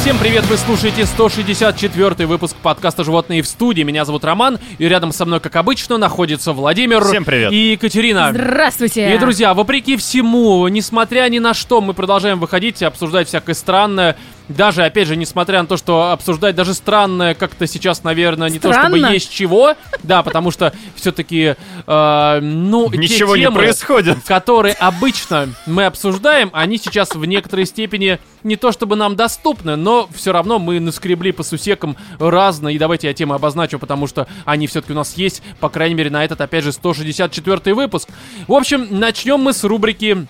Всем привет, вы слушаете 164 выпуск подкаста «Животные в студии». Меня зовут Роман, и рядом со мной, как обычно, находится Владимир. Всем привет. И Екатерина. Здравствуйте! И, друзья, вопреки всему, несмотря ни на что, мы продолжаем выходить и обсуждать всякое странное. Даже, опять же, несмотря на то, что обсуждать даже странное как-то сейчас, наверное, не то Странно? чтобы есть чего. Да, потому что все-таки, ну, те Ничего не темы, происходит. которые обычно мы обсуждаем, они сейчас в некоторой степени не то чтобы нам доступны, но все равно мы наскребли по сусекам разные. И давайте я темы обозначу, потому что они все-таки у нас есть, по крайней мере, на этот, опять же, 164 выпуск. В общем, начнем мы с рубрики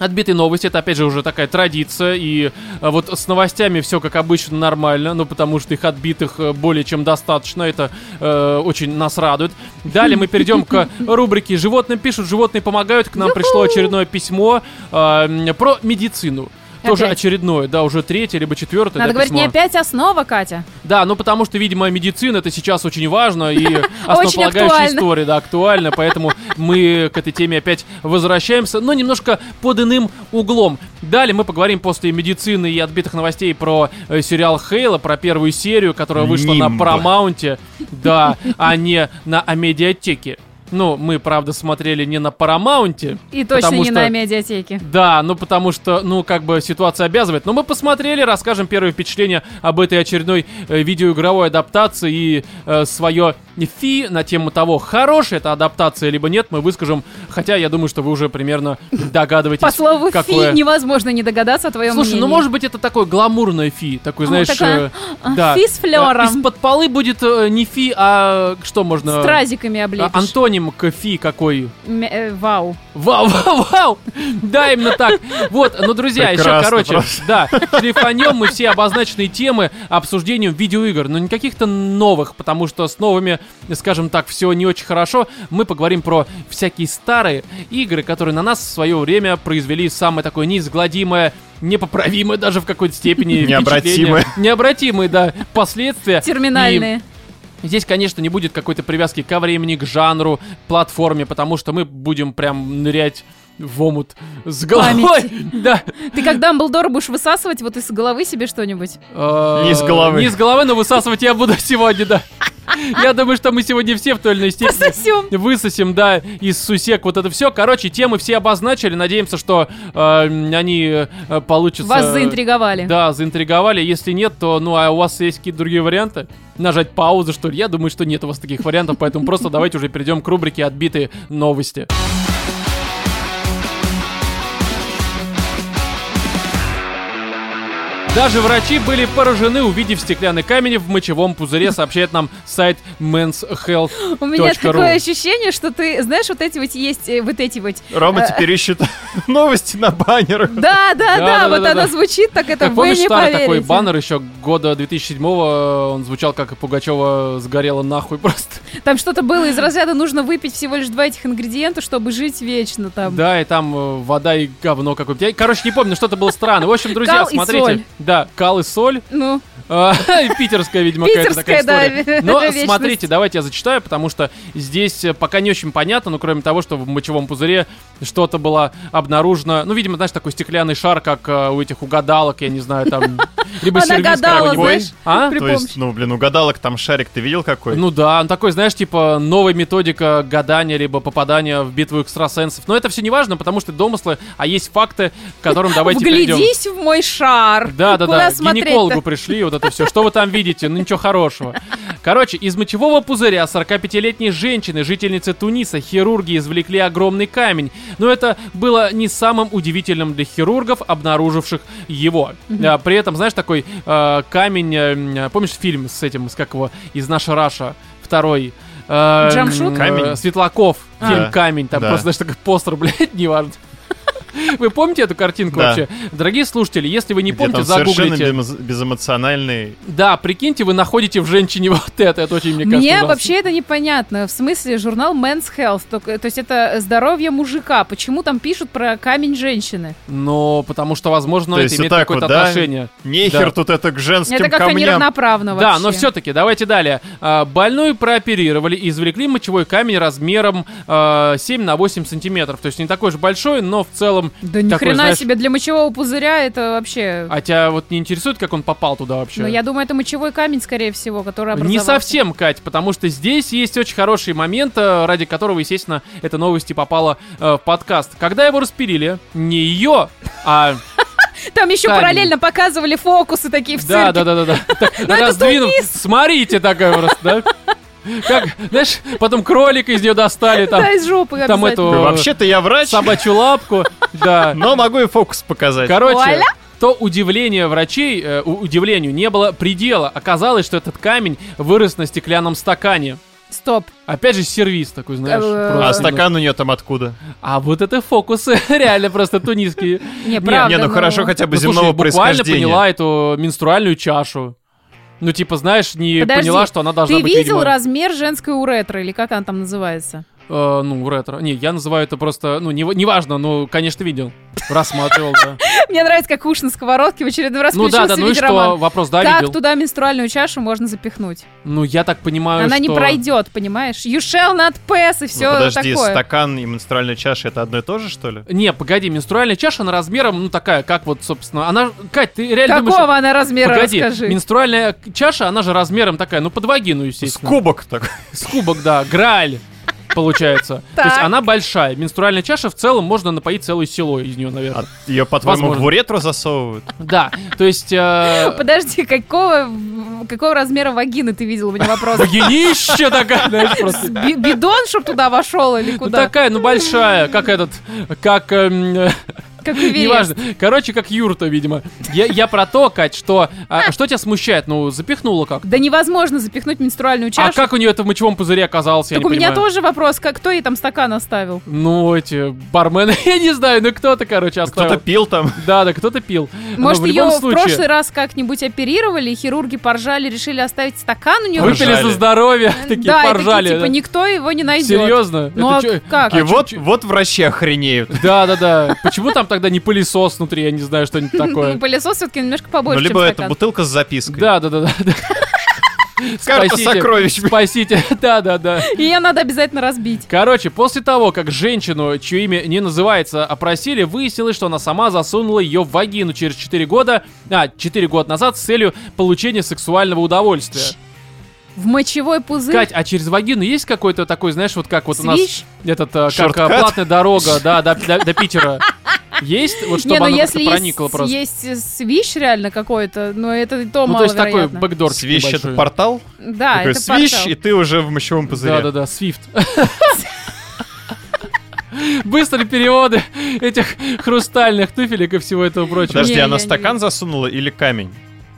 Отбитые новости, это опять же уже такая традиция, и э, вот с новостями все как обычно нормально, ну потому что их отбитых э, более чем достаточно, это э, очень нас радует. Далее мы перейдем к рубрике «Животные пишут, животные помогают», к нам пришло очередное письмо э, про медицину. Тоже Опять. очередное, да, уже третье, либо четвертое. Надо да, говорить письмо. не опять основа, Катя. Да, ну потому что, видимо, медицина это сейчас очень важно и основополагающая актуально. история, да, актуальна, поэтому мы к этой теме опять возвращаемся, но немножко под иным углом. Далее мы поговорим после медицины и отбитых новостей про э, сериал Хейла, про первую серию, которая вышла Нимб. на Парамаунте, да, а не на Амедиатеке. Ну, мы, правда, смотрели не на Парамаунте. И точно потому не что- на медиатеке. да, ну потому что, ну, как бы ситуация обязывает. Но мы посмотрели, расскажем первые впечатления об этой очередной э, видеоигровой адаптации и э, свое фи на тему того, хорошая эта адаптация либо нет, мы выскажем. Хотя я думаю, что вы уже примерно догадываетесь, По слову какое... фи невозможно не догадаться о твоем Слушай, ну мнении. может быть это такой гламурное фи, такой, А, знаешь, такая, э, а, фи с флёром. Э, Из-под полы будет э, не фи, а что можно? С тразиками облепишь. А, антоним к фи какой? М- э, вау. Вау, вау, вау! Да, именно так. Вот, ну, друзья, еще, Прекрасно короче, просто. да, шлифанем мы все обозначенные темы обсуждением видеоигр, но не каких-то новых, потому что с новыми, скажем так, все не очень хорошо. Мы поговорим про всякие старые игры, которые на нас в свое время произвели самое такое неизгладимое, непоправимое даже в какой-то степени Необратимое. впечатление. Необратимые, да, последствия. И Терминальные. Здесь, конечно, не будет какой-то привязки ко времени, к жанру, платформе, потому что мы будем прям нырять в омут с головой. Да. Ты как Дамблдор будешь высасывать вот из головы себе что-нибудь? Э, Не из головы. Не из головы, но высасывать я буду сегодня, да. Я думаю, что мы сегодня все в той или иной степени Сосем. высосим, да, из сусек вот это все. Короче, темы все обозначили. Надеемся, что э, они э, получатся... Вас заинтриговали. Да, заинтриговали. Если нет, то, ну, а у вас есть какие-то другие варианты? Нажать паузу, что ли? Я думаю, что нет у вас таких вариантов, поэтому просто давайте уже перейдем к рубрике «Отбитые новости». Даже врачи были поражены, увидев стеклянный камень в мочевом пузыре, сообщает нам сайт menshealth.ru. У меня такое ощущение, что ты, знаешь, вот эти вот есть, э, вот эти вот. Рома теперь ищет новости на баннерах. Да, да, Да, да, да, вот да, она да. звучит, так это Как вы помнишь не старый такой поверите. баннер еще года 2007 э, он звучал как и Пугачева сгорела нахуй просто. Там что-то было из разряда нужно выпить всего лишь два этих ингредиента, чтобы жить вечно там. Да, и там э, вода и говно какое-то. Я, короче, не помню, что-то было странно. В общем, друзья, Кал и смотрите. соль. Да, кал и соль. Ну, А, Питерская, видимо, какая-то такая Питерская, да, история. Но вечность. смотрите, давайте я зачитаю, потому что здесь э, пока не очень понятно, но кроме того, что в мочевом пузыре что-то было обнаружено. Ну, видимо, знаешь, такой стеклянный шар, как э, у этих угадалок, я не знаю, там... Либо Она сервис гадала, какой-нибудь. знаешь, А? при То помощи- есть, ну, блин, у гадалок там шарик ты видел какой? Ну да, он такой, знаешь, типа новая методика гадания либо попадания в битву экстрасенсов. Но это все не важно, потому что домыслы, а есть факты, к которым давайте перейдем. Вглядись в мой шар. Да, да, Куда да. смотреть-то? Гинекологу пришли, вот это все. Что вы там видите? Ну ничего хорошего. Короче, из мочевого пузыря 45-летней женщины, жительницы Туниса, хирурги извлекли огромный камень. Но это было не самым удивительным для хирургов, обнаруживших его. А, При этом, знаешь, такой э, камень, э, м, помнишь фильм с этим, с как его, из наша Раша, второй. э, Джамшут? м, Камень. Светлаков. А. Фильм Да. Камень. Там Да. просто, знаешь, такой постер, блядь, неважно. Вы помните эту картинку Да. вообще? Дорогие слушатели, если вы не Где помните, там совершенно загуглите. безэмо- безэмоциональный. Да, прикиньте, вы находите в женщине вот это. Это очень, мне кажется, Мне ужасно. вообще это непонятно. В смысле, журнал Men's Health. только- То, есть это здоровье мужика. Почему там пишут про камень женщины? Но потому что, возможно, То это есть имеет вот так какое-то вот, да? отношение. Нехер Да. тут это к женским это как-то камням. неравноправно вообще. Да, но все-таки, давайте далее. А, Больную прооперировали и извлекли мочевой камень размером а, 7 на 8 сантиметров. То есть не такой же большой, но в целом там Да ни такой, хрена знаешь, себе, для мочевого пузыря это вообще... А тебя вот не интересует, как он попал туда вообще? Но Ну, я думаю, это мочевой камень, скорее всего, который Не образовался. совсем, Кать, потому что здесь есть очень хороший момент, э, ради которого, естественно, эта новость и попала э, в подкаст. Когда его распилили, не ее, а... Там еще камень. параллельно показывали фокусы такие в Да, цирке. Ну, да, да, да, да. Так, Раздвинув. Смотрите, такая просто, да? Как, знаешь, потом кролика из нее достали, там, Да, из жопы там обязательно. эту Вообще-то я врач, собачью лапку, да. но могу и фокус показать. Короче, Вуаля! то удивление врачей, э, у- удивлению не было предела. Оказалось, что этот камень вырос на стеклянном стакане. Стоп. Опять же, сервис такой, знаешь. Э, просто, А ну. стакан у нее там откуда? А вот это фокусы реально просто тунисские. Не, Не, правда. Не, ну хорошо, хотя бы Ну, слушай, земного буквально происхождения. поняла эту менструальную чашу. Ну, типа, знаешь, не Подожди, поняла, что она должна Ты быть, видел видимо, размер женской уретры, или как она там называется? э, ну, ретро. Не, я называю это просто, ну, не- неважно, ну, конечно, видел. Рассматривал, да. Мне нравится, как уж на сковородке в очередной раз Ну да, да, включился ну и что? видеороман. Вопрос, да, Как видел? туда менструальную чашу можно запихнуть? Ну, я так понимаю, Она что... не пройдет, понимаешь? You shall not pass и все Ну, Подожди, такое. стакан и менструальная чаша это одно и то же, что ли? Не, погоди, менструальная чаша, она размером, ну, такая, как вот, собственно... Она... Кать, ты реально Какого думаешь... она размера, Погоди, расскажи. менструальная чаша, она же размером такая, ну, под вагину, С естественно. кубок такой. С кубок, да, грааль. Получается. То Так. есть она большая. Менструальная чаша в целом можно напоить целое село из нее, наверное. Ее, А по-твоему, Возможно. в уретру засовывают? Да. То есть. э, Ну, Подожди, какого, какого размера вагины ты видел? У меня вопрос. Вагинища такая, знаешь, просто. Би- Бидон, чтоб туда вошел или Ну, куда? такая, ну большая, как этот, как, эм, э, Как Эверест. неважно, короче, как юрта, видимо. Я, я про то, Кать, что, а, что тебя смущает? Ну, запихнула как? Да невозможно запихнуть менструальную А чашу. как у нее это в мочевом пузыре оказалось, я так не у меня понимаю. тоже вопрос, как кто ей там стакан оставил? Ну, эти бармены, я не знаю, ну кто-то, короче, Кто-то оставил. пил там. Да, да, кто-то пил. Но Может, Ну, в ее любом в случае... прошлый раз как-нибудь оперировали, хирурги поржали, решили оставить стакан у нее. Выпили Поржали. за здоровье, такие да, и поржали. такие, типа, никто его не найдет. Серьезно? Ну Это а чё- как? И вот, вот врачи охренеют. Да, да, да. Почему там тогда не пылесос внутри, я не знаю, что-нибудь Ну, такое. Пылесос все-таки немножко Ну, побольше, либо чем это стакан. бутылка с запиской. Да, да, да, да, да. Карта Спасите. сокровищ. Спасите. Да, да, да. Ее надо обязательно разбить. Короче, после того, как женщину, чье имя не называется, опросили, выяснилось, что она сама засунула ее в вагину через 4 года, а, 4 года назад с целью получения сексуального удовольствия. В мочевой пузырь. Кать, а через вагину есть какой-то такой, знаешь, вот как вот у нас Свищ? этот, э, как э, Шорткат? платная дорога, да, до, до- до Питера. Есть? Вот чтобы не, ну оно если как-то есть, проникло просто. есть свищ реально какой-то, но это и то Ну, то есть такой маловероятно. бэкдор Свищ это портал? Да, Такой А, это свищ, портал. и ты уже в мочевом Да, пузыре. да, да, Свифт. Быстрые переводы этих хрустальных туфелек и всего этого прочего. Подожди, Не, она я не стакан засунула или камень?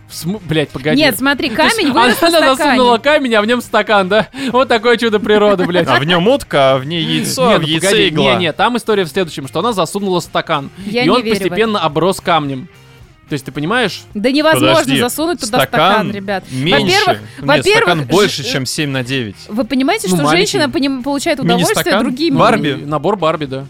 В см- Блядь, погоди. Нет, смотри, камень она, вырос на она стакане. засунула камень, а в нем стакан, да? Вот такое чудо природы, блядь. А в нем утка, а в ней яйцо, а в ну яйце погоди, игла. Не, не, там история в следующем, что она засунула стакан. Я и не он верю в это. постепенно оброс камнем. То есть ты понимаешь? Да невозможно Подожди, засунуть туда стакан, ребят. меньше. Во-первых, Нет, во-первых, стакан ж- больше, чем 7 на 9. Вы понимаете, Ну, что маленький. женщина поним- получает удовольствие Мини-стакан? другими? Барби. Ну, И набор Барби, да.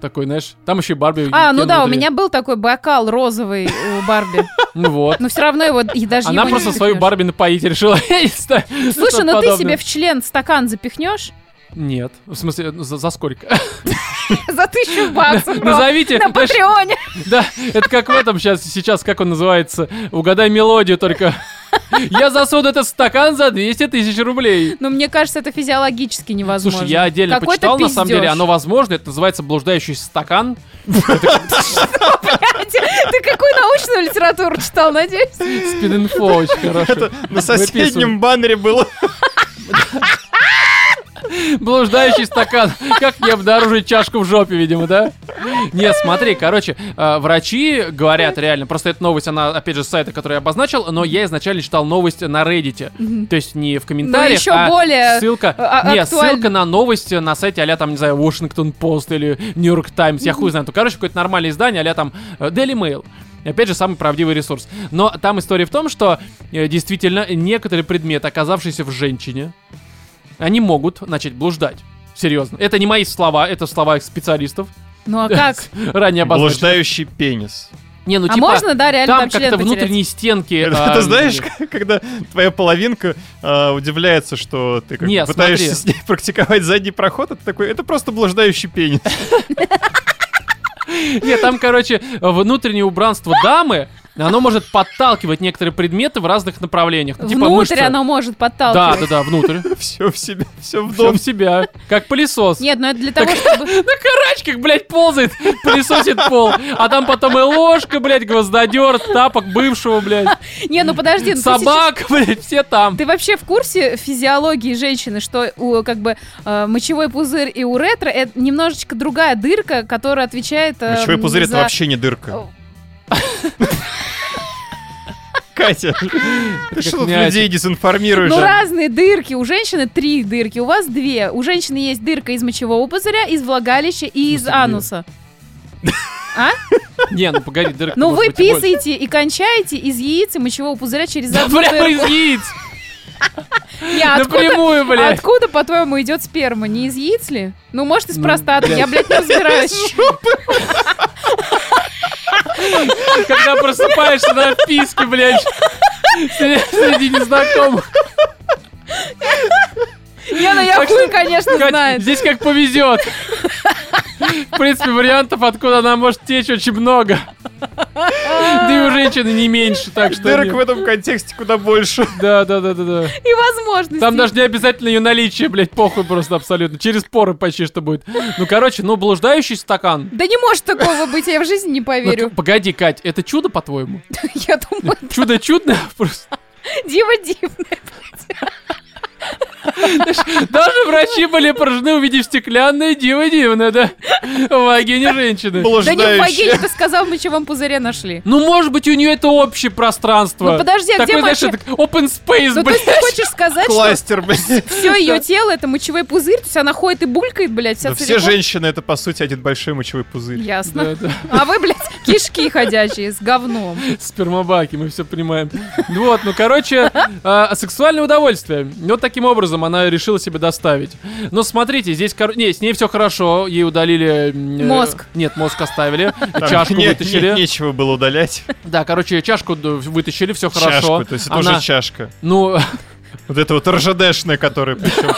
Такой, знаешь, там еще и Барби. А, ну кинули да, у внутри. меня был такой бокал розовый у Барби. Ну вот. Но все равно его и даже Она его не просто свою запихнешь. Барби напоить решила. Я не знаю, Слушай, что-то ну ты подобное. себе в член стакан запихнешь Нет. В смысле, э, за, за сколько? за тысячу баксов. бро. Назовите. На знаешь, Патреоне. Да, это как в этом сейчас, сейчас, как он называется? Угадай мелодию только. Я засуну этот стакан за 200 тысяч рублей. Ну, мне кажется, это физиологически невозможно. Слушай, я отдельно Какой-то почитал, на самом деле, пиздёж. оно возможно, это называется блуждающий стакан. Ты какую научную литературу читал, надеюсь? Спидинфо очень хорошо. На соседнем баннере было. Блуждающий стакан. Как не обнаружить чашку в жопе, видимо, да? Не, смотри, короче, э, врачи говорят реально, просто эта новость, она, опять же, с сайта, который я обозначил, но я изначально читал новость на Reddit. То есть не в комментариях, еще а более, ссылка... а- Не, актуально. ссылка на новость на сайте а там, не знаю, Washington Post или New York Times, я хуй знаю. Ну, короче, какое-то нормальное издание а там э, Daily Mail. И Опять же, самый правдивый ресурс. Но там история в том, что э, действительно некоторые предметы, оказавшиеся в женщине, они могут начать блуждать. Серьезно. Это не мои слова, это слова специалистов. Ну а как? Ранее обозначенных. Блуждающий пенис. Не, ну А типа, можно, да, реально там там член как-то потерять? внутренние стенки. Это ну, а, ты знаешь, нет. как- когда твоя половинка а, удивляется, что ты как бы Не, пытаешься с смотри. ней практиковать задний проход, а ты такой, это просто блуждающий пенис. Нет, там, короче, внутреннее убранство дамы, оно может подталкивать некоторые предметы в разных направлениях. Ну, Типа Внутрь мышцы. оно может Да, подталкивать. да, да, внутрь. Все в себя, все в Все дом. в себя, как пылесос. Нет, но это для того, чтобы... На карачках, блядь, ползает, пылесосит пол. А там потом и ложка, блядь, гвоздодер, тапок бывшего, блядь, Не, ну подожди. ну ты сейчас- собак, блядь, все там. Ты вообще в курсе физиологии женщины, что у, как бы э, мочевой пузырь и уретра это немножечко другая дырка, которая отвечает. э, Мочевой пузырь за- Ну, это вообще не дырка. Катя, ты что тут мячик. людей дезинформируешь? Ну, разные дырки. У женщины три дырки, у вас две. У женщины есть дырка из мочевого пузыря, из влагалища и из смысле, ануса. Не, ну погоди, дырка Но может вы быть и больше. писаете и кончаете из яиц и мочевого пузыря через Да одну прямо дырку. из яиц, Не, откуда, напрямую, блядь. откуда, по-твоему, идет сперма? Не из яиц ли? Ну, может, из Ну, простаты. Я, блядь, не разбираюсь. Когда просыпаешься на писке, блядь, среди- среди незнакомых. Не, ну я Так что, хуй, конечно, Кать, знает. здесь как повезет. В принципе, вариантов, откуда она может течь, очень много. Да и у женщины не меньше, так что... Дырок нет. в этом контексте куда больше. Да, да, да, да, да. И возможности. Там даже не обязательно ее наличие, блядь, похуй просто абсолютно. Через поры почти что будет. Ну, короче, ну, блуждающий стакан. Да не может такого быть, я в жизни не Ну, поверю. к- погоди, Кать, это чудо, по-твоему? Я думаю, Чудо чудное просто. диво дивное. Даже врачи были поражены, увидев стеклянное диво дивное, да? В вагине женщины. Да не в Блуждающие. вагине, ты сказал, в мочевом пузыре нашли. Ну, может быть, у нее это общее пространство. Ну, подожди, а Такой, где знаешь, вообще- это open space, Ну, то есть ты блядь. хочешь сказать, что Кластер, блядь. все ее тело это мочевой пузырь, то есть она ходит и булькает, блядь, вся Да все целиком? женщины это по сути один большой мочевой пузырь. Ясно. Да, да. А вы, блядь, кишки ходячие с говном. Спермобаки, мы все понимаем. Вот, ну, короче, э, сексуальное удовольствие. Вот таким образом она решила себе доставить. Но смотрите, здесь... кор- Не, с ней все хорошо, ей удалили... м, э, Мозг. Нет, мозг оставили, Там чашку не- не- вытащили. нечего было удалять. Да, короче, чашку д- вытащили, все хорошо. Чашку, то есть это Она- уже чашка. Ну, Вот это вот РЖДшная, которая причем.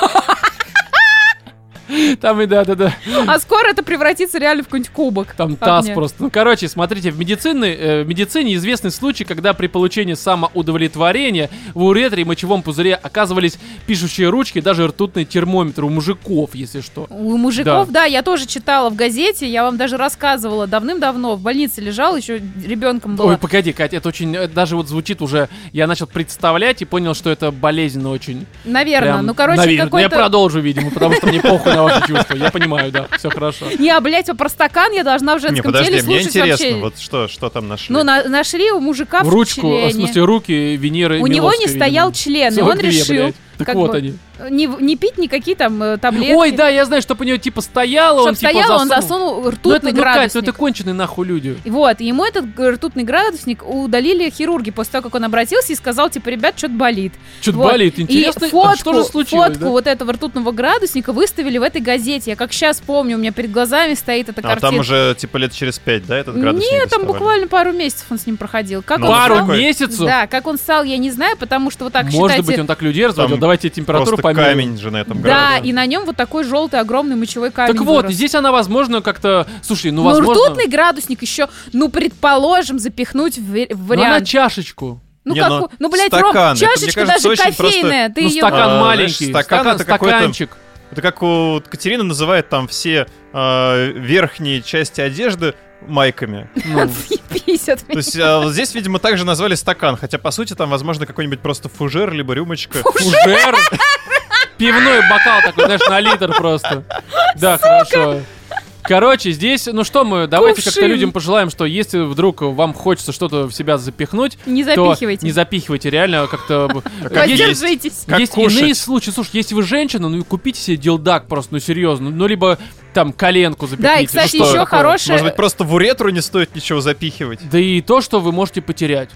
там и да-да-да. А скоро это превратится реально в какой-нибудь кубок. Там Как таз мне. просто. Ну, короче, смотрите, в медицине, э, в медицине известный случай, когда при получении самоудовлетворения в уретре и мочевом пузыре оказывались пишущие ручки, и даже ртутный термометр у мужиков, если что. У мужиков, да. я тоже читала в газете, я вам даже рассказывала давным-давно, в больнице лежал, еще ребенком была. Ой, погоди, Кать, это очень, это даже вот звучит уже, я начал представлять и понял, что это болезненно очень. Наверное, Прям ну короче, наверно. Но Я какой-то... продолжу, видимо, потому что мне похуй на ваши чувства, я понимаю, да, все хорошо. Не, а, блядь, а про стакан я должна в Не, женском подожди, теле мне слушать интересно, вообще. вот что, что там нашли? А Ну, на- нашли у мужика В ручку, члене. в смысле, руки Венеры У него не Миловской, стоял видимо. член, и 42, он решил блядь. Так как вот бы, они. не, в- не пить никакие там э, таблетки. Ой, да, я знаю, чтоб у него типа стояло, Чтоб он типа стоял, он засунул. засунул Ну это, ртутный ну, Кать, ну градусник. это конченые нахуй люди. Вот, и ему этот г- ртутный градусник удалили хирурги после того, как он обратился и сказал, типа, ребят, что-то болит. Что-то Вот. болит, интересно, и а фотку, что же случилось? фотку вот этого ртутного градусника выставили в этой газете. Я как сейчас помню, у меня перед глазами стоит А эта картина. там уже типа лет через пять, да, этот градусник Нет, там доставали? буквально пару месяцев он с ним проходил. Как да? Ну, он Пару стал- такой. месяцев? Да, как он стал, я не знаю, потому что вот так Может считайте. быть, он так людей разводил, Там давайте температуру Просто померяем. камень же на этом Да, градуснике. и на нем вот такой желтый огромный мочевой камень. Так вот, вырос. здесь она, возможно, как-то... Слушай, ну, Ну, возможно... ртутный градусник еще, ну, предположим, запихнуть в, ве- в Ну, она вариант. чашечку. Ну, Не, как, ну, у- ну, блядь, Ром, стакан, это, мне чашечка кажется, даже очень просто- кофейная, ты ну, ее... стакан А, маленький, знаешь, стакан это какой-то- стаканчик. Это как у Катерины называет там все э, верхние части одежды майками. Ну, Отъебись от То меня. есть а, вот здесь, видимо, также назвали стакан, хотя по сути там, возможно, какой-нибудь просто фужер либо э, рюмочка. фужер. Пивной бокал такой, знаешь, на литр просто. Да, хорошо. Короче, здесь, ну что мы, давайте как-то Кувшин. людям пожелаем, что если вдруг вам хочется что-то в себя запихнуть, Не то запихивайте. не запихивайте, реально как-то... б- как Есть- Воздержитесь. Как есть кушать? иные случаи. Слушай, если вы женщина, ну и купите себе делдак просто, ну серьезно. Ну, либо там коленку запихните. Да, и, ну кстати, что еще такое? хорошее... Может быть, просто в уретру не стоит ничего запихивать. Да и то, что вы можете потерять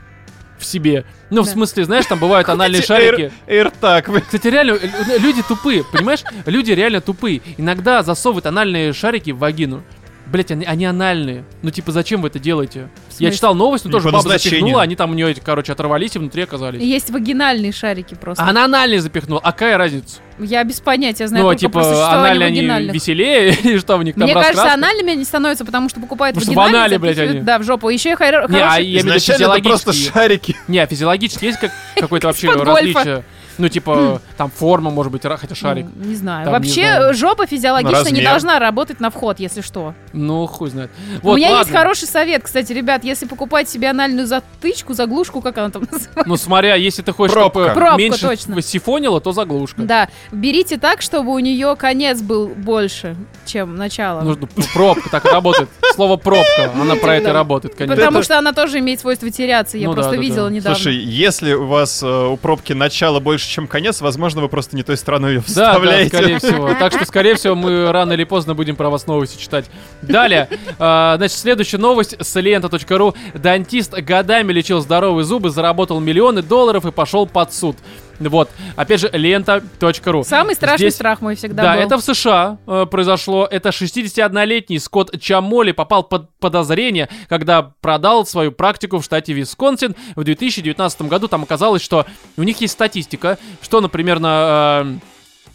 в себе. Ну, в Да. смысле, знаешь, там бывают анальные Эти эйр- шарики. Эйртак. блин. Кстати, реально, э, люди тупые, понимаешь? Люди реально тупые. Иногда засовывают анальные шарики в вагину. Блять, они, они анальные. Ну, типа, зачем вы это делаете? В Я смысле? читал новость, но Не тоже по баба назначению. запихнула, они там у нее, короче, оторвались и внутри оказались. Есть вагинальные шарики просто. А Она анальный запихнула, а какая разница? Я без понятия знаю ну, только типа, про существование анальные они вагинальных. веселее, и что в них там Мне кажется, раскраска? анальными они становятся, потому что покупают Потому что в вагинальные, анале, блядь, запихивают, они. Да, в жопу. Еще и хоро- Не, а хорошие- я имею в виду Изначально это просто физиологические. шарики. Не, а физиологически есть как, какое-то вообще Из-под гольфа. Хм. различие? Ну, типа, там форма, может быть, ра- хотя шарик. Ну, не знаю. Там не Вообще э, знаю. жопа физиологично не Размер. должна работать на вход, если что. Ну, хуй знает. Вот, У меня есть ладно. хороший совет, кстати, ребят, если покупать себе анальную затычку, заглушку, как она там называется. Ну, смотря, если ты хочешь, Пробка. чтобы Пробка, меньше точно. сифонило, то заглушка. Да, берите так, чтобы у нее конец был больше, чем начало. Нужно п- пробка, так и работает. Слово пробка, она про это и работает, конечно. Потому это- что она тоже имеет свойство теряться, я Ну да, просто да, видела да. недавно. Слушай, если у вас э, у пробки начало больше, чем конец, возможно, вы просто не той страной ее Да, да, вставляете. скорее всего. Так что, скорее всего, мы рано или поздно будем про вас новости читать. Далее. А, Значит, следующая новость с лента.ру. Дантист годами лечил здоровые зубы, заработал миллионы долларов и пошел под суд. Вот. Опять же, лента.ру. Самый страшный Здесь- страх мой всегда Да, был. это в США э, произошло. Это 61-летний Скотт Чамоли попал под подозрение, когда продал свою практику в штате Висконсин в 2019 году. Там оказалось, что у них есть статистика, что, например, на... э,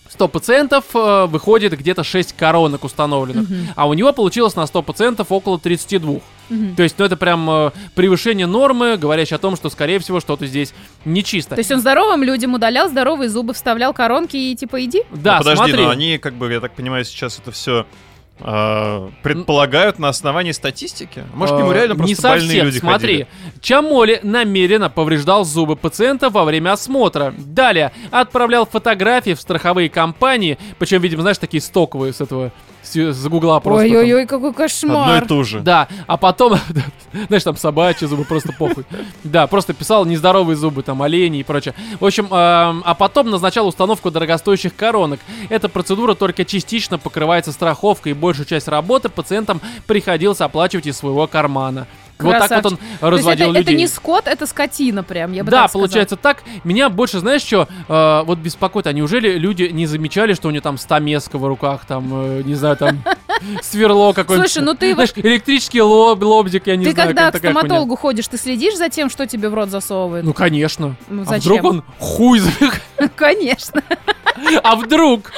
100 пациентов э, выходит где-то 6 коронок установленных, а у него получилось на 100 пациентов около 32. Мгм. То есть, ну это прям э, превышение нормы, говорящее о том, что, скорее всего, что-то здесь нечисто. То есть он здоровым людям удалял здоровые зубы, вставлял коронки и типа иди. да, Ну, подожди, смотри. но они, как бы, я так понимаю, сейчас это все предполагают на основании статистики? Может, к нему Э, реально не просто совсем, больные люди смотри. ходили? Чамоли намеренно повреждал зубы пациента во время осмотра. Далее, отправлял фотографии в страховые компании, причем, видимо, знаешь, такие стоковые с этого, с, с гугла просто. там. Ой-ой-ой, какой Одно и кошмар. то же. Да, а потом, знаешь, там собачьи зубы, просто похуй. Да, просто писал нездоровые зубы, там, олени и прочее. В общем, эм, а потом назначал установку дорогостоящих коронок. Эта процедура только частично покрывается страховкой, и большую часть работы пациентам приходилось оплачивать из своего кармана. Вот так вот он То есть разводил это, это людей. не скот, это скотина прям, я бы да, так сказала. получается так. Меня больше, знаешь, что э, вот беспокоит, а неужели люди не замечали, что у него там стамеска в руках, там, э, не знаю, там сверло какое-нибудь. Слушай, ну ты Знаешь, электрический лоб, лобзик, я не Ты знаю. когда к какая-то такая хуйня. стоматологу ходишь, ты следишь за тем, что тебе в рот засовывают? Ну, конечно. Ну, А зачем? вдруг он хуй завих? Конечно. А вдруг?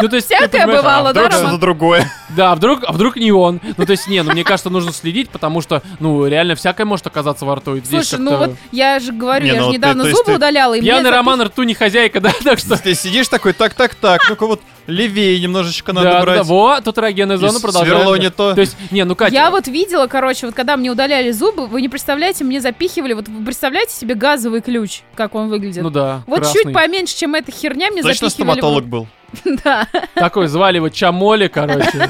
Ну, то есть... ты Всякое понимаешь, бывало, а да, вдруг- Вдруг Роман? что-то другое. Да, а вдруг, а вдруг не он. Ну, то есть, не, ну, мне кажется, нужно следить, потому что, ну, реально всякое может оказаться во рту. и здесь Слушай, ну как-то- вот я же говорю, Не, я ну же вот ты- недавно то есть зубы ты удаляла, и мне Пьяный запу- роман рту не хозяйка, да, так что... Ты сидишь такой, так-так-так, ну-ка вот левее немножечко надо Да, да, да, брать. вот, тут эрогенная И зона с- продолжает. сверло да. не то. То есть, не, ну, Катя... Я вот видела, короче, вот когда мне удаляли зубы, вы не представляете, мне запихивали, вот вы представляете себе газовый ключ, как он выглядит. Ну да, вот красный. чуть поменьше, чем эта херня, мне Точно запихивали. в рот. стоматолог был? Да. Такой звали его Чамоли, короче.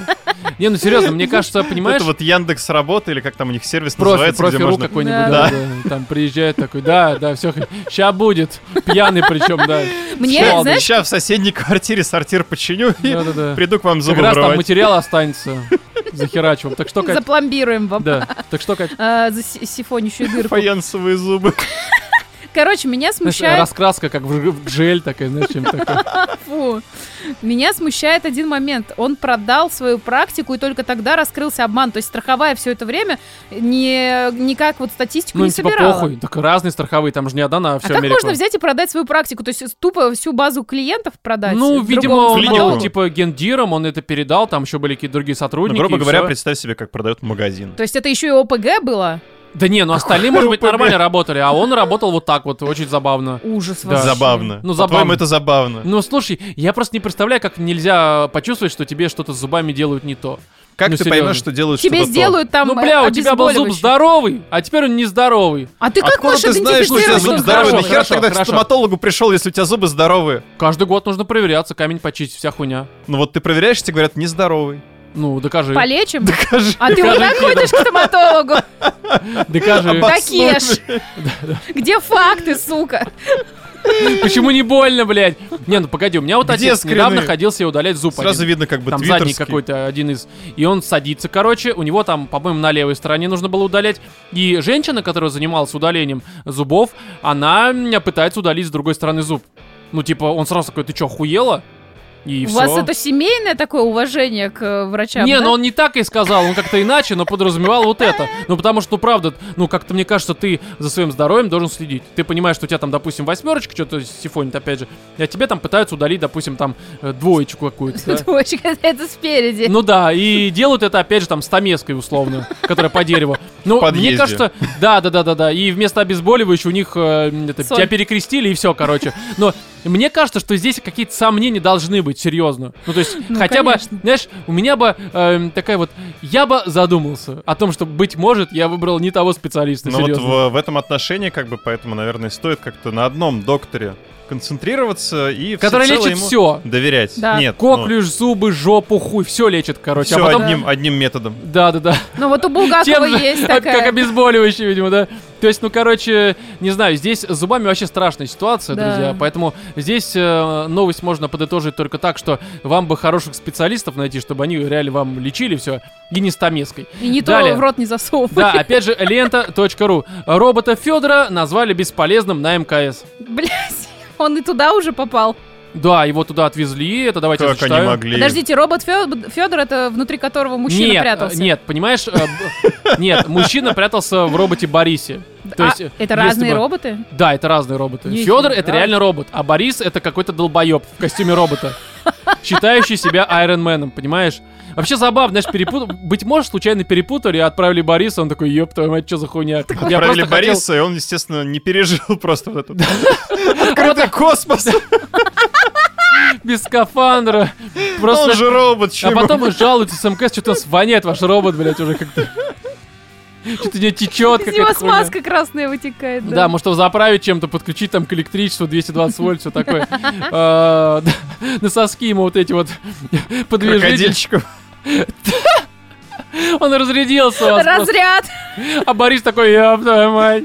Не, ну серьезно, мне кажется, понимаешь, Это вот Яндекс работа или как там у них сервис профи, называется, где профи.ру можно... какой-нибудь, да, Да. да, там приезжает такой, да, да, все, ща будет, пьяный причем, да. Мне, Ладно. знаешь, Сейчас в соседней квартире сортир починю и Да-да-да. приду к вам Как зубы раз там вырывать. материал останется захерачиваем. Так что, Кать? запломбируем вам. Да. Так что, Кать? а, за си- сифонящую дырку. Фаянсовые зубы. Короче, меня Знаешь, смущает... Раскраска как в ж- в джель такая, знаешь, чем такое. Фу. Меня смущает один момент. Он продал свою практику, и только тогда раскрылся обман. То есть страховая все это время не, никак вот статистику Ну, не им типа собирала. похуй. Так разные страховые, там же не одна на А всю как Америку. можно взять и продать свою практику? То есть тупо всю базу клиентов продать? Ну, другому видимо, В он клинику. был, стоматологу? типа гендиром, он это передал, там еще были какие-то другие Ну, сотрудники. грубо и говоря, всё. представь себе, как продают магазин. То есть это еще и ОПГ было? Да не, ну остальные, может быть, Какой нормально работали, а он работал вот так вот, очень забавно. Ужас Да. вообще. Забавно. Ну, По-твоему, забавно. это забавно. Ну, слушай, я просто не представляю, как нельзя почувствовать, что тебе что-то с зубами делают не то. Как ну, ты серьезно. поймешь, что делают Тебе что-то то? сделают там э, ну, бля, у тебя был зуб обезболивающий. здоровый, а теперь он нездоровый. А ты как Откуда можешь ты знаешь, что у тебя зуб идентифицировать, зубы здоровые? он здоровый? здоровый? Нахера Хорошо, тогда к хорошо. стоматологу пришел, если у тебя зубы здоровые? Каждый год нужно проверяться, камень почистить, вся хуйня. Ну вот ты проверяешь, тебе говорят, нездоровый. Ну, докажи. Полечим? Докажи. А ты вот Докажи. так ходишь к стоматологу? Докажи. Обо- Такие ж. Где факты, сука? Почему не больно, блядь? Не, ну погоди, у меня вот Где отец скрины? недавно ходил себе удалять зуб. Сразу один. видно, как бы там твиттерский. задний какой-то один из. И он садится, короче, у него там, по-моему, на левой стороне нужно было удалять. И женщина, которая занималась удалением зубов, она м, пытается удалить с другой стороны зуб. Ну, типа, он сразу такой, ты чё, охуела? И У все. вас это семейное такое уважение к э, врачам? Не, да? ну он не так и сказал, он как-то иначе, но подразумевал вот это. Ну потому что, ну, правда, ну как-то мне кажется, ты за своим здоровьем должен следить. Ты понимаешь, что у тебя там, допустим, восьмерочка что-то сифонит, опять же, а тебе там пытаются удалить, допустим, там э, двоечку какую-то. да. Точка, это спереди. Ну да, и делают это, опять же, там, стамеской условно, которая по дереву. Ну, подъезде. мне кажется, да, да, да, да, да. И вместо обезболивающего у них э, это, Соль. тебя перекрестили и все, короче. Но мне кажется, что здесь какие-то сомнения должны быть, серьезно. Ну, то есть, Ну, хотя конечно. бы, знаешь, у меня бы э, такая вот. Я бы задумался о том, что, быть может, я выбрал не того специалиста, Но серьезно. Ну, вот в, в этом отношении, как бы, поэтому, наверное, стоит как-то на одном докторе концентрироваться и Который всецело лечит ему все. доверять. Да. Нет, ну. Коклюш, зубы, жопу, хуй, все лечит, короче. все а потом. одним, одним методом. Да, да, да. Ну вот у Булгакова Тем же, есть как- Как такая. обезболивающий, видимо, да. То есть, ну, короче, не знаю, здесь с зубами вообще страшная ситуация, Да. друзья. Поэтому здесь э, новость можно подытожить только так, что вам бы хороших специалистов найти, чтобы они реально вам лечили все. И не стамеской. И не то Далее. в рот не засовывай. Да, опять же, лента.ру. Робота Федора назвали бесполезным на МКС. Блять, он и туда уже попал. Да, его туда отвезли, это давайте я как они зачитаю. могли? Подождите, робот Федор это внутри которого мужчина нет, прятался. э, Нет, понимаешь, э, б- нет, мужчина прятался в роботе Борисе. То А, есть, э, если это разные бы- роботы? Да, это разные роботы. Нифига. Федор это реально робот, а Борис это какой-то долбоеб в костюме робота, считающий себя Айронменом, понимаешь? Вообще забавно, знаешь, перепут... быть может, случайно перепутали, и отправили Бориса, он такой, ёб твою мать, что за хуйня? Я Отправили просто хотел- Бориса, и он, естественно, не пережил просто вот этот открытый космос. без скафандра, Он просто... же робот, А чему? потом жалуются с МКС, что-то воняет ваш робот, блядь, уже как-то... Что-то не течет, Из него какая-то хуйня. смазка красная вытекает. Да, может его заправить чем-то, подключить там к электричеству 220 вольт, все такое. Э, да, На соски ему вот эти вот подвижите. Крокодильчиков. Он разрядился у вас просто. Разряд! А Борис такой, ёб твою мать.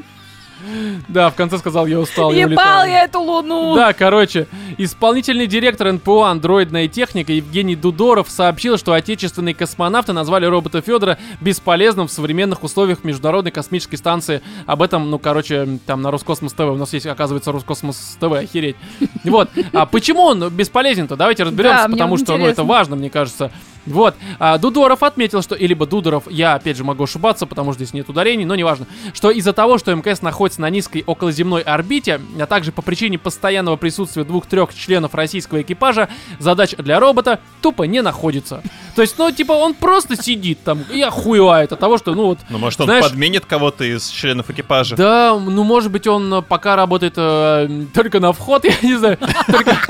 Да, в конце сказал, я устал, я Ебал улетаю». я эту луну! Да, короче, исполнительный директор НПО «Андроидная техника» Евгений Дудоров сообщил, что отечественные космонавты назвали робота Федора бесполезным в современных условиях Международной космической станции. Об этом, ну, короче, там на Роскосмос ТВ. У нас есть, оказывается, Роскосмос ТВ, охереть. Вот. А почему он бесполезен-то? Давайте разберемся, Да, мне потому что, ну, интересно. это важно, мне кажется. Вот. А, Дудоров отметил, что... Или бы Дудоров, я опять же могу ошибаться, потому что здесь нет ударений, но неважно. Что из-за того, что МКС находится на низкой околоземной орбите, а также по причине постоянного присутствия двух-трех членов российского экипажа, задач для робота тупо не находится. То есть, ну, типа, он просто сидит там и охуевает от того, что, ну, вот... Ну, может, он Знаешь- подменит кого-то из членов экипажа? Да, ну, может быть, он э, пока работает э, м, только на вход, я не знаю. только-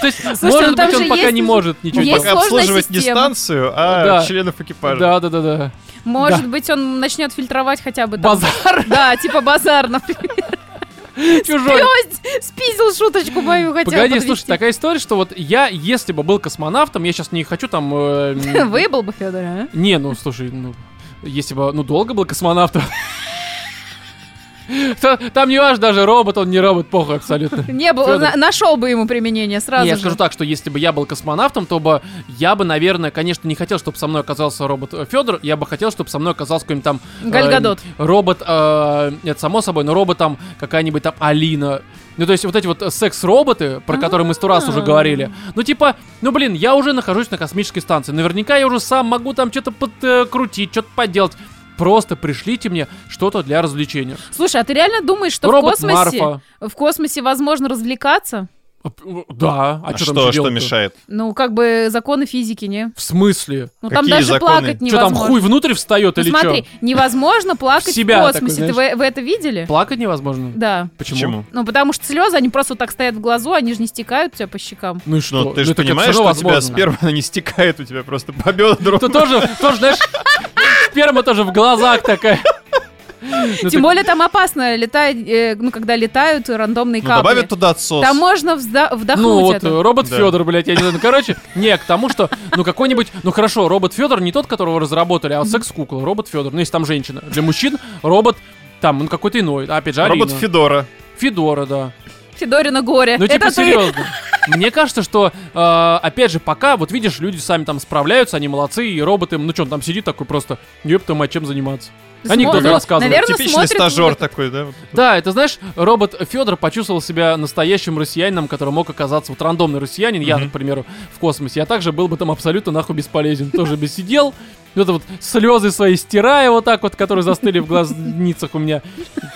То есть, ну, может там быть, он же пока есть не уже- может ничего есть делать. Пока сложная обслуживать не система. станцию, а Да. членов экипажа. Да, да, да, да. Может Да. быть, он начнет фильтровать хотя бы там. Базар Да, типа базар, например. чужой. Ой, Спиздил шуточку мою хотя бы. Погоди, подвести. слушай, такая история, что вот я, если бы был космонавтом, я сейчас не хочу там... э, м, Выебал бы Федор, а? Не, ну слушай, ну... Если бы, ну, долго был космонавтом... то Там не важно даже, робот он, не робот, похуй абсолютно. Не был, Фёдор. на- нашел бы ему применение сразу Не, я же. скажу так, что если бы я был космонавтом, то бы я бы, наверное, конечно, не хотел, чтобы со мной оказался робот Федор. Я бы хотел, чтобы со мной оказался какой-нибудь там... э, Гальгадот. робот, э, нет, само собой, но робот там какая-нибудь там Алина. Ну, то есть вот эти вот э, секс-роботы, про которые мы сто раз уже А. говорили. Ну, типа, ну, блин, я уже нахожусь на космической станции. Наверняка я уже сам могу там что-то подкрутить, что-то поделать. Просто пришлите мне что-то для развлечения. Слушай, а ты реально думаешь, что в Робот космосе, Марфа. в космосе возможно развлекаться? Э, Да, а, чё А там ещё что, что делать-то? мешает? Ну, как бы законы физики, не? В смысле? Ну, там Какие даже законы? Что плакать там, невозможно. хуй внутрь встает Ну, или смотри, что? невозможно плакать в себя такой, космосе. Ты знаешь. вы, вы это видели? Плакать невозможно? Да. Почему? Почему? Ну, потому что слезы, они просто так стоят в глазу, они же не стекают у тебя по щекам. Ну и что? Ну, ты же так это понимаешь, всё что у равно тебя возможно. сперма она не стекает, у тебя просто по бедрам. Ты тоже, тоже, знаешь, сперма тоже в глазах такая. Ну, Тем так- более там опасно летает, э, ну, когда летают рандомные Ну, капли. добавят туда отсос. Там можно взда- вдохнуть Ну вот, это. э, робот Да. Федор, блядь, я не знаю. Ну, короче, не, к тому, что, ну, какой-нибудь, ну, хорошо, робот Федор не тот, которого разработали, а секс-кукла, робот Федор. Ну, если там женщина. Для мужчин робот там, ну, какой-то иной. Опять же, Робот Арина. Федора. Федора, да. Федорина горе. Ну, типа, это ты. серьезно. Мне кажется, что, э, опять же, пока, вот видишь, люди сами там справляются, они молодцы, и робот им, ну, что он там сидит такой просто, ёб твою мать, чем заниматься? Анекдоты Смо- рассказывали. Наверное, Типичный смотрит стажер вот- такой, да? Да, это знаешь, робот Федор почувствовал себя настоящим россиянином, который мог оказаться вот рандомный россиянин. Я, Мгм. к примеру, в космосе. Я также был бы там абсолютно нахуй бесполезен. Тоже бы сидел. Вот это вот слезы свои стирая вот так вот, которые застыли в глазницах у меня.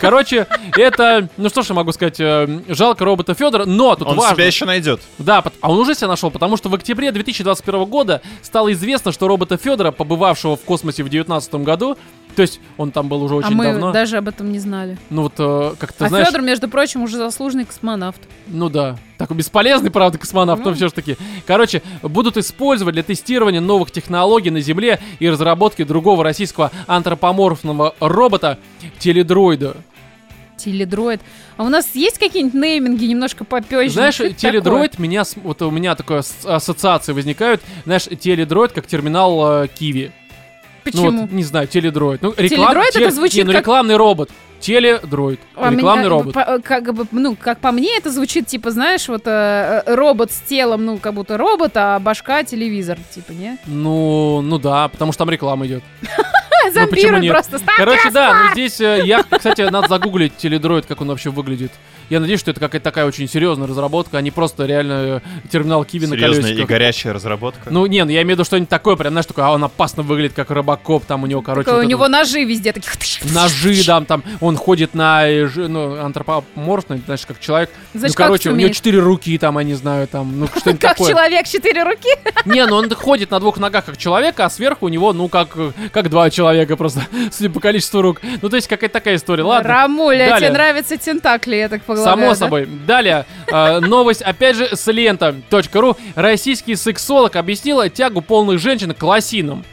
Короче, это, ну что ж я могу сказать, э, жалко робота Федора, но тут Он важно. себя еще найдет. Да, пот- а он уже себя нашел, потому что в октябре 2021 года стало известно, что робота Федора, побывавшего в космосе в 2019 году, то есть он там был уже А очень мы давно. даже об этом не знали. Ну вот э, как ты а знаешь. Федор, между прочим, уже заслуженный космонавт. Ну да. Такой бесполезный, правда, космонавт, но Ну. все же таки. Короче, будут использовать для тестирования новых технологий на Земле и разработки другого российского антропоморфного робота теледроида. Теледроид. А у нас есть какие-нибудь нейминги немножко попёще? Знаешь, Что это теледроид меня, с- вот у меня такое ас- ассоциации возникают. Знаешь, теледроид как терминал э, Киви. такое? Почему? Ну вот, не знаю, теледроид. Ну, реклам... Теледроид это теле- звучит не, ну, как- рекламный робот. Теледроид. А рекламный меня, робот. по- как бы, ну, как по мне, это звучит, типа, знаешь, вот э, э, робот с телом, ну, как будто робот, а башка телевизор, типа, не? Ну, ну да, потому что там реклама идет. почему Зомбирует нет? просто. Ставь Короче, да, но здесь э, я, кстати, надо загуглить теледроид, как он вообще выглядит. Я надеюсь, что это какая-то такая очень серьезная разработка, а не просто реально э, терминал Киви на Серьезная и колесиках. горячая разработка. Ну, не, ну я имею в виду что-нибудь такое, прям, знаешь, такое, а он опасно выглядит, как Робокоп, там у него, короче, Такое, вот у это него ножи везде таких. вот ножи, там, там, он ходит на, э, ж- ну, антропоморфный, знаешь, как человек. Значит, ну, как короче, у него сумеет. четыре руки, там, я не знаю, там, ну, что-нибудь Как такое. человек, четыре руки. Не, ну он ходит на двух ногах как человек, а сверху у него, ну, как, э, как два человека просто, судя по количеству рук. Ну, то есть какая-то такая история. Ладно, Рамуля, а тебе Далее. нравятся тентакли, я так полагаю. Само да? собой. Далее. э, новость, опять же, с лента.ру. Российский сексолог объяснила тягу полных женщин к лосинам.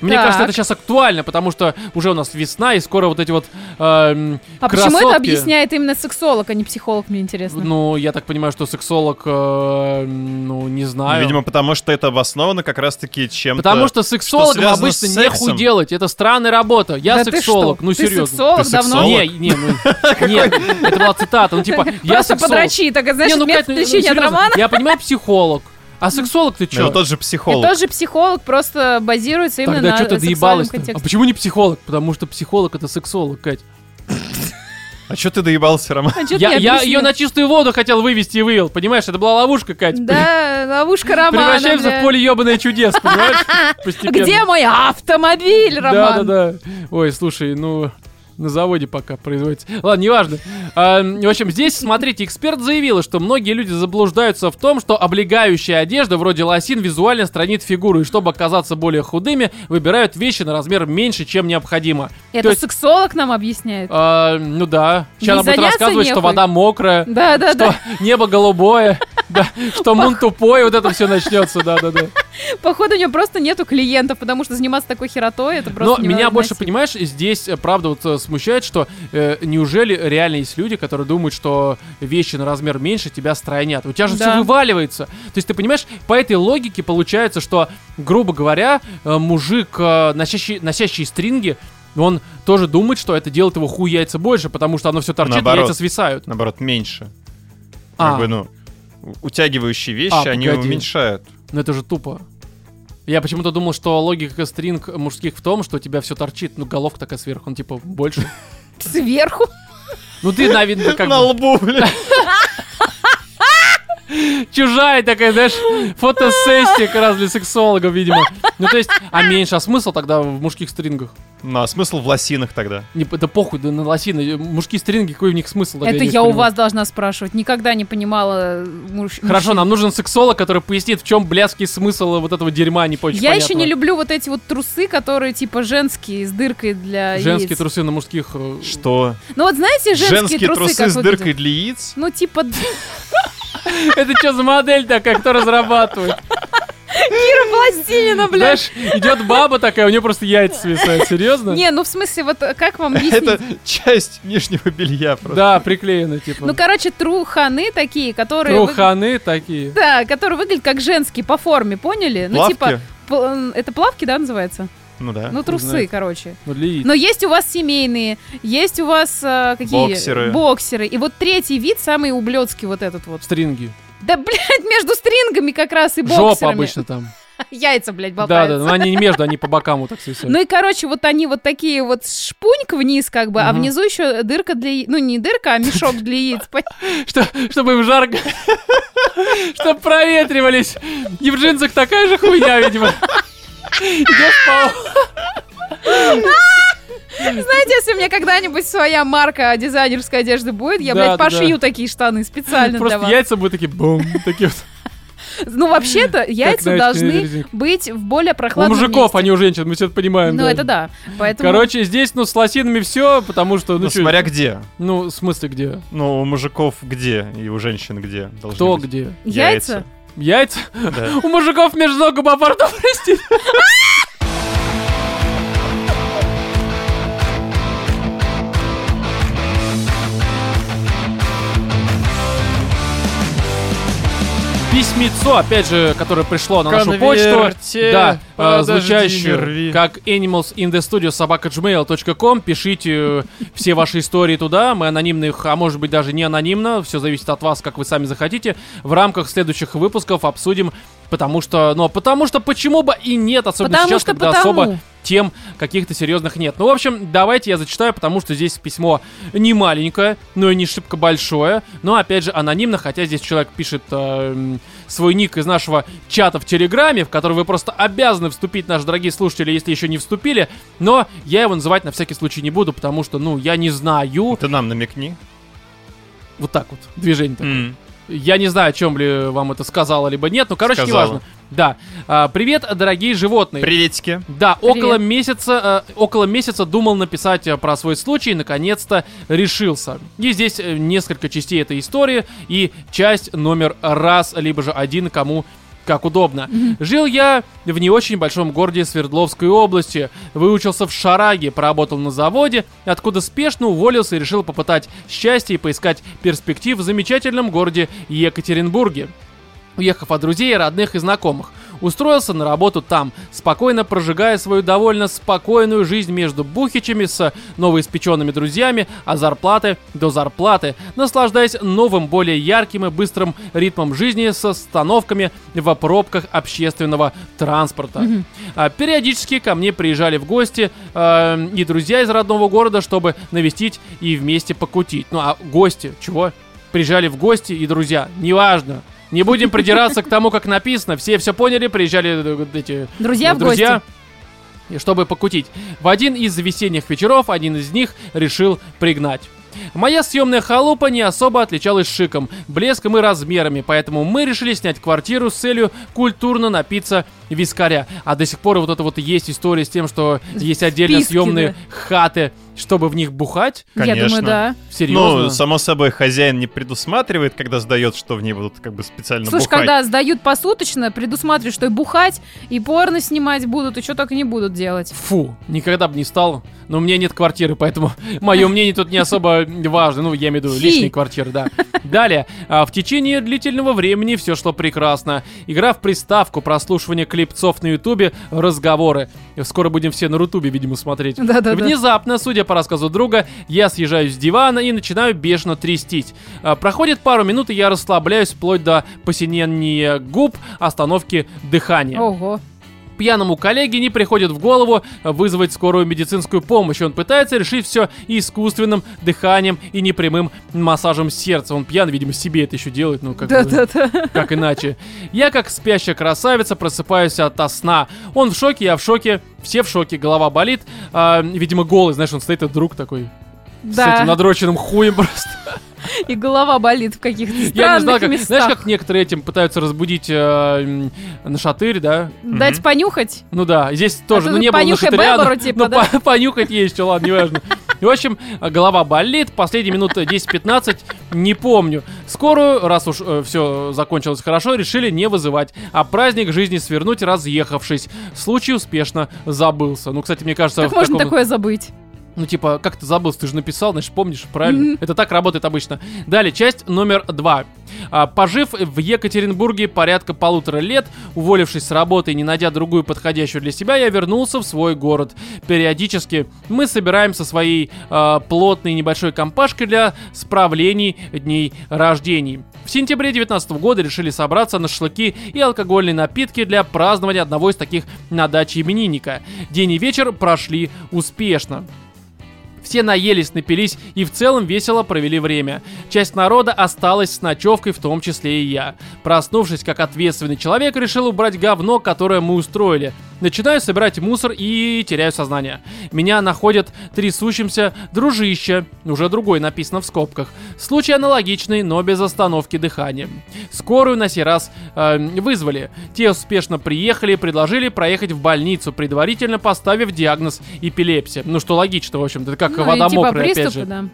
Мне Так. кажется, это сейчас актуально, потому что уже у нас весна, и скоро вот эти вот э, м, А почему это красотки- объясняет именно сексолог, а не психолог, мне интересно? Ну, я так понимаю, что сексолог, э, м, ну, не знаю. Видимо, потому что это обосновано как раз-таки чем-то. Потому что сексологам связано с обычно не сексом. худелать, это странная работа. Я Да ты сексолог, что? ну Ты серьезно. сексолог Ты давно? сексолог? Не, не, ну, нет, это была цитата, ну типа, я Просто сексолог. подрочи, так, а знаешь, Не, ну, метод Кать, ну, лечения от серьезно, романа. Я понимаю, психолог. А сексолог ты Ну, чё? вот тот же И психолог. тот же психолог просто базируется именно Тогда на что ты сексуальном доебалась А контексте. почему не психолог? Потому что психолог это сексолог, Кать. А что ты доебался, Роман? А чё ты Я, не я объяснил? ее на чистую воду хотел вывести и вывел, понимаешь? Это была ловушка, Кать. Да, ловушка При- романа. Превращаемся бля. в поле ебаное чудес, понимаешь? Постепенно. Где мой автомобиль, Да, Роман? да, да. Ой, слушай, ну на заводе пока производится. Ладно, неважно. А, в общем, здесь, смотрите, эксперт заявила, что многие люди заблуждаются в том, что облегающая одежда вроде лосин визуально странит фигуру, и чтобы оказаться более худыми, выбирают вещи на размер меньше, чем необходимо. Это То есть, сексолог нам объясняет. а, ну да. Не Сейчас она будет заняться рассказывать, что нехуй. вода мокрая, Да, да, что да. небо голубое, да, что мун тупой, вот это все начнется, да-да-да. Походу, у него просто нету клиентов, потому что заниматься такой херотой, это Но просто меня больше, невыносимо. понимаешь, здесь, э, правда, вот э, смущает, что э, неужели реально есть люди, которые думают, что вещи на размер меньше тебя стройнят? У тебя же все Да. вываливается. То есть, ты понимаешь, по этой логике получается, что, грубо говоря, э, мужик, э, носящий, носящий стринги, он тоже думает, что это делает его хуй яйца больше, потому что оно все торчит, и Наоборот. яйца свисают. Наоборот, меньше. А, Как бы, ну, у- утягивающие вещи, А, они погоди. уменьшают. ну это же тупо. Я почему-то думал, что логика стринг мужских в том, что у тебя все торчит, ну головка такая сверху, он типа больше. Сверху. Ну ты, наверное, как На бы... лбу, бля. чужая такая, знаешь, фотосессия как раз для сексологов, видимо. Ну, то есть, а меньше, а смысл тогда в мужских стрингах? Ну, а смысл в лосинах тогда? Не, да похуй, да на лосины. Мужские стринги, какой в них смысл? тогда, Это не я у понимаю. вас должна спрашивать. Никогда не понимала э, муж- Хорошо, мужчин. нам нужен сексолог, который пояснит, в чем блядский смысл вот этого дерьма не очень Я еще не понятного. люблю вот эти вот трусы, которые типа женские, с дыркой для Женские яиц. трусы на мужских... э, Что? Ну вот знаете, женские, Женские трусы как с выглядят? дыркой для яиц? Ну типа Это что за модель такая, кто разрабатывает? Кира Пластинина, блядь. Знаешь, идет баба такая, у нее просто яйца свисают. Серьезно? Не, ну в смысле, вот э, как вам Это типа объяснить? часть нижнего белья просто. Да, приклеено, типа. Ну, короче, труханы такие, которые... вы- Труханы такие. Да, которые выглядят как женские по форме, поняли? Ну, типа, Плавки? пл- м, это плавки, да, называется? Ну да. ну, трусы, знает. короче. Ну, для яиц. Но есть у вас семейные, есть у вас э, какие? Боксеры. Боксеры. И вот третий вид, самый ублюдский вот этот вот. Стринги. Да, блядь, между стрингами как раз и боксерами. Жопа обычно там. Яйца, блядь, Да, да, болтаются. но они не между, они по бокам вот так свисают. Ну и, короче, вот они вот такие вот шпуньк вниз как бы, а Мгм. внизу внизу еще дырка для... Ну, не дырка, а мешок для яиц. Что- Чтобы им жарко. Чтобы проветривались. И в джинсах такая же хуйня, видимо. Идешь по... Знаете, если у меня когда-нибудь своя марка дизайнерской одежды будет, я, Да, блядь, да, пошью такие штаны специально для Просто вас. яйца будут такие бум. Такие вот. Ну, вообще-то, яйца знаете, должны резинки. быть в более У прохладном мужиков, а месте. не у женщин, мы все это понимаем. Ну, это да. Поэтому... Короче, здесь, ну, с лосинами все, потому что, ну, Ну, чё- смотря где. ну, в смысле, где? Ну, у мужиков где и у женщин где? должны Кто быть где? Яйца? Яйца? Да. У мужиков между ног по борту, прости. Письмецо, опять же, которое пришло на нашу почту. Конверте, Да, э, подожди, не звучащую рви. как animals in the studio собака gmail.com. Пишите э, все ваши истории туда. Мы анонимно их, а может быть даже не анонимно. Все зависит от вас, как вы сами захотите. В рамках следующих выпусков обсудим, потому что, ну, потому что почему бы и нет, особенно Потому сейчас, что когда потому. особо тем каких-то серьезных нет. Ну, в общем, давайте я зачитаю, потому что здесь письмо не маленькое, но и не шибко большое, но, опять же, анонимно, хотя здесь человек пишет э, м, свой ник из нашего чата в Телеграме, в который вы просто обязаны вступить, наши дорогие слушатели, если еще не вступили, но я его называть на всякий случай не буду, потому что, ну, я не знаю, Ты нам намекни. вот так вот, движение такое. М. Я не знаю, о чем ли вам это сказала, либо нет, ну, короче, Сказала. неважно. Да. А, привет, дорогие животные. Приветики. Да, Привет. около месяца, э, около месяца думал написать э, про свой случай, и, наконец-то решился. И здесь э, несколько частей этой истории и часть номер раз, либо же один, кому как удобно. Жил я в не очень большом городе Свердловской области. Выучился в Шараге, поработал на заводе, откуда спешно уволился и решил попытать счастье и поискать перспектив в замечательном городе Екатеринбурге уехав от друзей, родных и знакомых. Устроился на работу там, спокойно прожигая свою довольно спокойную жизнь между бухичами с новоиспеченными друзьями, а зарплаты до зарплаты, наслаждаясь новым, более ярким и быстрым ритмом жизни с остановками в пробках общественного транспорта. А, Периодически ко мне приезжали в гости э, и друзья из родного города, чтобы навестить и вместе покутить. Ну а гости, чего? Приезжали в гости и друзья, неважно. Не будем придираться к тому, как написано. Все все поняли, приезжали э, вот эти Друзья в друзья, гости. и чтобы покутить. В один из весенних вечеров один из них решил пригнать. Моя съемная халупа не особо отличалась шиком, блеском и размерами, поэтому мы решили снять квартиру с целью культурно напиться вискаря. А до сих пор вот это вот и есть история с тем, что есть отдельно Списки, съемные хаты, чтобы в них бухать. Я Конечно. думаю, да. Серьезно? Ну, само собой, хозяин не предусматривает, когда сдает, что в ней будут как бы специально Слушай, бухать. А когда сдают посуточно, предусматривают, что и бухать, и порно снимать будут, и что так и не будут делать. Фу, никогда бы не стал. Но у меня нет квартиры, поэтому мое мнение тут не особо важно. Ну, я имею в виду Фи. лишние квартиры, да. Далее. А, В течение длительного времени все шло прекрасно. Игра в приставку, прослушивание клипцов на ютубе, разговоры. Скоро будем все на рутубе, видимо, смотреть. Да-да-да. Внезапно, судя по рассказу друга, я съезжаю с дивана и начинаю бешено трястись. А, Проходит пару минут, и я расслабляюсь вплоть до посинения губ, остановки дыхания Ого. пьяному коллеге не приходит в голову вызвать скорую медицинскую помощь. Он пытается решить все искусственным дыханием и непрямым массажем сердца. Он пьян, видимо, себе это еще делает, ну как бы, Да-да-да. как иначе. Я, как спящая красавица, просыпаюсь от сна. Он в шоке, я в шоке, все в шоке, голова болит. А, видимо, голый, знаешь, он стоит, этот друг такой, с этим Да. надроченным хуем просто. И голова болит в каких-то Я не знал, странных как, знаешь, местах. как некоторые этим пытаются разбудить э, м, нашатырь, да? Дать Мгм. понюхать. Ну да, здесь тоже, А ты ну тут не было понюхай нашатыря, Бэббору, но- типа, но да? по- понюхать есть, что ладно, неважно. В общем, голова болит, последние минуты 10-15, не помню. Скорую, раз уж все закончилось хорошо, решили не вызывать, а праздник жизни свернуть, разъехавшись. Случай успешно забылся. Ну, кстати, мне кажется, Как в можно таком- такое забыть? Ну, типа, как ты забыл, ты же написал, значит, помнишь, правильно? Это так работает обычно. Далее, часть номер два. А, Пожив в Екатеринбурге порядка полутора лет, уволившись с работы и не найдя другую подходящую для себя, я вернулся в свой город. Периодически мы собираем со своей а, плотной небольшой компашкой для справлений дней рождений. В сентябре 2019 года решили собраться на шашлыки и алкогольные напитки для празднования одного из таких на даче именинника. День и вечер прошли успешно. Все наелись, напились и в целом весело провели время. Часть народа осталась с ночевкой, в том числе и я. Проснувшись как ответственный человек, решил убрать говно, которое мы устроили. Начинаю собирать мусор и теряю сознание. Меня находят трясущимся дружище, уже другой написано в скобках. Случай аналогичный, но без остановки дыхания. Скорую на сей раз э, вызвали. Те успешно приехали и предложили проехать в больницу, предварительно поставив диагноз эпилепсия. Ну что логично, в общем-то, как Ну, и вода типа мокрая, опять приступы, же. да.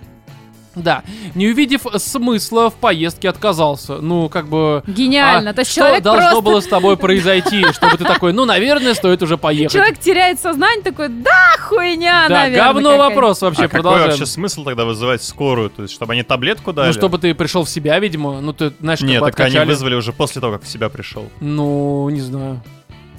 Да. Не увидев смысла в поездке, отказался. Ну, как бы... Гениально. а То есть что человек должно просто... было с тобой произойти, чтобы ты такой, ну, наверное, стоит уже поехать. Человек теряет сознание, такой, да, хуйня, да, наверное. говно какая-то». вопрос вообще, а какой продолжаем. вообще смысл тогда вызывать скорую? То есть, чтобы они таблетку дали? Ну, чтобы ты пришел в себя, видимо. Ну, ты, знаешь, как Нет, бы так они откачали. вызвали уже после того, как в себя пришел. Ну, не знаю.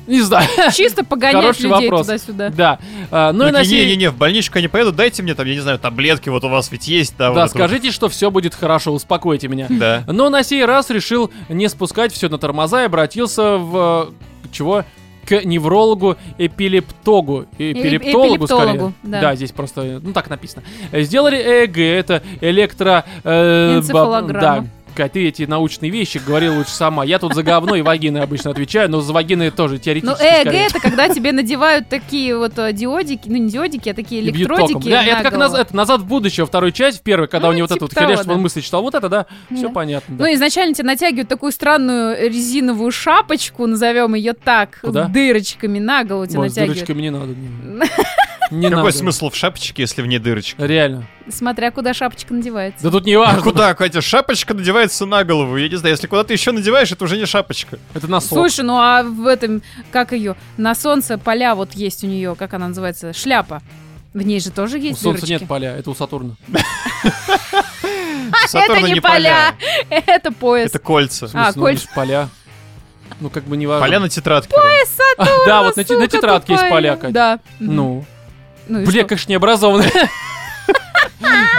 Не знаю. Чисто погонять Хороший людей вопрос. туда-сюда. Да. А, Ну и на сей... Не-не-не, в больничку они поедут, дайте мне там, я не знаю, таблетки, вот у вас ведь есть, да? Да, вот это вот. скажите, что все будет хорошо, успокойте меня. Да. Но на сей раз решил не спускать все на тормоза и обратился в... э, Чего? К неврологу эпилептогу. Э, Эпилептологу, скорее. Э, эпилептологу, да. здесь просто, ну так написано. Э, Сделали ЭЭГ, это электро... э, баб- Энцефалограмма. Да. Кать, ты эти научные вещи говорила лучше сама. Я тут за говно и вагины обычно отвечаю, но за вагины тоже Ну, теоретически ЭЭГ скорее. это когда тебе надевают такие вот э, диодики, ну не диодики, а такие И бьют током. электродики. Да, на это как голову. наз- это назад в будущее, второй часть, в первой, когда Ну, у него вот типа это вот херня, того, чтобы он да. мысли читал. Вот это, да, все Да. понятно. да. Ну, изначально тебе натягивают такую странную резиновую шапочку, назовем ее так, Куда? с дырочками на голову тебе Ой, с натягивают. дырочками не надо. не- Не Какой надо. смысл в шапочке, если в ней дырочка? Реально. Смотря куда шапочка надевается. Да тут не А важно. куда, Катя, шапочка надевается на голову? Я не знаю, если куда ты еще надеваешь, это уже не шапочка. Это носок. Слушай, ну а в этом, как ее, на солнце поля вот есть у нее, как она называется, шляпа. В ней же тоже У есть солнца дырочки. нет поля, это у Сатурна. Сатурна не поля. Это пояс. Это кольца. В смысле, А, ну, они кольца. ж поля. Ну, как бы не важно. Поля на тетрадке. Да, а, вот на те- на Сука тетрадке есть тупая. поля, Кать. Да. Ну. Ну и Бля, что? как ж необразованный.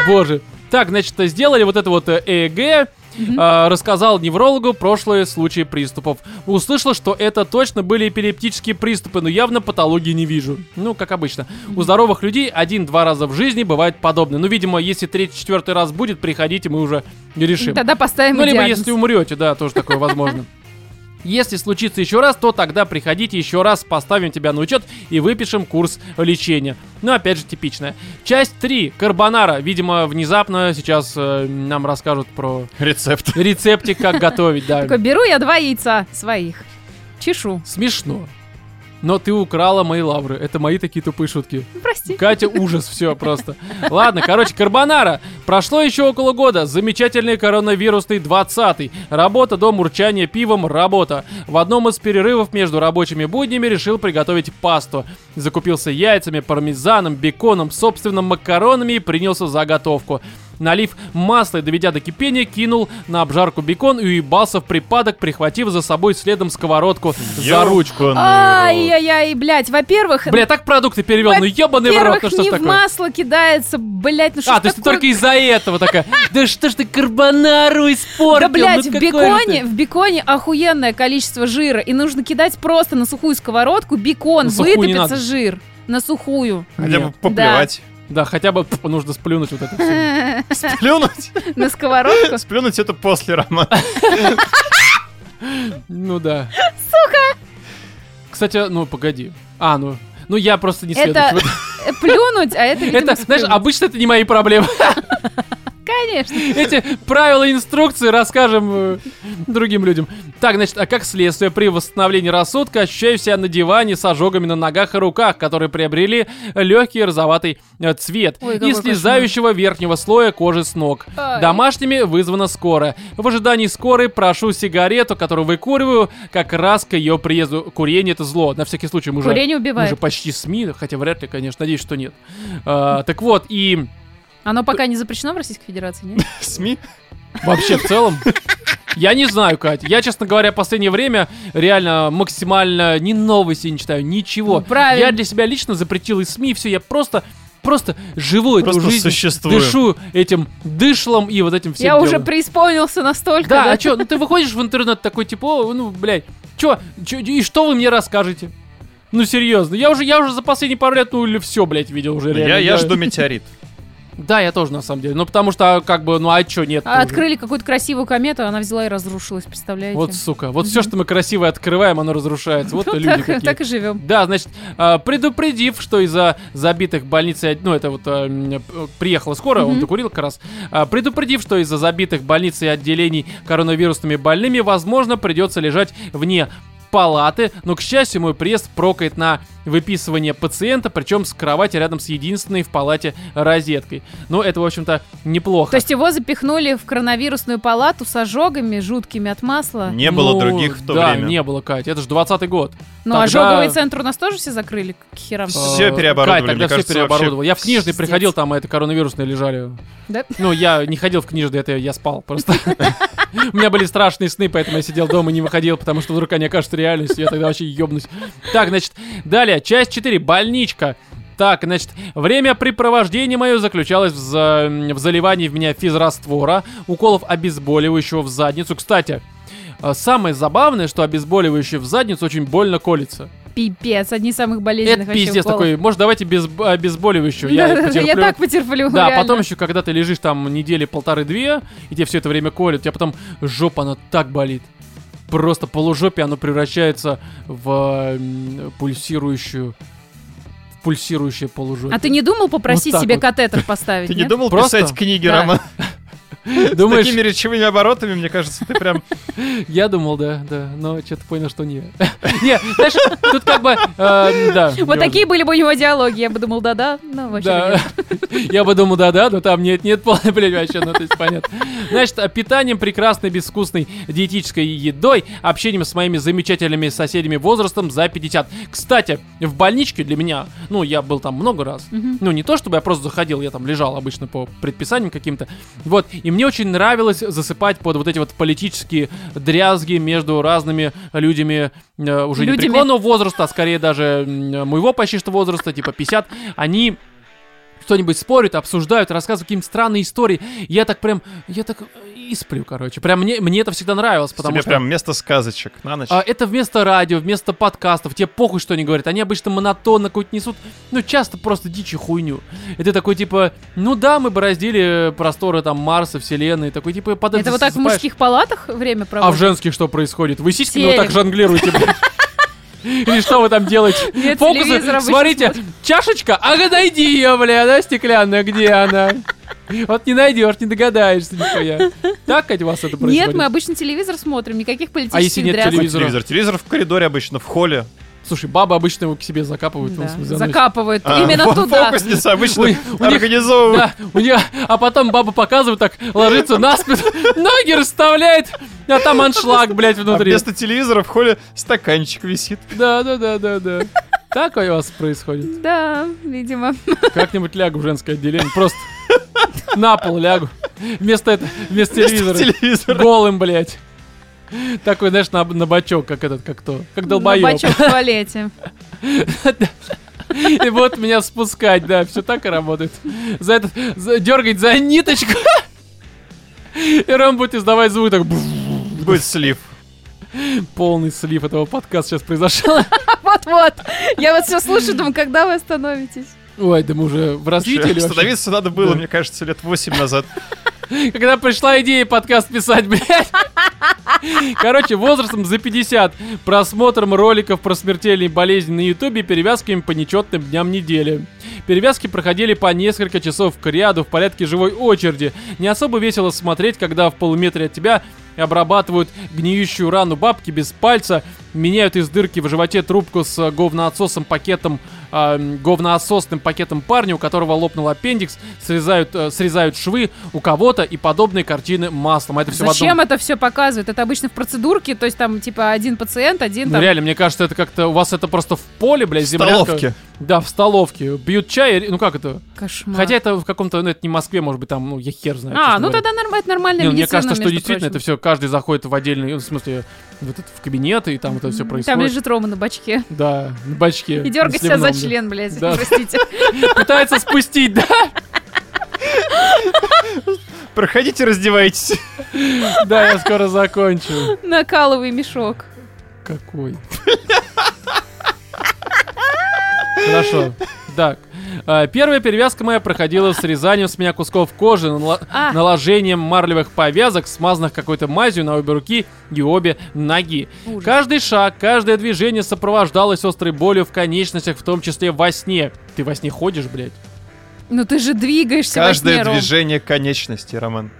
Боже. Так, значит, сделали вот это вот э, ЭЭГ, Мгм. а, рассказал неврологу прошлые случаи приступов. Услышал, что это точно были эпилептические приступы, но явно патологии не вижу. Ну, как обычно. У здоровых людей один-два раза в жизни бывает подобное. Ну, видимо, если третий-четвертый раз будет, приходите, мы уже не решим. Тогда поставим Ну, либо диагноз. если умрете, да, тоже такое возможно. Если случится еще раз, то тогда приходите еще раз, поставим тебя на учет и выпишем курс лечения. Ну, опять же, типичная. Часть 3. Карбонара. Видимо, внезапно сейчас э, нам расскажут про Рецепт. рецептик, как готовить, да. Такой, беру я два яйца своих, чешу. Смешно. Но ты украла мои лавры. Это мои такие тупые шутки. Ну, прости. Катя, ужас, все просто. Ладно, короче, карбонара. Прошло еще около года. Замечательный коронавирусный 20-й. Работа, дом, урчание, пивом, работа. В одном из перерывов между рабочими буднями решил приготовить пасту. Закупился яйцами, пармезаном, беконом, собственным макаронами и принялся за готовку. Налив масло и доведя до кипения, кинул на обжарку бекон и уебался в припадок, прихватив за собой следом сковородку за ручку. э, Ай-яй-яй, блядь, во-первых, Бля, так продукты перевел, ну ебаный в рот, во-первых, ну что ж не в такое? масло кидается, блядь, ну что А, ж то есть ты такое? только из-за этого такая, да что ж ты карбонару испортил? Да, блядь, ну в какой же беконе, ты?» в беконе охуенное количество жира, и нужно кидать просто на сухую сковородку бекон, На сухую не вытопится надо. жир. На сухую. Хотя бы Нет. поплевать. Да, хотя бы пф, нужно сплюнуть вот это все. На Сплюнуть? сковородку. Сплюнуть это после романа. Ну да. Сука! Кстати, ну погоди. А, ну, ну я просто не Это следующий. э, плюнуть, а это, видимо, Это, знаешь, сплюнуть. обычно это не мои проблемы. Конечно. Эти правила и инструкции расскажем э, другим людям. Так, значит, а как следствие при восстановлении рассудка ощущаю себя на диване с ожогами на ногах и руках, которые приобрели легкий розоватый э, цвет Ой, какой и слезающего верхнего слоя кожи с ног. Ай. Домашними вызвана скорая. В ожидании скорой прошу сигарету, которую выкуриваю, как раз к ее приезду. Курение это зло. На всякий случай мы уже Курение мы уже убивает. почти СМИ, хотя вряд ли, конечно, надеюсь, что нет. А, так вот, и Оно пока не запрещено в Российской Федерации, нет? СМИ? Вообще в целом. Я не знаю, Кать. Я, честно говоря, в последнее время реально максимально ни новости не читаю, ничего. Ну, правильно. Я для себя лично запретил и СМИ, и все. Я просто, просто живу эту Просто жизнь. существую. Дышу этим дышлом и вот этим всем Я уже делом. преисполнился настолько. Да, а чё, ну ты выходишь в интернет такой, типа, «О, ну, блядь, чё, чё- и что вы мне расскажете? Ну, серьезно, я уже, я уже за последние пару лет, ну, или все, блядь, видел уже реально. Я, я жду метеорит. Да, я тоже, на самом деле. Ну, потому что, а, как бы, ну, а чё, нет? А уже? Открыли какую-то красивую комету, она взяла и разрушилась, представляете? Вот, сука, вот все, что мы красивое открываем, оно разрушается. Вот Ну, люди так, какие. так и живем. Да, значит, а, предупредив, что из-за забитых больницей, ну это вот а, м, э, приехала скорая, он Мгм. докурил как раз, А, предупредив, что из-за забитых больниц и отделений коронавирусными больными, возможно, придется лежать вне палаты, но, к счастью, мой приезд прокает на выписывание пациента, причем с кровати рядом с единственной в палате розеткой. Ну, это, в общем-то, неплохо. То есть его запихнули в коронавирусную палату с ожогами жуткими от масла. Не было Ну, других в то да, время. не было, Кать, это же 20 год. ну, тогда- ожоговый центр у нас тоже все закрыли к херам. Всё. Э, Кать, переоборудовали, тогда мне все кажется, переоборудовал. Я в книжный Пиздец. приходил, там это коронавирусные лежали. Да? Ну, я не ходил в книжный, это я спал просто. У меня были страшные сны, поэтому я сидел дома и не выходил, потому что вдруг они окажутся реальностью, я тогда вообще ебнусь. Так, значит, далее, часть 4, больничка. Так, значит, время препровождения мое заключалось в, за- в заливании в меня физраствора, уколов обезболивающего в задницу. Кстати, э, самое забавное, что обезболивающее в задницу очень больно колется. Пипец, одни из самых болезненных Это вообще пиздец уколов. такой, может, давайте без обезболивающего, я Да-да-да, я потерплю». так потерплю, Да, а реально. потом еще, когда ты лежишь там недели полторы-две, и тебе все это время колет, у тебя потом жопа, она так болит. Просто полужопе оно превращается в м, пульсирующую... В пульсирующее полужопе. А ты не думал попросить Вот так себе вот. катетер поставить? Ты не нет? думал Просто- писать книги, Да. Роман? С Думаешь, такими речевыми оборотами, мне кажется, ты прям... я думал, да, да, но что-то понял, что не. Не, знаешь, тут как бы... э, да, Вот я- такие были бы у него диалоги. Я бы думал, да-да, ну вообще Да. нет. Я бы думал, да-да, но там нет-нет, полный, блядь, вообще, ну, то есть, понятно. Значит, а питанием прекрасной, безвкусной диетической едой, общением с моими замечательными соседями возрастом за 50. Кстати, в больничке для меня, ну, я был там много раз, Мгм. ну, не то чтобы я просто заходил, я там лежал обычно по предписаниям каким-то. Вот, и мне очень нравилось засыпать под вот эти вот политические дрязги между разными людьми э, уже не Людями. преклонного возраста, а скорее даже м, моего почти что возраста, типа 50. Они что-нибудь спорят, обсуждают, рассказывают какие-нибудь странные истории. Я так прям, я так э, и сплю, короче. Прям мне, мне это всегда нравилось, потому Тебе что... прям вместо сказочек на ночь. А, это вместо радио, вместо подкастов. Тебе похуй, что они говорят. Они обычно монотонно какую-то несут, ну, часто просто дичь и хуйню. И ты такой, типа, ну да, мы бороздили э, просторы там Марса, Вселенной. Такой, типа, под Это вот так в засыпаешь. мужских палатах время А в проводят? женских что происходит? Вы сиськами вот так Телек. жонглируете, блядь? Или что вы там делаете? Нет, Фокусы, телевизор обычно смотрите, чашечка, ага, найди ее, бля, да, стеклянная, где она? Вот не найдешь, не догадаешься нихуя. Так, Катя, у вас это происходит? Нет, мы обычно телевизор смотрим, никаких политических А если нет дрязг. телевизора? Телевизор. Телевизор в коридоре обычно, в холле. Слушай, бабы обычно его к себе закапывают. ну, Да, в смысле, заносят. Закапывают А, именно фо- туда. Фокусницы обычно У- у них- организовывают. Да, у нее, а потом баба показывает, так ложится на спину, ноги расставляет, а там аншлаг, блядь, А внутри. вместо телевизора в холле стаканчик висит. Да, да, да, да, да. Так у вас происходит. Да, видимо. Как-нибудь лягу в женское отделение, просто на пол лягу. Вместо, это, вместо Вместо телевизора. телевизора. Голым, блядь. Такой, знаешь, на, на бачок, как этот, как то, как долбоёб. На бачок в туалете. И вот меня спускать, да, все так и работает. За этот, за- дергать за ниточку. И Ром будет издавать звук так, бф, Будет слив. полный слив этого подкаста сейчас произошел. Вот-вот. Я вот все слушаю, думаю, когда вы остановитесь? Ой, да мы уже в развитии или вообще? Становиться надо было, Да. мне кажется, лет 8 назад. Когда пришла идея подкаст писать, блядь. Короче, возрастом за 50, просмотром роликов про смертельные болезни на ютубе и перевязками по нечетным дням недели. Перевязки проходили по несколько часов к ряду в порядке живой очереди. Не особо весело смотреть, когда в полуметре от тебя обрабатывают гниющую рану бабки без пальца, меняют из дырки в животе трубку с э, говноотсосом пакетом э, говноотсосным пакетом парня, у которого лопнул аппендикс, срезают, э, срезают швы у кого-то и подобные картины маслом. А Это все Зачем это все показывают? Это обычно в процедурке, то есть там типа один пациент, один ну, там... реально, мне кажется, это как-то у вас это просто в поле, блядь, В землянка. столовке. Да, в столовке. Бьют чай, и- ну как это? Кошмар. Хотя это в каком-то, ну это не Москве, может быть, там, ну я хер знаю. А, честно ну говоря. тогда норм- это нормальная Не, ну, мне медицина, кажется, что между действительно это прочим. все, каждый заходит в отдельный, ну, в смысле, вот это, в кабинет, и там вот это все происходит. Там лежит Рома на бачке. Да, на бачке. И на дергайся сливном, за да. член, блядь, Да. простите. Пытается спустить, да? Проходите, раздевайтесь. Да, я скоро закончу. Накаловый мешок. Какой? Хорошо. Так. А, Первая перевязка моя проходила срезанием с меня кусков кожи, нала- А. наложением марлевых повязок, смазанных какой-то мазью на обе руки и обе ноги. Ужас. Каждый шаг, каждое движение сопровождалось острой болью в конечностях, в том числе во сне. Ты во сне ходишь, блядь? Ну ты же двигаешься во сне, Каждое Ром. движение конечности, Роман.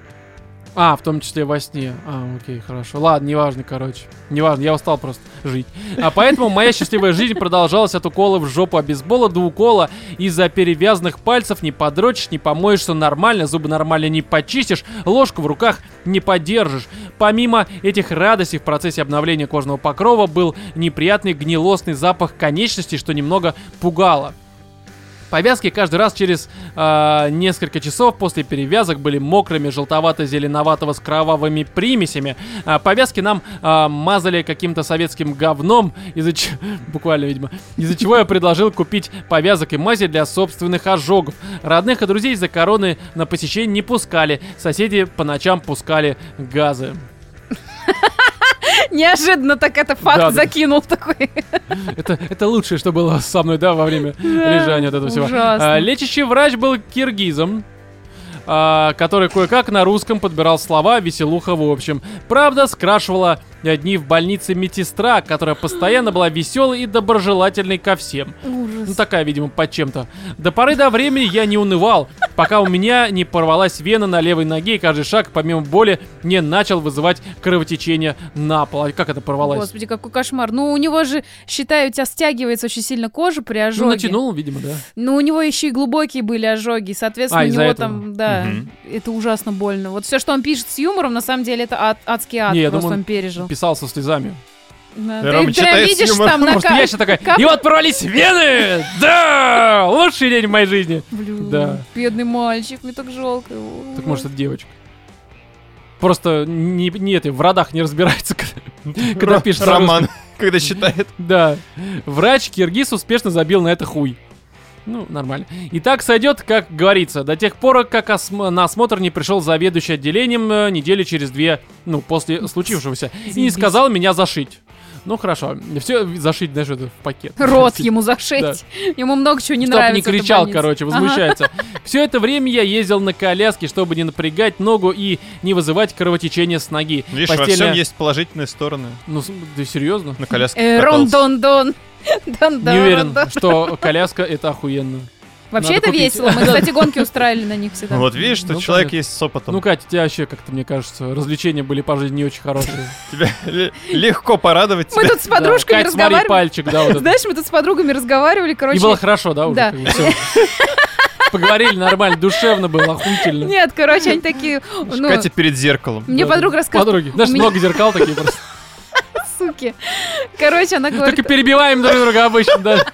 А, в том числе во сне. А, окей, хорошо. Ладно, неважно, короче. Неважно, я устал просто жить. А поэтому моя счастливая жизнь продолжалась от укола в жопу от бейсбола до укола. Из-за перевязанных пальцев не подрочишь, не помоешься нормально, зубы нормально не почистишь, ложку в руках не подержишь. Помимо этих радостей в процессе обновления кожного покрова был неприятный гнилостный запах конечностей, что немного пугало. Повязки каждый раз через э, несколько часов после перевязок были мокрыми, желтовато-зеленоватого с кровавыми примесями. А повязки нам э, мазали каким-то советским говном, из-за чего, буквально, видимо, из-за чего я предложил купить повязок и мази для собственных ожогов. Родных и друзей из-за короны на посещение не пускали, соседи по ночам пускали газы. Неожиданно так это Да, факт да. закинул такой. Это, это лучшее, что было со мной, да, во время лежания вот этого всего. ужасно. А, Лечащий врач был киргизом. а, который кое-как на русском подбирал слова веселуха в общем. Правда, скрашивала дни в больнице медсестра, которая постоянно была веселой и доброжелательной ко всем. Ну, Ужас. такая, видимо, под чем-то. До поры до времени я не унывал, пока у меня не порвалась вена на левой ноге, и каждый шаг, помимо боли, не начал вызывать кровотечение на пол. А как это порвалась? Господи, какой кошмар. Ну, у него же, считаю, у тебя стягивается очень сильно кожа при ожоге. Ну, натянул, видимо, да. Но у него еще и глубокие были ожоги, соответственно, А, у из-за него этого. там, да, Мгм. это ужасно больно. Вот все, что он пишет с юмором, на самом деле, это ад- адский ад, Не, я просто думаю, он пережил. Писал со слезами. Да, Да, Рома Ты прям читает с видишь юмором. там на Просто ка- я сейчас такая, кап- и вот порвались вены! Да! Лучший день в моей жизни! Блин, Да. бедный мальчик, мне так жалко его. Так может, это девочка. Просто не, не это, в родах не разбирается. Когда Ро- пишет на Роман, когда читает. Да. Врач Киргиз успешно забил на это хуй. Ну, нормально. И так сойдет, как говорится, до тех пор, как осм- на осмотр не пришел заведующий отделением э, недели через две, ну, после случившегося, и не Заебись. сказал меня зашить. Ну, хорошо. Все зашить, даже это в пакет. Рот ему зашить. Ему много чего не Чтоб нравится. не в этой кричал, больнице. короче, Ага. возмущается. Все это время я ездил на коляске, чтобы не напрягать ногу и не вызывать кровотечение с ноги. Ну, Видишь, во всем Постельное- есть положительные стороны. Ну, с- ты серьезно? На коляске Э, катался. Рон-дон-дон. Дон-дон, Не уверен, рон-дон. что коляска это охуенно. Вообще Надо это купить. весело. Мы, кстати, гонки устраивали на них всегда. Ну Вот видишь, что Ну, человек понятно. есть с опытом. Ну, Катя, у тебя вообще как-то, мне кажется, развлечения были по жизни не очень хорошие. Тебя ле- легко порадовать Мы тебя. тут с Да. подружками Кать, смотри, разговаривали. пальчик, да, вот это. Знаешь, мы тут с подругами разговаривали, И короче. было хорошо, да, уже? Да. как бы всё. Поговорили нормально, душевно было, охуительно. Нет, короче, они такие... ну, Катя перед зеркалом. Мне Да, подруга да. рассказывала, Подруги. Знаешь, меня- много зеркал такие просто. суки. Короче, она говорит... Ну, Только перебиваем друг друга обычно, да.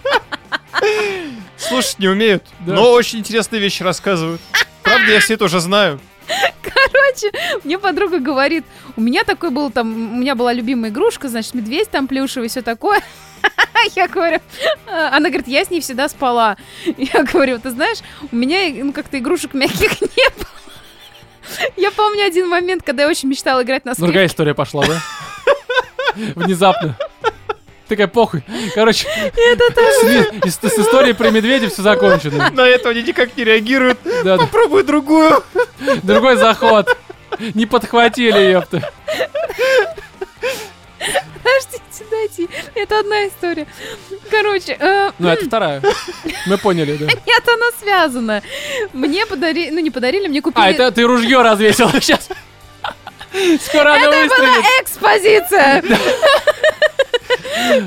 Слушать не умеют, Да. но очень интересные вещи рассказывают. Правда, я все это уже знаю. Мне подруга говорит, у меня такой был там, у меня была любимая игрушка, значит, медведь там плюшевый, все такое. Я говорю, а, она говорит, я с ней всегда спала. Я говорю, ты знаешь, у меня ну, как-то игрушек мягких не было. Я помню один момент, когда я очень мечтала играть на скрипке. Другая история пошла, да? Внезапно. Такая похуй. Короче, с, и с- с историей про медведя все закончено. На это они никак не реагируют. Да, да. Попробуй другую. другой заход. Не подхватили, ёпта. найти. Это одна история. Короче, э, Ну, это вторая. Мы поняли, да. нет, оно связано. Мне подарили, ну не подарили, мне купили... А, это ты ружье развесила сейчас. Скоро она Это была э- выстрелит. экспозиция.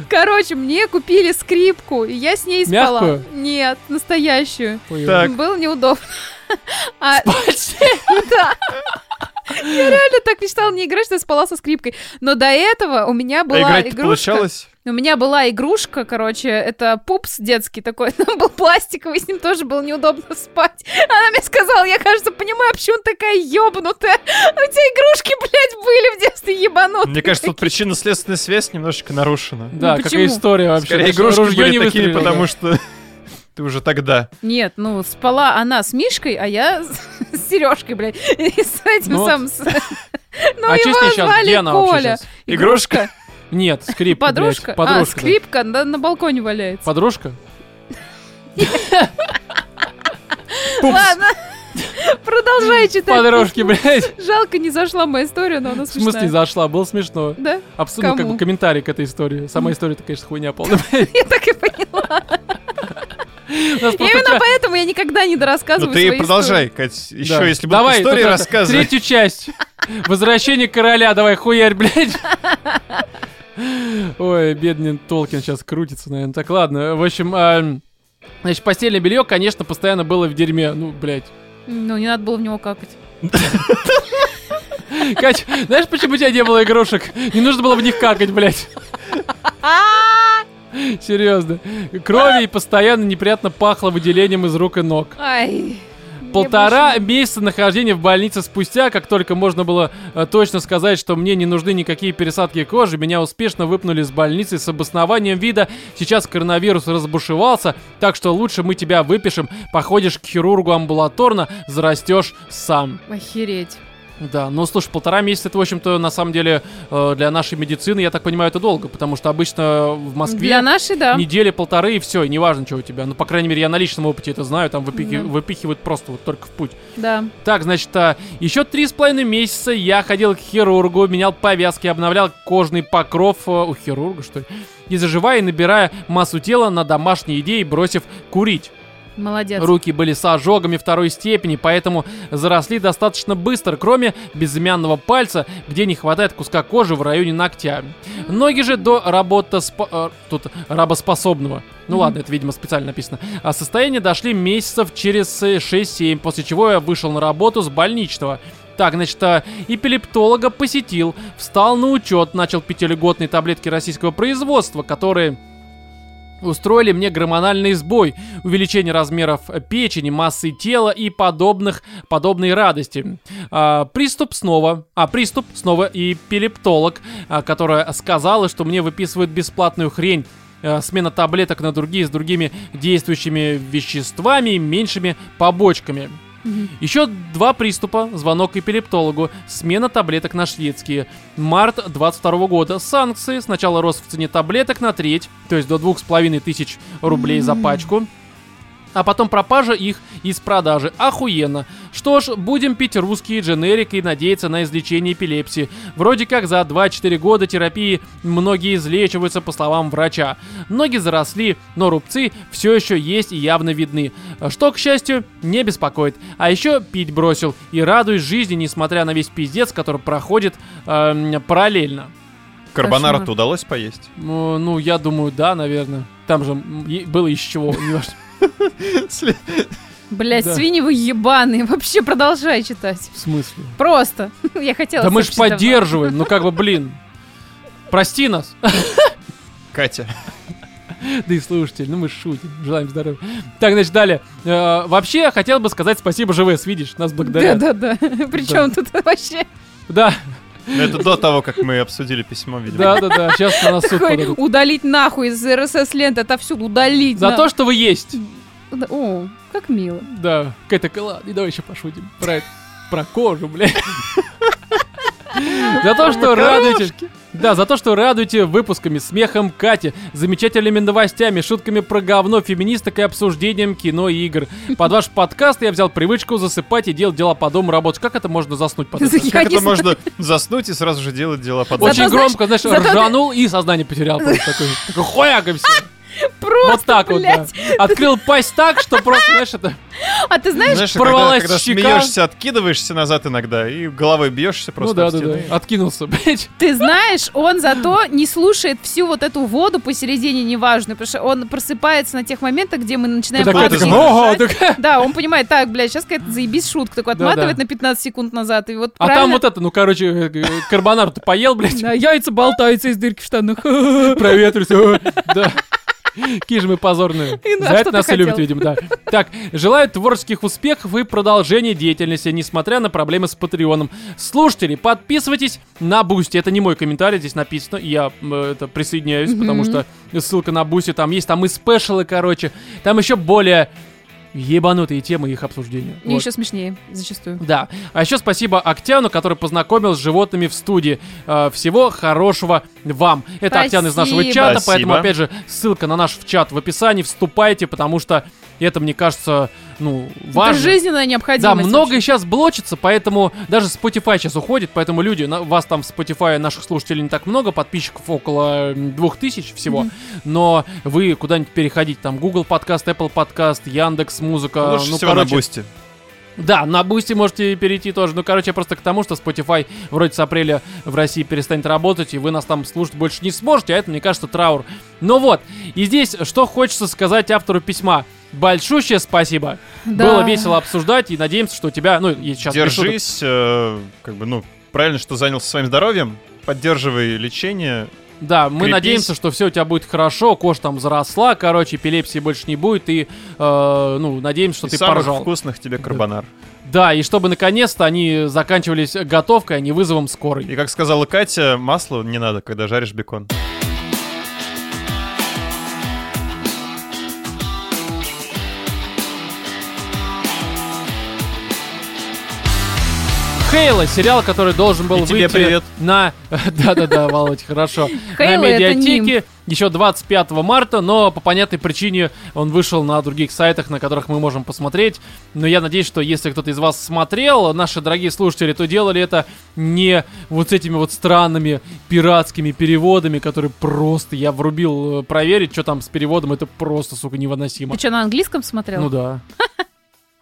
Короче, мне купили скрипку, и я с ней спала. Мягкую? Нет, настоящую. Ой, Так. Было неудобно. А, почти. да. Я реально так мечтала не играть, что я спала со скрипкой. Но до этого у меня А была играть игрушка. получалось? У меня была игрушка, короче, это пупс детский такой, он был пластиковый, с ним тоже было неудобно спать. Она мне сказала, я, кажется, понимаю, почему ты такая ёбнутая. А У тебя игрушки, блядь, были в детстве ебанутые. Мне кажется, тут причинно-следственная связь немножечко нарушена. Да, Ну, какая почему? история вообще. Скорее, Даже игрушки ружьё были не такими, выстрелило, потому да. что ты уже тогда. Нет, ну, спала она с Мишкой, а я с Сережкой, блядь, и с этим Ну вот. самым... с- Ну, А честно его сейчас звали Гена вообще Коля. сейчас? Игрушка? Нет, скрипка, блядь, Подружка? А, Подружка. да. скрипка на на балконе валяется. Подружка? Пупс. Ладно, продолжай читать. Подружки, блядь. Жалко, не зашла моя история, но она В смысле смешная. зашла, было смешно. Да? Абсолютно как Кому? бы комментарий к этой истории. Сама история-то, конечно, хуйня полная. блядь. Я так и поняла. У нас просто Именно ча- поэтому я никогда не Ну дорассказываю ты свои продолжай, Кать. Еще, Да. если будут Давай, истории, тут это, рассказывай. Третью часть. Возвращение короля, давай, хуярь, блядь. Ой, бедный Толкин сейчас крутится, наверное. Так, ладно, в общем... эм, Значит, постельное белье, конечно, постоянно было в дерьме. Ну, блядь. истории. Ну, не надо было в него какать. Кать, знаешь, почему у тебя не было игрушек? Не нужно было в них какать, блядь. Серьезно. Крови постоянно неприятно пахло выделением из рук и ног. Ай. Полтора месяца нахождения в больнице спустя, как только можно было э, точно сказать, что мне не нужны никакие пересадки кожи, меня успешно выпнули с больницы с обоснованием вида. Сейчас коронавирус разбушевался, так что лучше мы тебя выпишем, походишь к хирургу амбулаторно, зарастешь сам. Я больше- Охереть. Да, ну слушай, полтора месяца это, в общем-то, на самом деле э, для нашей медицины, я так понимаю, это долго, потому что обычно в Москве Для нашей, да. недели полторы и все, и неважно, что у тебя. Ну, по крайней мере, я на личном опыте это знаю, там выпихи- Да. выпихивают просто вот только в путь. Да. Так, значит, а, еще три с половиной месяца я ходил к хирургу, менял повязки, обновлял кожный покров э, у хирурга, что ли, и заживая, и набирая массу тела на домашние идеи, бросив курить. Молодец. Руки были с ожогами второй степени, поэтому заросли достаточно быстро, кроме безымянного пальца, где не хватает куска кожи в районе ногтя. Ноги же до работоспо... э, тут рабоспособного. Ну Мгм. ладно, это, видимо, специально написано. А состояние дошли месяцев через э, 6-7, после чего я вышел на работу с больничного. Так, значит, а, эпилептолога посетил, встал на учет, начал пятилегодные таблетки российского производства, которые устроили мне гормональный сбой, увеличение размеров печени, массы тела и подобных, подобной радости. А, приступ снова, а приступ снова и пилептолог, а, которая сказала, что мне выписывают бесплатную хрень. Э, Смена таблеток на другие с другими действующими веществами и меньшими побочками. Мгм. Еще два приступа, звонок эпилептологу, смена таблеток на шведские. Март 22 года. Санкции. Сначала рост в цене таблеток на треть, то есть до 2500 рублей за пачку. А потом пропажа их из продажи. Охуенно. Что ж, будем пить русские дженерики и надеяться на излечение эпилепсии. Вроде как за 2-4 года терапии многие излечиваются, по словам врача. Ноги заросли, но рубцы все еще есть и явно видны. Что, к счастью, не беспокоит. А еще пить бросил и радуюсь жизни, несмотря на весь пиздец, который проходит эм, параллельно. Карбонару Кошмар. то удалось поесть? Ну, ну, я думаю, да, наверное. Там же м, е- было из чего. не важно. Сли- Блядь, Да. свиньи вы ебаные. Вообще продолжай читать. В смысле? Просто. Я хотела Да мы же сообщить давно. поддерживаем, ну как бы, блин. Прости нас. Катя. Да и слушатель, ну мы шутим. Желаем здоровья. Так, значит, далее. Э, Вообще, я хотел бы сказать спасибо ЖВС, видишь, нас благодарят. Да, Да-да-да. Причем тут вообще да, Ну, Это до того, как мы обсудили письмо, видимо. да, да, Сейчас на нас суд такой подадут. удалить нахуй из РСС-ленты отовсюду. Удалить. За на- то, что вы есть. Да, О, как мило. Да, какая-то кола. И давай еще пошутим. Про, это- про кожу, блядь. За то, что радуете. Да, за то, что радуете выпусками, смехом Кати, замечательными новостями, шутками про говно, феминисток и обсуждением кино и игр. Под ваш подкаст я взял привычку засыпать и делать дела по дому, работать. Как это можно заснуть под это? Я Как не это можно заснуть и сразу же делать дела по дому? Очень знаешь, громко, знаешь, зато ты- ржанул и сознание потерял. Просто такой, такой хуяк и все. Просто, вот так блядь. вот, да. Открыл пасть так, что просто, знаешь, это... ну А ты знаешь, Знаешь, когда, порвалась когда щека. смеешься, откидываешься назад иногда и головой бьешься Ну просто да, об да, стену. да. Откинулся, блядь. ты знаешь, он зато не слушает всю вот эту воду посередине, неважно, потому что он просыпается на тех моментах, где мы начинаем Такая, ты падать и такая, знаешь. «Ого!» ржать. такая. Да, он понимает, так, блядь, сейчас какая-то заебись шутка, такой Да, отматывает да. на 15 секунд назад, и вот А правильно... там вот это, ну, короче, э, э, карбонар ты поел, блядь, Да, яйца болтаются из дырки в штанах. проветрился. Да. Какие же мы позорные. И За на что это ты нас и хотел? любят, видимо, да. Так, желаю творческих успехов и продолжения деятельности, несмотря на проблемы с Патреоном. Слушатели, подписывайтесь на Бусти. Это не мой комментарий, здесь написано, и я м, э, это присоединяюсь, потому что ссылка на Бусти там есть, там и спешалы, короче. Там еще более ебанутые темы их обсуждения. И Вот. еще смешнее, зачастую. Да. А еще спасибо Актяну, который познакомил с животными в студии. Э, всего хорошего вам. Это Спасибо. Актян из нашего чата, Спасибо. поэтому, опять же, ссылка на наш в чат в описании. Вступайте, потому что это, мне кажется, ну, важно. Это жизненная Да, необходимость. многое вообще. сейчас блочится, поэтому даже Spotify сейчас уходит, поэтому люди, на- вас там в Spotify наших слушателей не так много, подписчиков около м, 2000 всего, но вы куда-нибудь переходите, там Google подкаст, Apple подкаст, Яндекс Музыка, Лучше ну, всего на короче, бусте. да, на Бусти можете перейти тоже. Ну, короче, просто к тому, что Spotify вроде с апреля в России перестанет работать, и вы нас там слушать больше не сможете, а это, мне кажется, траур. Ну вот, и здесь что хочется сказать автору письма. Большущее спасибо. Да. Было весело обсуждать, и надеемся, что у тебя, ну, и сейчас пишу, так- Держись, э, как бы, ну, правильно, что занялся своим здоровьем, поддерживай лечение. Да, мы Крепись. надеемся, что все у тебя будет хорошо, кожа там заросла, короче, эпилепсии больше не будет, и, э, ну, надеемся, что и ты самых поржал. вкусных тебе карбонар. Да, и чтобы наконец-то они заканчивались готовкой, а не вызовом скорой. И как сказала Катя, масло не надо, когда жаришь бекон. Хейла, сериал, который должен был И тебе выйти привет. на... Да-да-да, Володь, хорошо. На Хейла это медиатеке еще 25 марта, но по понятной причине он вышел на других сайтах, на которых мы можем посмотреть. Но я надеюсь, что если кто-то из вас смотрел, наши дорогие слушатели, то делали это не вот с этими вот странными пиратскими переводами, которые просто я врубил э, проверить, что там с переводом, это просто, сука, невыносимо. Ты что, на английском смотрел? Ну да.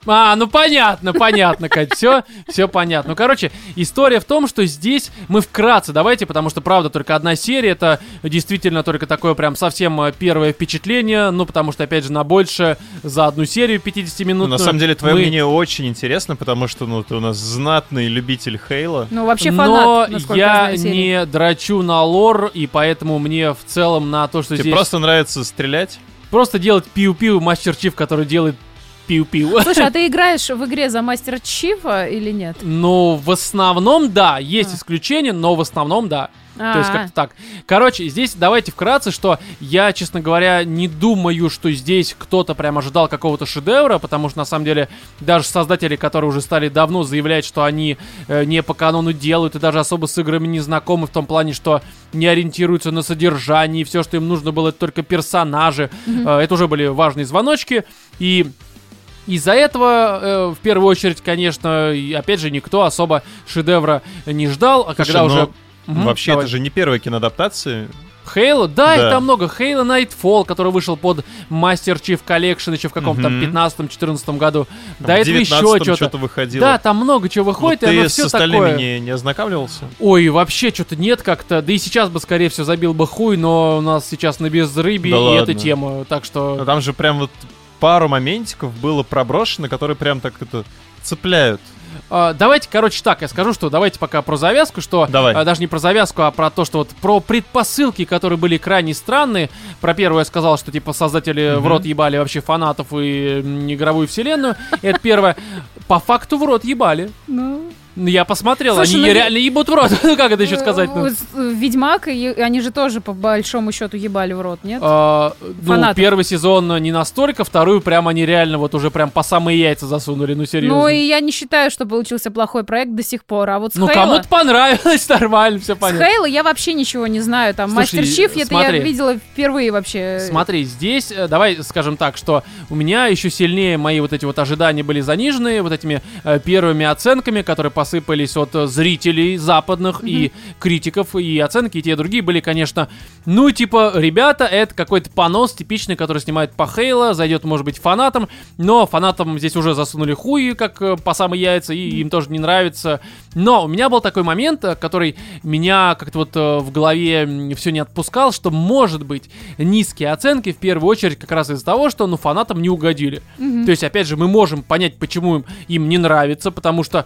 А, ну понятно, понятно, Кать, все, все понятно. Ну, короче, история в том, что здесь мы вкратце, давайте, потому что, правда, только одна серия, это действительно только такое прям совсем э, первое впечатление, ну, потому что, опять же, на больше за одну серию 50 Ну, минут. на самом деле, твое мы- мнение очень интересно, потому что, ну, ты у нас знатный любитель Хейла. Ну, вообще Но фанат, насколько я я знаю, серии. не драчу на лор, и поэтому мне в целом на то, что Тебе здесь просто, просто нравится стрелять? делать пиу-пиу мастер-чиф, который делает пиу-пиу. Слушай, а ты играешь в игре за мастера Чифа или нет? Ну, в основном, да, есть А. исключения, но в основном, да. То есть А, как-то так. Короче, здесь давайте вкратце, что я, честно говоря, не думаю, что здесь кто-то прям ожидал какого-то шедевра, потому что на самом деле даже создатели, которые уже стали давно заявлять, что они э, не по канону делают и даже особо с играми не знакомы в том плане, что не ориентируются на содержание и все, что им нужно было, это только персонажи. Э, это уже были важные звоночки и из-за этого, э, в первую очередь, конечно, и опять же, никто особо шедевра не ждал, а Слушай, когда ну, уже... Мгм, Вообще, давай. это же не первая киноадаптация. Хейла, да, Да. их там много. Хейла Nightfall, который вышел под Master Chief Collection еще в каком-то там Мгм. 15-14 году. Там До в этого еще 19-м что-то. что-то выходило. Да, там много чего выходит, Вот и ты оно с все остальными такое. Не, не ознакомливался? Ой, вообще что-то нет как-то. Да и сейчас бы, скорее всего, забил бы хуй, но у нас сейчас на безрыбье Да и ладно. эта тема. Так Но что... там же прям вот пару моментиков было проброшено, которые прям так это цепляют. А, давайте, короче, так, я скажу, что давайте пока про завязку, что... Давай. а, даже не про завязку, а про то, что вот про предпосылки, которые были крайне странные. Про первую я сказал, что, типа, создатели в Мгм. рот ебали вообще фанатов и м, игровую вселенную. Это первое. По факту в рот ебали. ну, Ну, Я посмотрел, Слушай, они ну е- ви- реально ебут в рот. Ну, как это еще сказать? ну? Э, э, Ведьмак, и они же тоже по большому счету ебали в рот, нет? А, ну, Фанатов. первый сезон э, не настолько, вторую прям они реально вот уже прям по самые яйца засунули, ну серьезно. Ну и я не считаю, что получился плохой проект до сих пор. А вот с Ну, Хейла- кому-то понравилось, нормально, все С понятно. Хейла я вообще ничего не знаю. Там Слушай, Мастер Чиф, это смотри. я видела впервые вообще. Смотри, здесь, э, давай скажем так, что у меня еще сильнее мои вот эти вот ожидания были занижены вот этими э, первыми оценками, которые посыпались от э, зрителей западных и критиков, и оценки, и те, и другие были, конечно, ну, типа, ребята, это какой-то понос типичный, который снимает по Хейла, зайдет, может быть, фанатам, но фанатам здесь уже засунули хуй, как э, по самые яйца, и им тоже не нравится. Но у меня был такой момент, э, который меня как-то вот э, в голове все не отпускал, что, может быть, низкие оценки в первую очередь как раз из-за того, что, ну, фанатам не угодили. Мгм. То есть, опять же, мы можем понять, почему им, им не нравится, потому что,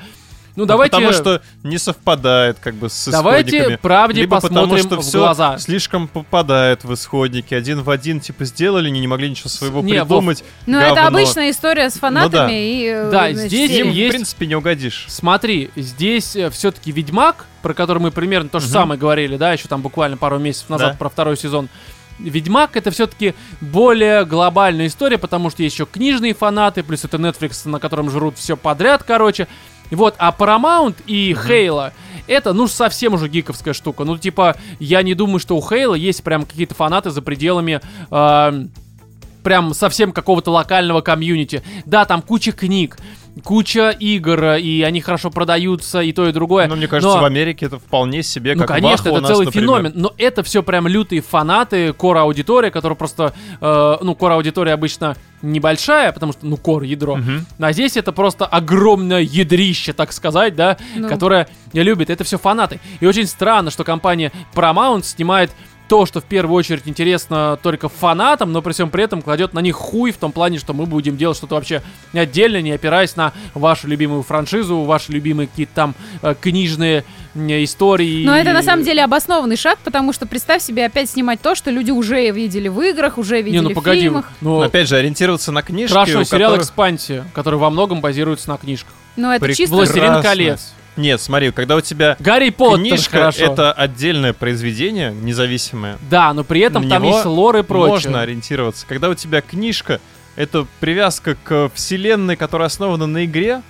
ну, давайте... Потому что не совпадает как бы с Давайте исходниками. правде Либо посмотрим потому что в все глаза. слишком попадает в исходники. Один в один, типа, сделали, не, не могли ничего своего Не, придумать. Ну, это Говно. обычная история с фанатами да. и. э, Да, значит, здесь серии. Им, Есть- в принципе, не угодишь. Смотри, здесь все-таки Ведьмак, про который мы примерно то же Мгм. самое говорили, да, еще там буквально пару месяцев назад Да. про второй сезон. Ведьмак это все-таки более глобальная история, потому что есть еще книжные фанаты, плюс это Netflix, на котором жрут все подряд, короче. Вот, а Paramount и Хейла это, ну, совсем уже гиковская штука. Ну, типа, я не думаю, что у Хейла есть прям какие-то фанаты за пределами. эм, прям совсем какого-то локального комьюнити. Да, там куча книг, куча игр, э, и они хорошо продаются, и то, и другое. Но Ну, мне кажется, Но- в Америке это вполне себе ну, как конечно, Вахо у это нас, целый например. феномен, но это все прям лютые фанаты, кора-аудитория, которая просто, э, ну, кора-аудитория обычно небольшая, потому что, ну, кор-ядро, Мгм. а здесь это просто огромное ядрище, так сказать, да, Ну. которое любит. Это все фанаты. И очень странно, что компания Paramount снимает то, что в первую очередь интересно только фанатам, но при всем при этом кладет на них хуй в том плане, что мы будем делать что-то вообще отдельно, не опираясь на вашу любимую франшизу, ваши любимые какие-то там э, книжные м, истории. Но это на самом деле обоснованный шаг, потому что представь себе опять снимать то, что люди уже видели в играх, уже видели Не, ну в погоди. фильмах. Ну, Но Опять же, ориентироваться на книжки, страшный у сериал которых- «Экспансия», который во многом базируется на книжках. Но это Прик- чисто. Власть- «Властелин Прекрасно. колец». Нет, смотри, когда у тебя «Гарри Поттер» книжка хорошо. это отдельное произведение, независимое, Да, но при этом На там него есть лор и прочее. можно ориентироваться. Когда у тебя книжка, это привязка к вселенной, которая основана на игре.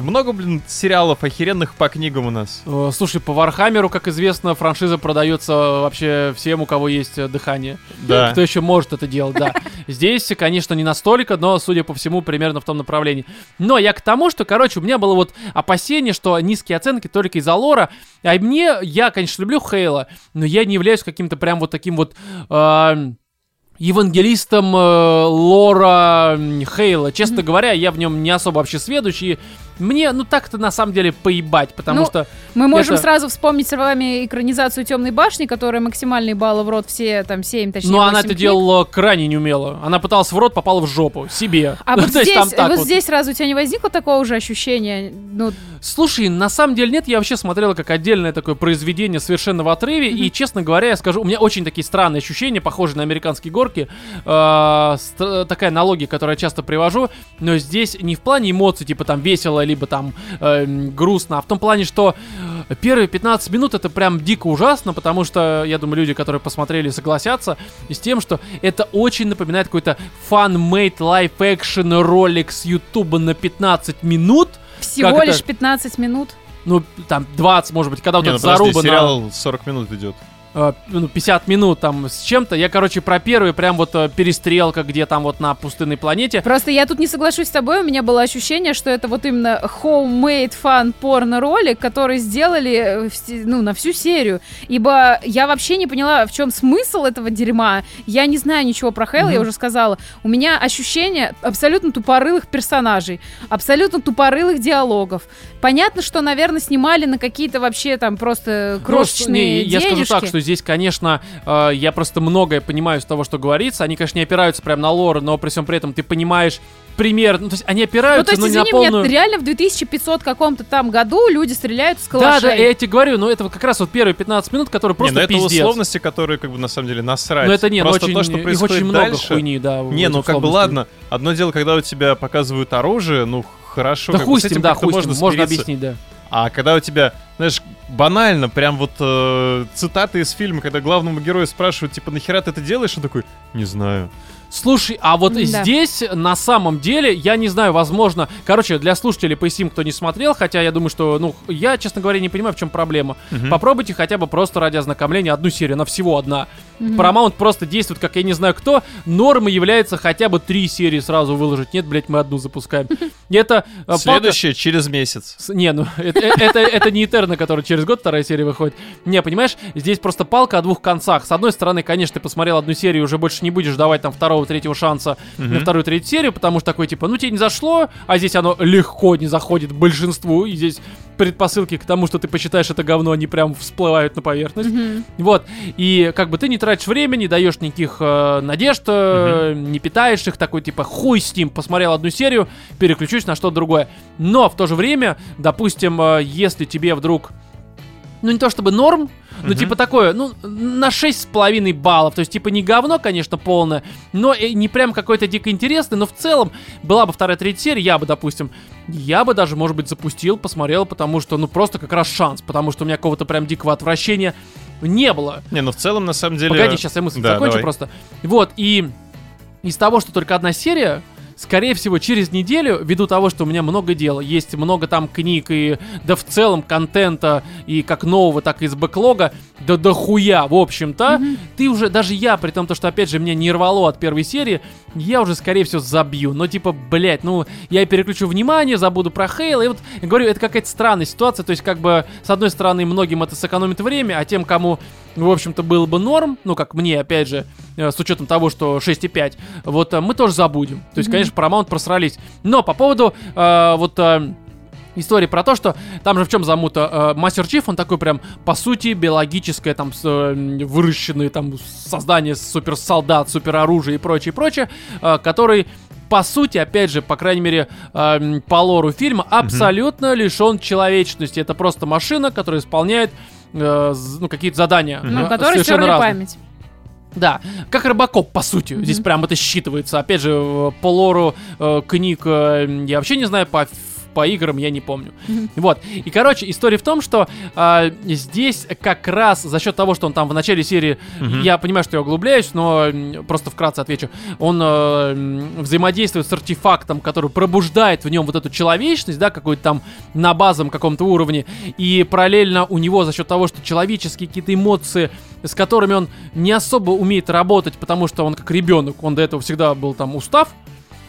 Ну что? Много, блин, сериалов охеренных по книгам у нас. Э, Слушай, по Вархаммеру, как известно, франшиза продается вообще всем, у кого есть э, дыхание. Да. Кто еще может это делать, да. Здесь, конечно, не настолько, но, судя по всему, примерно в том направлении. Но я к тому, что, короче, у меня было вот опасение, что низкие оценки только из-за лора. А мне, я, конечно, люблю Хейла, но я не являюсь каким-то прям вот таким вот... эм, евангелистом э, лора м, Хейла. Честно говоря, я в нем не особо вообще сведущий. и Мне, ну так-то на самом деле поебать, потому Ну, что Мы можем это- сразу вспомнить с вами экранизацию Темной башни, которая максимальные баллы в рот все там 7, точнее. Но Ну, она 8 это книг. делала крайне неумело. Она пыталась в рот, попала в жопу. Себе. А Ну, вот то есть здесь, там так вот вот. здесь разве у тебя не возникло такого же ощущения? Ну, Слушай, на самом деле нет, я вообще смотрела как отдельное такое произведение совершенно в отрыве. И, честно говоря, я скажу, у меня очень такие странные ощущения, похожие на американские горки. Э, ст- Такая аналогия, которую я часто привожу. Но здесь не в плане эмоций, типа там весело, либо там э, м, грустно, а в том плане, что первые 15 минут это прям дико ужасно, потому что, я думаю, люди, которые посмотрели, согласятся с тем, что это очень напоминает какой-то фан-мейд лайф-экшен ролик с Ютуба на 15 минут. всего это? лишь 15 минут. Ну, там, 20, может быть, когда вот Не, эта ну подожди, заруба на, сериал 40 минут идет. э, ну, 50 минут там с чем-то. Я, короче, про первый прям вот э, перестрелка, где там вот на пустынной планете. Просто я тут не соглашусь с тобой, у меня было ощущение, что это вот именно homemade фан порно ролик, который сделали э, в сти- ну, на всю серию. Ибо я вообще не поняла, в чем смысл этого дерьма. Я не знаю ничего про Хейла, я Мгм. уже сказала. У меня ощущение абсолютно тупорылых персонажей, абсолютно тупорылых диалогов. Понятно, что, наверное, снимали на какие-то вообще там просто Ну, с- крошечные не, я скажу так, денежки. что здесь, конечно, э, я просто многое понимаю из того, что говорится. Они, конечно, не опираются прям на лор, но при всем при этом ты понимаешь пример. Ну, то есть они Ну, опираются, то есть, но не на извини полную... меня, реально в 2500 каком-то там году люди стреляют с да, да, калашей. я тебе говорю, но это вот как раз вот первые 15 минут, которые Не, просто ну это пиздец. условности, которые как бы на самом деле насрать. но это нет, Просто очень, то, что их происходит очень много дальше, хуйни, да. в Не, этих ну как бы условностей. ладно. Одно дело, когда у тебя показывают оружие, ну хорошо. да как бы хуй с с ним, этим да, как-то хуй с ним, можно смириться. объяснить, да. А когда у тебя, знаешь, банально, прям вот э, цитаты из фильма, когда главному герою спрашивают, типа, нахера ты это делаешь? Он такой, не знаю. Слушай, а вот М-да. здесь на самом деле, я не знаю, возможно, короче, для слушателей поясним, кто не смотрел, хотя я думаю, что, ну, я, честно говоря, не понимаю, в чем проблема. Мгм. Попробуйте хотя бы просто ради ознакомления одну серию, она всего одна. Мгм. Paramount просто действует, как я не знаю кто. Норма является хотя бы три серии сразу выложить. Нет, блядь, мы одну запускаем. И Это э, палка- Следующее через месяц. С- Не, ну это, э- это, это не Этерна, который через год вторая серия выходит. Не, понимаешь, здесь просто палка о двух концах. С одной стороны, конечно, ты посмотрел одну серию, уже больше не будешь давать там второго, третьего шанса на вторую, третью серию, потому что такой типа, ну тебе не зашло, а здесь оно легко не заходит большинству, и здесь предпосылки к тому, что ты посчитаешь это говно, они прям всплывают на поверхность. Мгм. Вот. И как бы ты не тратишь время, не даешь никаких э, надежд, э, не питаешь их, такой типа хуй с ним, посмотрел одну серию, переключусь на что-то другое. Но в то же время, допустим, э, если тебе вдруг. Ну, не то чтобы норм, но Мгм. типа такое, ну, на 6,5 баллов. То есть, типа, не говно, конечно, полное, но и не прям какой-то дико интересный, но в целом была бы вторая, третья серия, я бы, допустим, я бы даже, может быть, запустил, посмотрел, потому что, ну, просто как раз шанс, потому что у меня какого-то прям дикого отвращения не было. Не, ну в целом, на самом деле... Погоди, сейчас я мысль Да, закончу давай. просто. Вот, и из того, что только одна серия, скорее всего, через неделю, ввиду того, что у меня много дела, есть много там книг и, да в целом, контента и как нового, так и из бэклога, да дохуя, в общем-то, ты уже, даже я, при том, то, что, опять же, меня не рвало от первой серии, я уже, скорее всего, забью. Но, типа, блядь, ну, я и переключу внимание, забуду про Хейла, и вот, я говорю, это какая-то странная ситуация, то есть, как бы, с одной стороны, многим это сэкономит время, а тем, кому, в общем-то, было бы норм, ну, как мне, опять же, э, с учетом того, что 6,5, вот, э, мы тоже забудем. То есть, Мгм. конечно, Paramount просрались. Но по поводу, э, вот... э, истории про то, что там же в чем замута. э, Мастер Чиф, он такой прям, по сути, биологическое, там, с, э, м, выращенное, там, создание суперсолдат, супероружия и прочее, прочее, э, который по сути, опять же, по крайней мере, э, м, по лору фильма, абсолютно лишен человечности. Это просто машина, которая исполняет э, з- ну, какие-то задания. Ну, э, Ну, у которой совершенно стерли разные. память. Да, как Рыбакоп, по сути. Здесь Мгм. прям это считывается. Опять же, э, по лору э, книг э, я вообще не знаю, по, ф- по играм я не помню. Мгм. Вот. И, короче, история в том, что э, здесь как раз за счет того, что он там в начале серии, Мгм. я понимаю, что я углубляюсь, но м, просто вкратце отвечу, он э, м, взаимодействует с артефактом, который пробуждает в нем вот эту человечность, да, какую-то там на базовом каком-то уровне, и параллельно у него за счет того, что человеческие какие-то эмоции, с которыми он не особо умеет работать, потому что он как ребенок, он до этого всегда был там устав,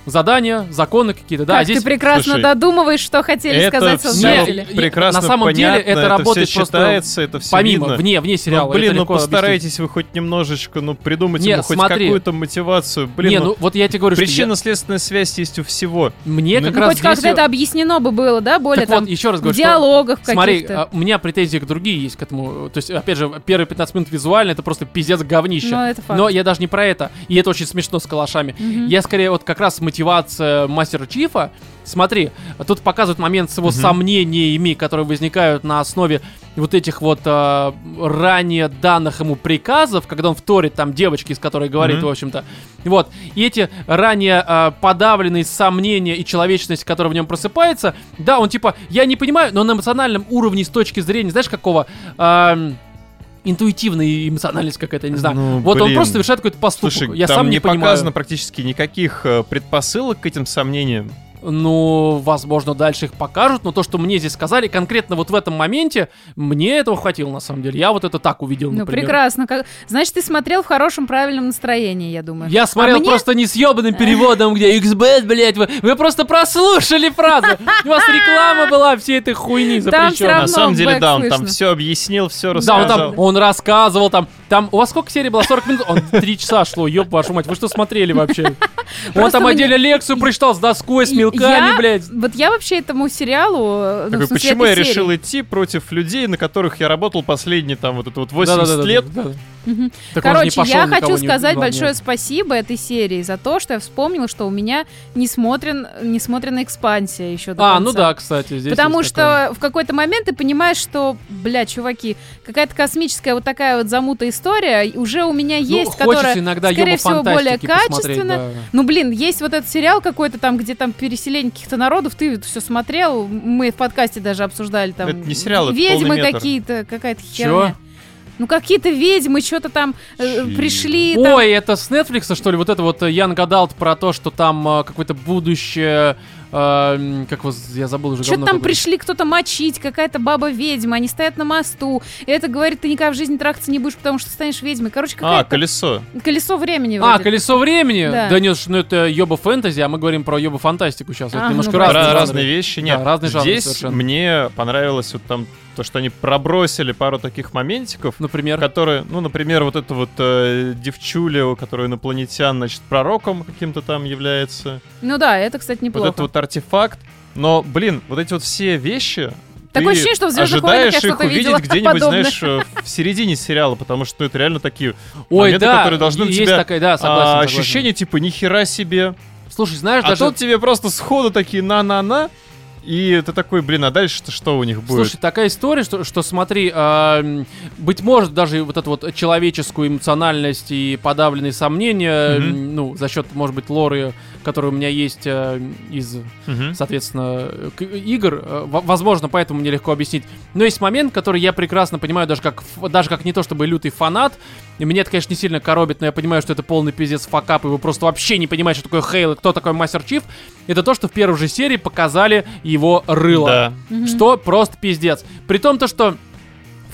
задания, законы какие-то, да, а Как здесь... ты прекрасно Слушай, додумываешь, что хотели это сказать всё создатели. Не, прекрасно на самом деле понятно, это работает все просто считается, это все Помимо, видно. вне, вне сериала. Ну, это блин, ну легко объяснить. постарайтесь вы хоть немножечко, ну придумайте Не, ему хоть смотри. какую-то мотивацию. Блин, не, ну, ну вот я тебе говорю, что причинно-следственная связь есть у всего. я- мне ну, как Ну, раз хоть как-то здесь- э, это объяснено бы было, да, более Так там вот, еще раз в говорю, что... диалогах Смотри, каких-то. а, у меня претензии к другие есть к этому. То есть, опять же, первые 15 минут визуально это просто пиздец говнище. Ну, это факт. Но я даже не про это. И это очень смешно с калашами. Мгм. Я скорее вот как раз мотивация мастера Чифа. Смотри, тут показывают момент с его сомнениями, которые возникают на основе вот этих вот а, ранее данных ему приказов, когда он вторит там девочки, с которой говорит, Мгм. в общем-то. Вот. И эти ранее а, подавленные сомнения и человечность, которая в нем просыпается, да, он типа, я не понимаю, но на эмоциональном уровне с точки зрения, знаешь, какого... Ам, интуитивная эмоциональность какая-то, я не знаю. Ну, вот он блин. просто совершает какой-то поступок. Слушай, я там сам не, не, понимаю. показано практически никаких э, предпосылок к этим сомнениям. Ну, возможно, дальше их покажут, но то, что мне здесь сказали, конкретно вот в этом моменте, мне этого хватило, на самом деле. Я вот это так увидел, Ну, например. прекрасно. Как- Значит, ты смотрел в хорошем, правильном настроении, я думаю. Я смотрел А мне- просто не съебанным переводом, где XBet, блядь, вы, вы просто прослушали фразу. У вас реклама была всей этой хуйни Там всё запрещенной. равно На самом деле, бэк да, он там слышно. все объяснил, все Да, он рассказал. там, он рассказывал там, там, у вас сколько серий было? 40 минут? Он 3 часа шло, ёб вашу мать, вы что смотрели вообще? Он Просто там мне- отдельно лекцию прочитал с доской, с мелками, Я- блядь. Вот я вообще этому сериалу... э, ну, Такой, в смысле, почему я этой серии. решил идти против людей, на которых я работал последние там вот это вот 80 Да-да-да-да-да. лет? Да. Мгм. Так он же не Короче, пошёл, я никого хочу не сказать убивал, большое нет. спасибо этой серии за то, что я вспомнила, что у меня не смотрен, не смотрена экспансия еще до А, конца. ну да, кстати, здесь Потому есть что такое. в какой-то момент ты понимаешь, что, бля, чуваки, какая-то космическая вот такая вот замута история уже у меня Ну, есть, хочется которая, иногда скорее ёба всего, более фантастики посмотреть, качественно. да. Ну Ну, блин, есть вот этот сериал какой-то там, где там переселение каких-то народов, ты все смотрел, мы в подкасте даже обсуждали там. Это не сериал, это Ведьмы полный метр. какие-то, какая-то Чего? херня. Ну, какие-то ведьмы что-то там э, Чё? пришли. там- Ой, это с Netflix, что ли? Вот это вот э, Young Adult про то, что там э, какое-то будущее... э, м, как вас... Я забыл уже Что-то говно там какое-то. пришли кто-то мочить, какая-то баба-ведьма, они стоят на мосту. И это говорит, ты никогда в жизни трахаться не будешь, потому что станешь ведьмой. Короче, А, какая-то колесо. колесо времени А, вроде. колесо времени? Да. Да, нет, ж, ну это ёба фэнтези, а мы говорим про ёба фантастику сейчас. А, это немножко ну, Ра- разные, Разные, жанры. вещи. Нет, Да, разные жанры здесь совершенно. мне понравилось вот там то, что они пробросили пару таких моментиков, Например. которые, ну, например, вот эта вот э, девчуля, у которой инопланетян, значит, пророком каким-то там является. Ну да, это, кстати, неплохо. Вот этот вот артефакт. Но, блин, вот эти вот все вещи... Такое ты ощущение, что в «Звездных войнах» я ожидаешь их что-то видела увидеть где-нибудь, подобное. знаешь, э, в середине сериала, потому что это реально такие Ой, моменты, да, которые должны на есть тебя такая, да, согласен, а, согласен. ощущение типа нихера себе. Слушай, знаешь, А даже... тут тебе просто сходу такие на-на-на, и ты такой, блин, а дальше-то что у них будет? Слушай, такая история, что, что смотри, а, м, быть может, даже и вот эту вот человеческую эмоциональность и подавленные сомнения, Мгм. м, ну, за счет, может быть, лоры, которая у меня есть э, из Мгм. соответственно, э, к- игр. э, во- Возможно, поэтому мне легко объяснить. Но есть момент, который я прекрасно понимаю, даже как, ф- даже как не то чтобы лютый фанат. И меня это, конечно, не сильно коробит, но я понимаю, что это полный пиздец факап, и вы просто вообще не понимаете, что такое Хейл и кто такой Мастер Чиф. Это то, что в первой же серии показали его рыло. Да. Мгм. Что просто пиздец. При том то, что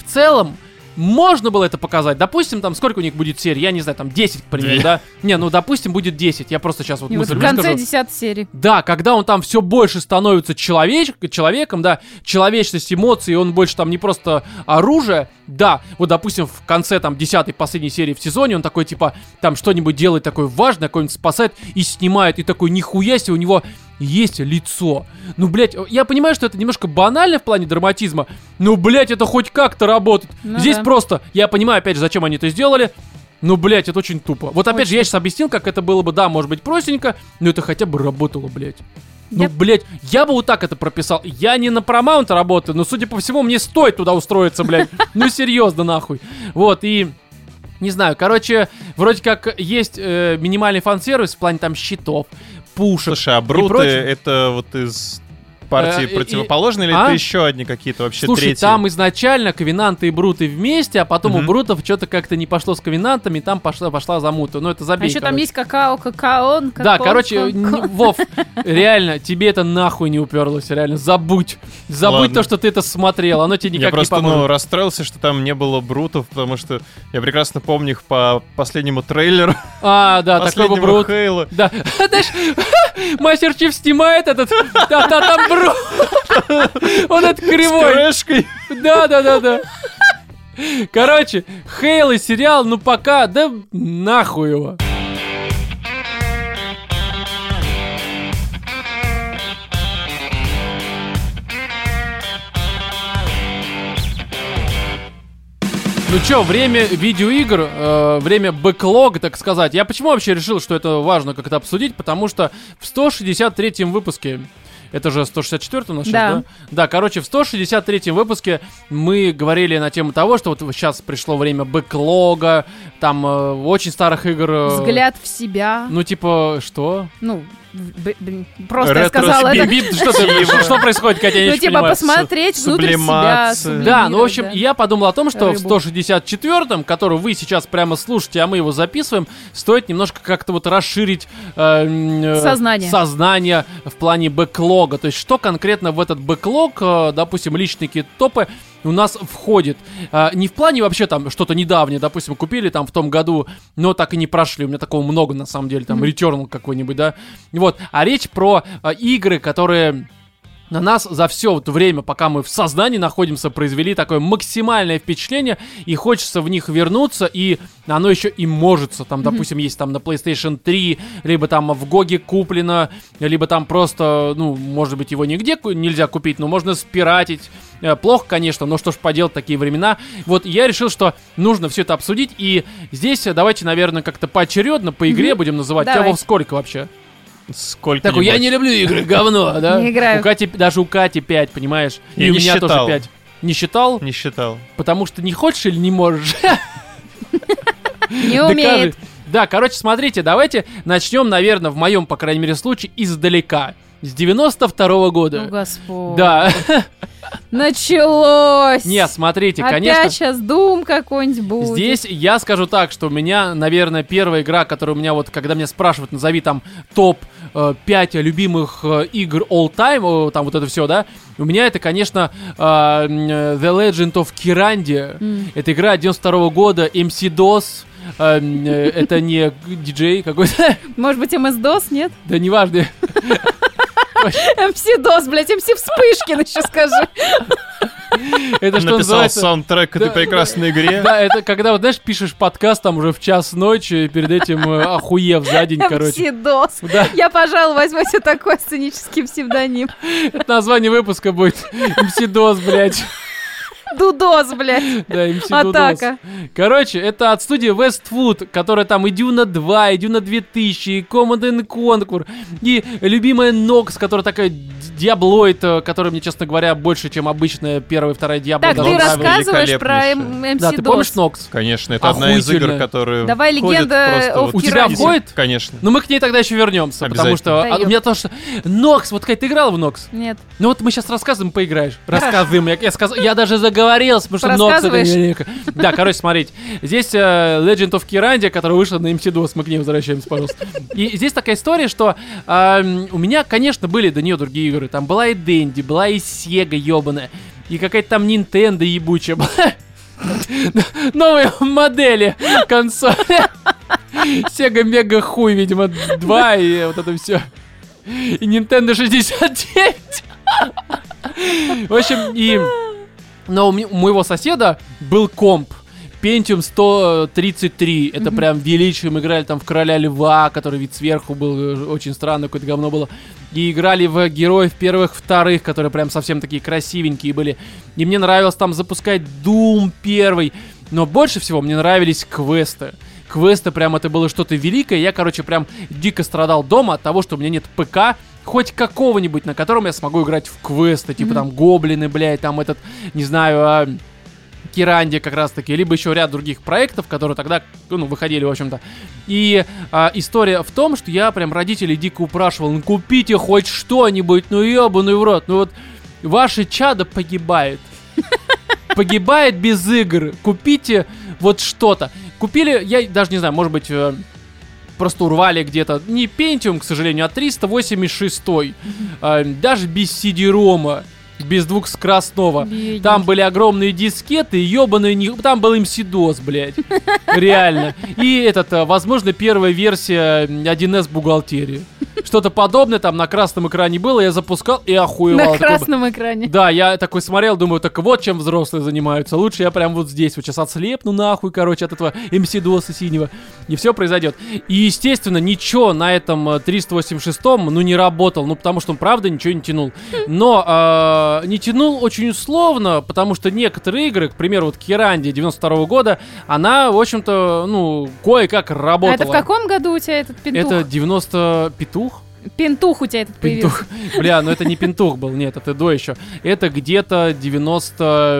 в целом можно было это показать. Допустим, там сколько у них будет серий? Я не знаю, там 10, к примеру, Две. да? Не, ну допустим, будет 10. Я просто сейчас вот И вот мысль в конце выскажу. десятой серии. Да, когда он там все больше становится человеч- человеком, да, человечность, эмоции, он больше там не просто оружие, да, вот, допустим, в конце там 10 последней серии в сезоне он такой, типа, там что-нибудь делает такое важное, кого-нибудь спасает и снимает, и такой, нихуя себе, у него есть лицо. Ну, блядь, я понимаю, что это немножко банально в плане драматизма, но, блядь, это хоть как-то работает. Ну Здесь да. просто, я понимаю, опять же, зачем они это сделали, ну, блядь, это очень тупо. Вот опять Очень. же, я сейчас объяснил, как это было бы, да, может быть, простенько, но это хотя бы работало, блядь. Ну, Я- блядь, я бы вот так это прописал. Я не на Paramount работаю, но, судя по всему, мне стоит туда устроиться, блядь. Ну, серьезно, нахуй. Вот, и... Не знаю, короче, вроде как есть э, минимальный фан-сервис в плане там щитов, пушек. Слушай, а бруты прочее. это вот из партии Э, и- противоположной, или а? это еще одни какие-то вообще Слушай, третьи? там изначально ковенанты и бруты вместе, а потом у Мгм. брутов что-то как-то не пошло с ковенантами, и там пошла, пошла замута. Ну, это А забей, еще там короче. есть какао, какаон, Да, какаон, короче, какаон. не- Вов, реально, тебе это нахуй не уперлось, реально, забудь. Забудь Ладно. то, что ты это смотрел, оно тебе Я никак просто не поможет. ну, расстроился, что там не было брутов, потому что я прекрасно помню их по последнему трейлеру А, да, такой бы последнего брут. Хейла. Да, знаешь, мастер Чиф снимает этот, да, да, там брут. Он этот С кривой. крэшкой. Да, да, да, да. Короче, Хейл и сериал, ну пока, да нахуй его. Ну чё, время видеоигр, э, время бэклога, так сказать. Я почему вообще решил, что это важно как-то обсудить? Потому что в 163-м выпуске, это же 164-й у нас Да. сейчас, да? Да, короче, в 163-м выпуске мы говорили на тему того, что вот сейчас пришло время бэклога, там э, очень старых игр. э, Взгляд в себя. Ну типа, что? Ну, б- блин, просто я Ретро- сказала это. Бибип, что, ты- что происходит, Катя? Я Ну, ничего не типа, понимаю. посмотреть внутрь себя. сублимация. Да, ну, в общем, сублимировать, я подумал о том, что Рыбу. в 164-м, который вы сейчас прямо слушаете, а мы его записываем, стоит немножко как-то вот расширить э, м, э, Сознание. сознание в плане бэклога. То есть, что конкретно в этот бэклог, э, допустим, личные какие-то топы у нас входит. Э, не в плане вообще там что-то недавнее, допустим, купили там в том году, но так и не прошли. У меня такого много, на самом деле, там, Мгм. Returnal какой-нибудь, да. Вот. А речь про э, игры, которые на нас за все вот время, пока мы в сознании находимся, произвели такое максимальное впечатление, и хочется в них вернуться, и оно еще и можется. Там, допустим, есть там на PlayStation 3, либо там в Гоге куплено, либо там просто, ну, может быть, его нигде ку- нельзя купить, но можно спиратить. Э, Плохо, конечно, но что ж поделать, такие времена. Вот я решил, что нужно все это обсудить, и здесь э, давайте, наверное, как-то поочередно по игре Мгм. будем называть. Тебя, Давайте. Вов, сколько вообще? Сколько Такой, я не люблю игры, говно, да? Не играю. У Кати, даже у Кати 5, понимаешь? Я и у не меня тоже считал. 5. Не считал? не считал. Потому что не хочешь или не можешь? Не Докажи. умеет. Да, короче, смотрите, давайте начнем, наверное, в моем, по крайней мере, случае, издалека. С 92 Ну, года. господь. да. Началось. Не, смотрите, Опять конечно. сейчас Дум какой-нибудь будет. Здесь я скажу так, что у меня, наверное, первая игра, которая у меня вот, когда меня спрашивают, назови там топ 5 любимых э, игр all time, э, там вот это все, да, у меня это, конечно, э, м, э, The Legend of Kirandia. М. Это игра 92 года, MC-DOS, э, м, э, это не диджей какой-то, Может быть, МСДОС, нет? да неважно. МСДОС, блядь, МС Вспышкин еще скажи. Это что Написал называется? саундтрек к этой Да. прекрасной игре. Да, это когда, вот, знаешь, пишешь подкаст там уже в час ночи, перед этим э, охуев за день, короче. МСДОС. Да. Я, пожалуй, возьму себе такой сценический псевдоним. Это название выпуска будет МСДОС, блядь. Дудос, блядь. Да, MC Дудос. Атака. Короче, это от студии Westwood, которая там и Дюна 2, и Дюна 2000, и Command and Conquer, и любимая Нокс, которая такая диаблоид, э, которая мне, честно говоря, больше, чем обычная первая и вторая Диабло. Так, да, ты он нравилась. рассказываешь про великолепнейшая. МСДОС. Да, ты помнишь Нокс? Конечно, это одна из Охуительно. игр, которые Давай входят легенда просто о вот У в тебя список. входит? Конечно. Ну мы к ней тогда еще вернемся, потому что Обязательно. а, у меня то, что... Нокс, вот Кать, ты играла в Нокс? Нет. Ну вот мы сейчас рассказываем, поиграешь. Рассказываем. Я, я, сказ- я даже заговорился, потому что Нокс это не- Да, короче, смотрите. Здесь э, Legend of Kirandia, которая вышла на MT2, мы к ней возвращаемся, пожалуйста. И здесь такая история, что а, м, у меня, конечно, были до нее другие игры. Там была и Дэнди, была и Sega ебаная, и какая-то там Nintendo ебучая была. Новые модели консоли. Sega Mega хуй, видимо, 2 и вот это все. И Nintendo 69. В общем, и... Но у ме- у моего соседа был комп. Pentium 133. Это прям величием играли там в Короля Льва, который вид сверху был э, очень странный, какое-то говно было. И играли в героев первых, вторых, которые прям совсем такие красивенькие были. И мне нравилось там запускать Doom первый. Но больше всего мне нравились квесты. Квесты прям это было что-то великое. Я, короче, прям дико страдал дома от того, что у меня нет ПК, хоть какого-нибудь, на котором я смогу играть в квесты, типа там гоблины, блядь, там этот, не знаю, а, Киранди как раз-таки, либо еще ряд других проектов, которые тогда, ну, выходили, в общем-то. И а, история в том, что я прям родителей дико упрашивал, ну, купите хоть что-нибудь, ну, ебаный в рот, ну, вот ваше чадо погибает. Погибает без игр. Купите вот что-то. Купили, я даже не знаю, может быть, э, просто урвали где-то. Не Pentium, к сожалению, а 386. Э, даже без CD-рома. Без двух скоростного. Бедненький. Там были огромные дискеты, ебаные не... Там был МСДОС, блядь. Реально. И этот, э, возможно, первая версия м, 1С бухгалтерии. Что-то подобное там на красном экране было, я запускал и охуевал. На Такой, б- красном экране. да, я такой смотрел, думаю, так вот чем взрослые занимаются. Лучше я прям вот здесь вот сейчас отслепну нахуй, короче, от этого MC Доса синего. И все произойдет. И, естественно, ничего на этом э, 386-м, ну, не работал. Ну, потому что он, правда, ничего не тянул. Но э, не тянул очень условно, потому что некоторые игры, к примеру, вот Керанди 92 года, она, в общем-то, ну, кое-как А работала. это в каком году у тебя этот пентух? Это 90... Петух? Пентух у тебя этот появился. Пентух. Бля, ну это не пентух был, нет, это до еще. Это где-то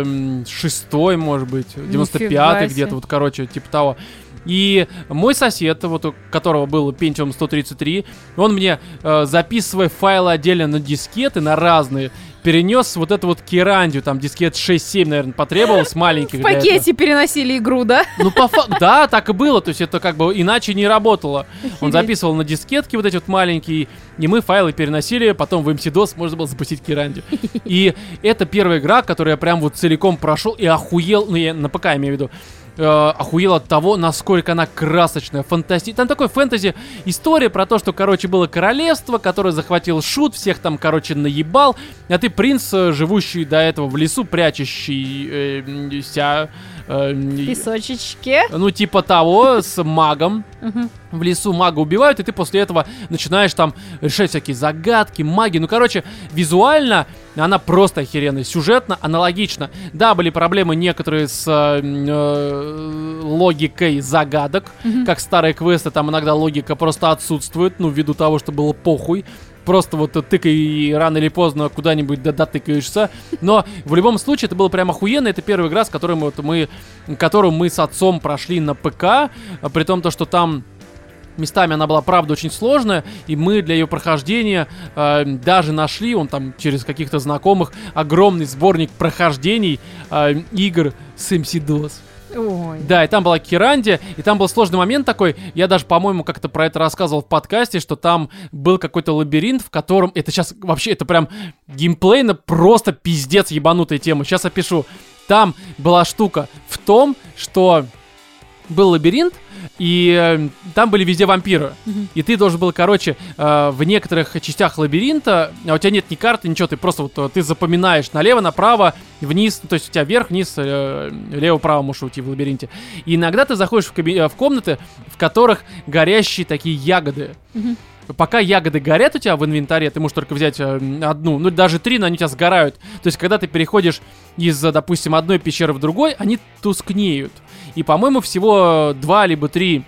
96-й, может быть, 95-й Нифига себе. где-то, вот, короче, типа того. И мой сосед, вот у которого был Pentium 133, он мне, э, записывая файлы отдельно на дискеты, на разные, перенес вот эту вот керандию, там дискет 6-7, наверное, потребовалось, маленький. В пакете переносили игру, да? Ну, по фа- Да, так и было. То есть это как бы иначе не работало. Он Охереть. записывал на дискетке вот эти вот маленькие, и мы файлы переносили, потом в MC-DOS можно было запустить Киранди. И это первая игра, которую я прям вот целиком прошел и охуел, ну я на ПК имею в виду, э, охуел от того, насколько она красочная, фантастичная. Там такой фэнтези история про то, что, короче, было королевство, которое захватил шут, всех там, короче, наебал, а ты принц, э, живущий до этого в лесу, прячущий э, м, ся, э, м, Песочечки. ну, типа того, с магом. Мгм. В лесу мага убивают, и ты после этого начинаешь там решать всякие загадки, маги. Ну, короче, визуально она просто охеренная. Сюжетно аналогично. Да, были проблемы некоторые с э, м, э, логикой загадок. Как старые квесты, там иногда логика просто отсутствует, ну, ввиду того, что было похуй. Просто вот э, тыкай и рано или поздно куда-нибудь да дотыкаешься. Но в любом случае это было прям охуенно. Это первая игра, с которой мы, вот мы, которую мы с отцом прошли на ПК. а, При том, то, что там Местами она была, правда, очень сложная, и мы для ее прохождения э, даже нашли, он там через каких-то знакомых, огромный сборник прохождений э, игр с MC-DOS. Ой. Да, и там была Киранди, и там был сложный момент такой, я даже, по-моему, как-то про это рассказывал в подкасте, что там был какой-то лабиринт, в котором, это сейчас вообще, это прям геймплейно просто пиздец ебанутая тема, сейчас опишу. Там была штука в том, что был лабиринт, и э, там были везде вампиры. Мгм. И ты должен был, короче, э, в некоторых частях лабиринта, а у тебя нет ни карты, ничего, ты просто вот э, ты запоминаешь налево, направо, вниз, то есть у тебя вверх, вниз, э, лево, право можешь уйти в лабиринте. И иногда ты заходишь в, каби- э, в комнаты, в которых горящие такие ягоды. Мгм. Пока ягоды горят у тебя в инвентаре, ты можешь только взять э, м, одну, ну даже три, но они у тебя сгорают. То есть, когда ты переходишь из, э, допустим, одной пещеры в другой, они тускнеют. И, по-моему, всего э, два либо три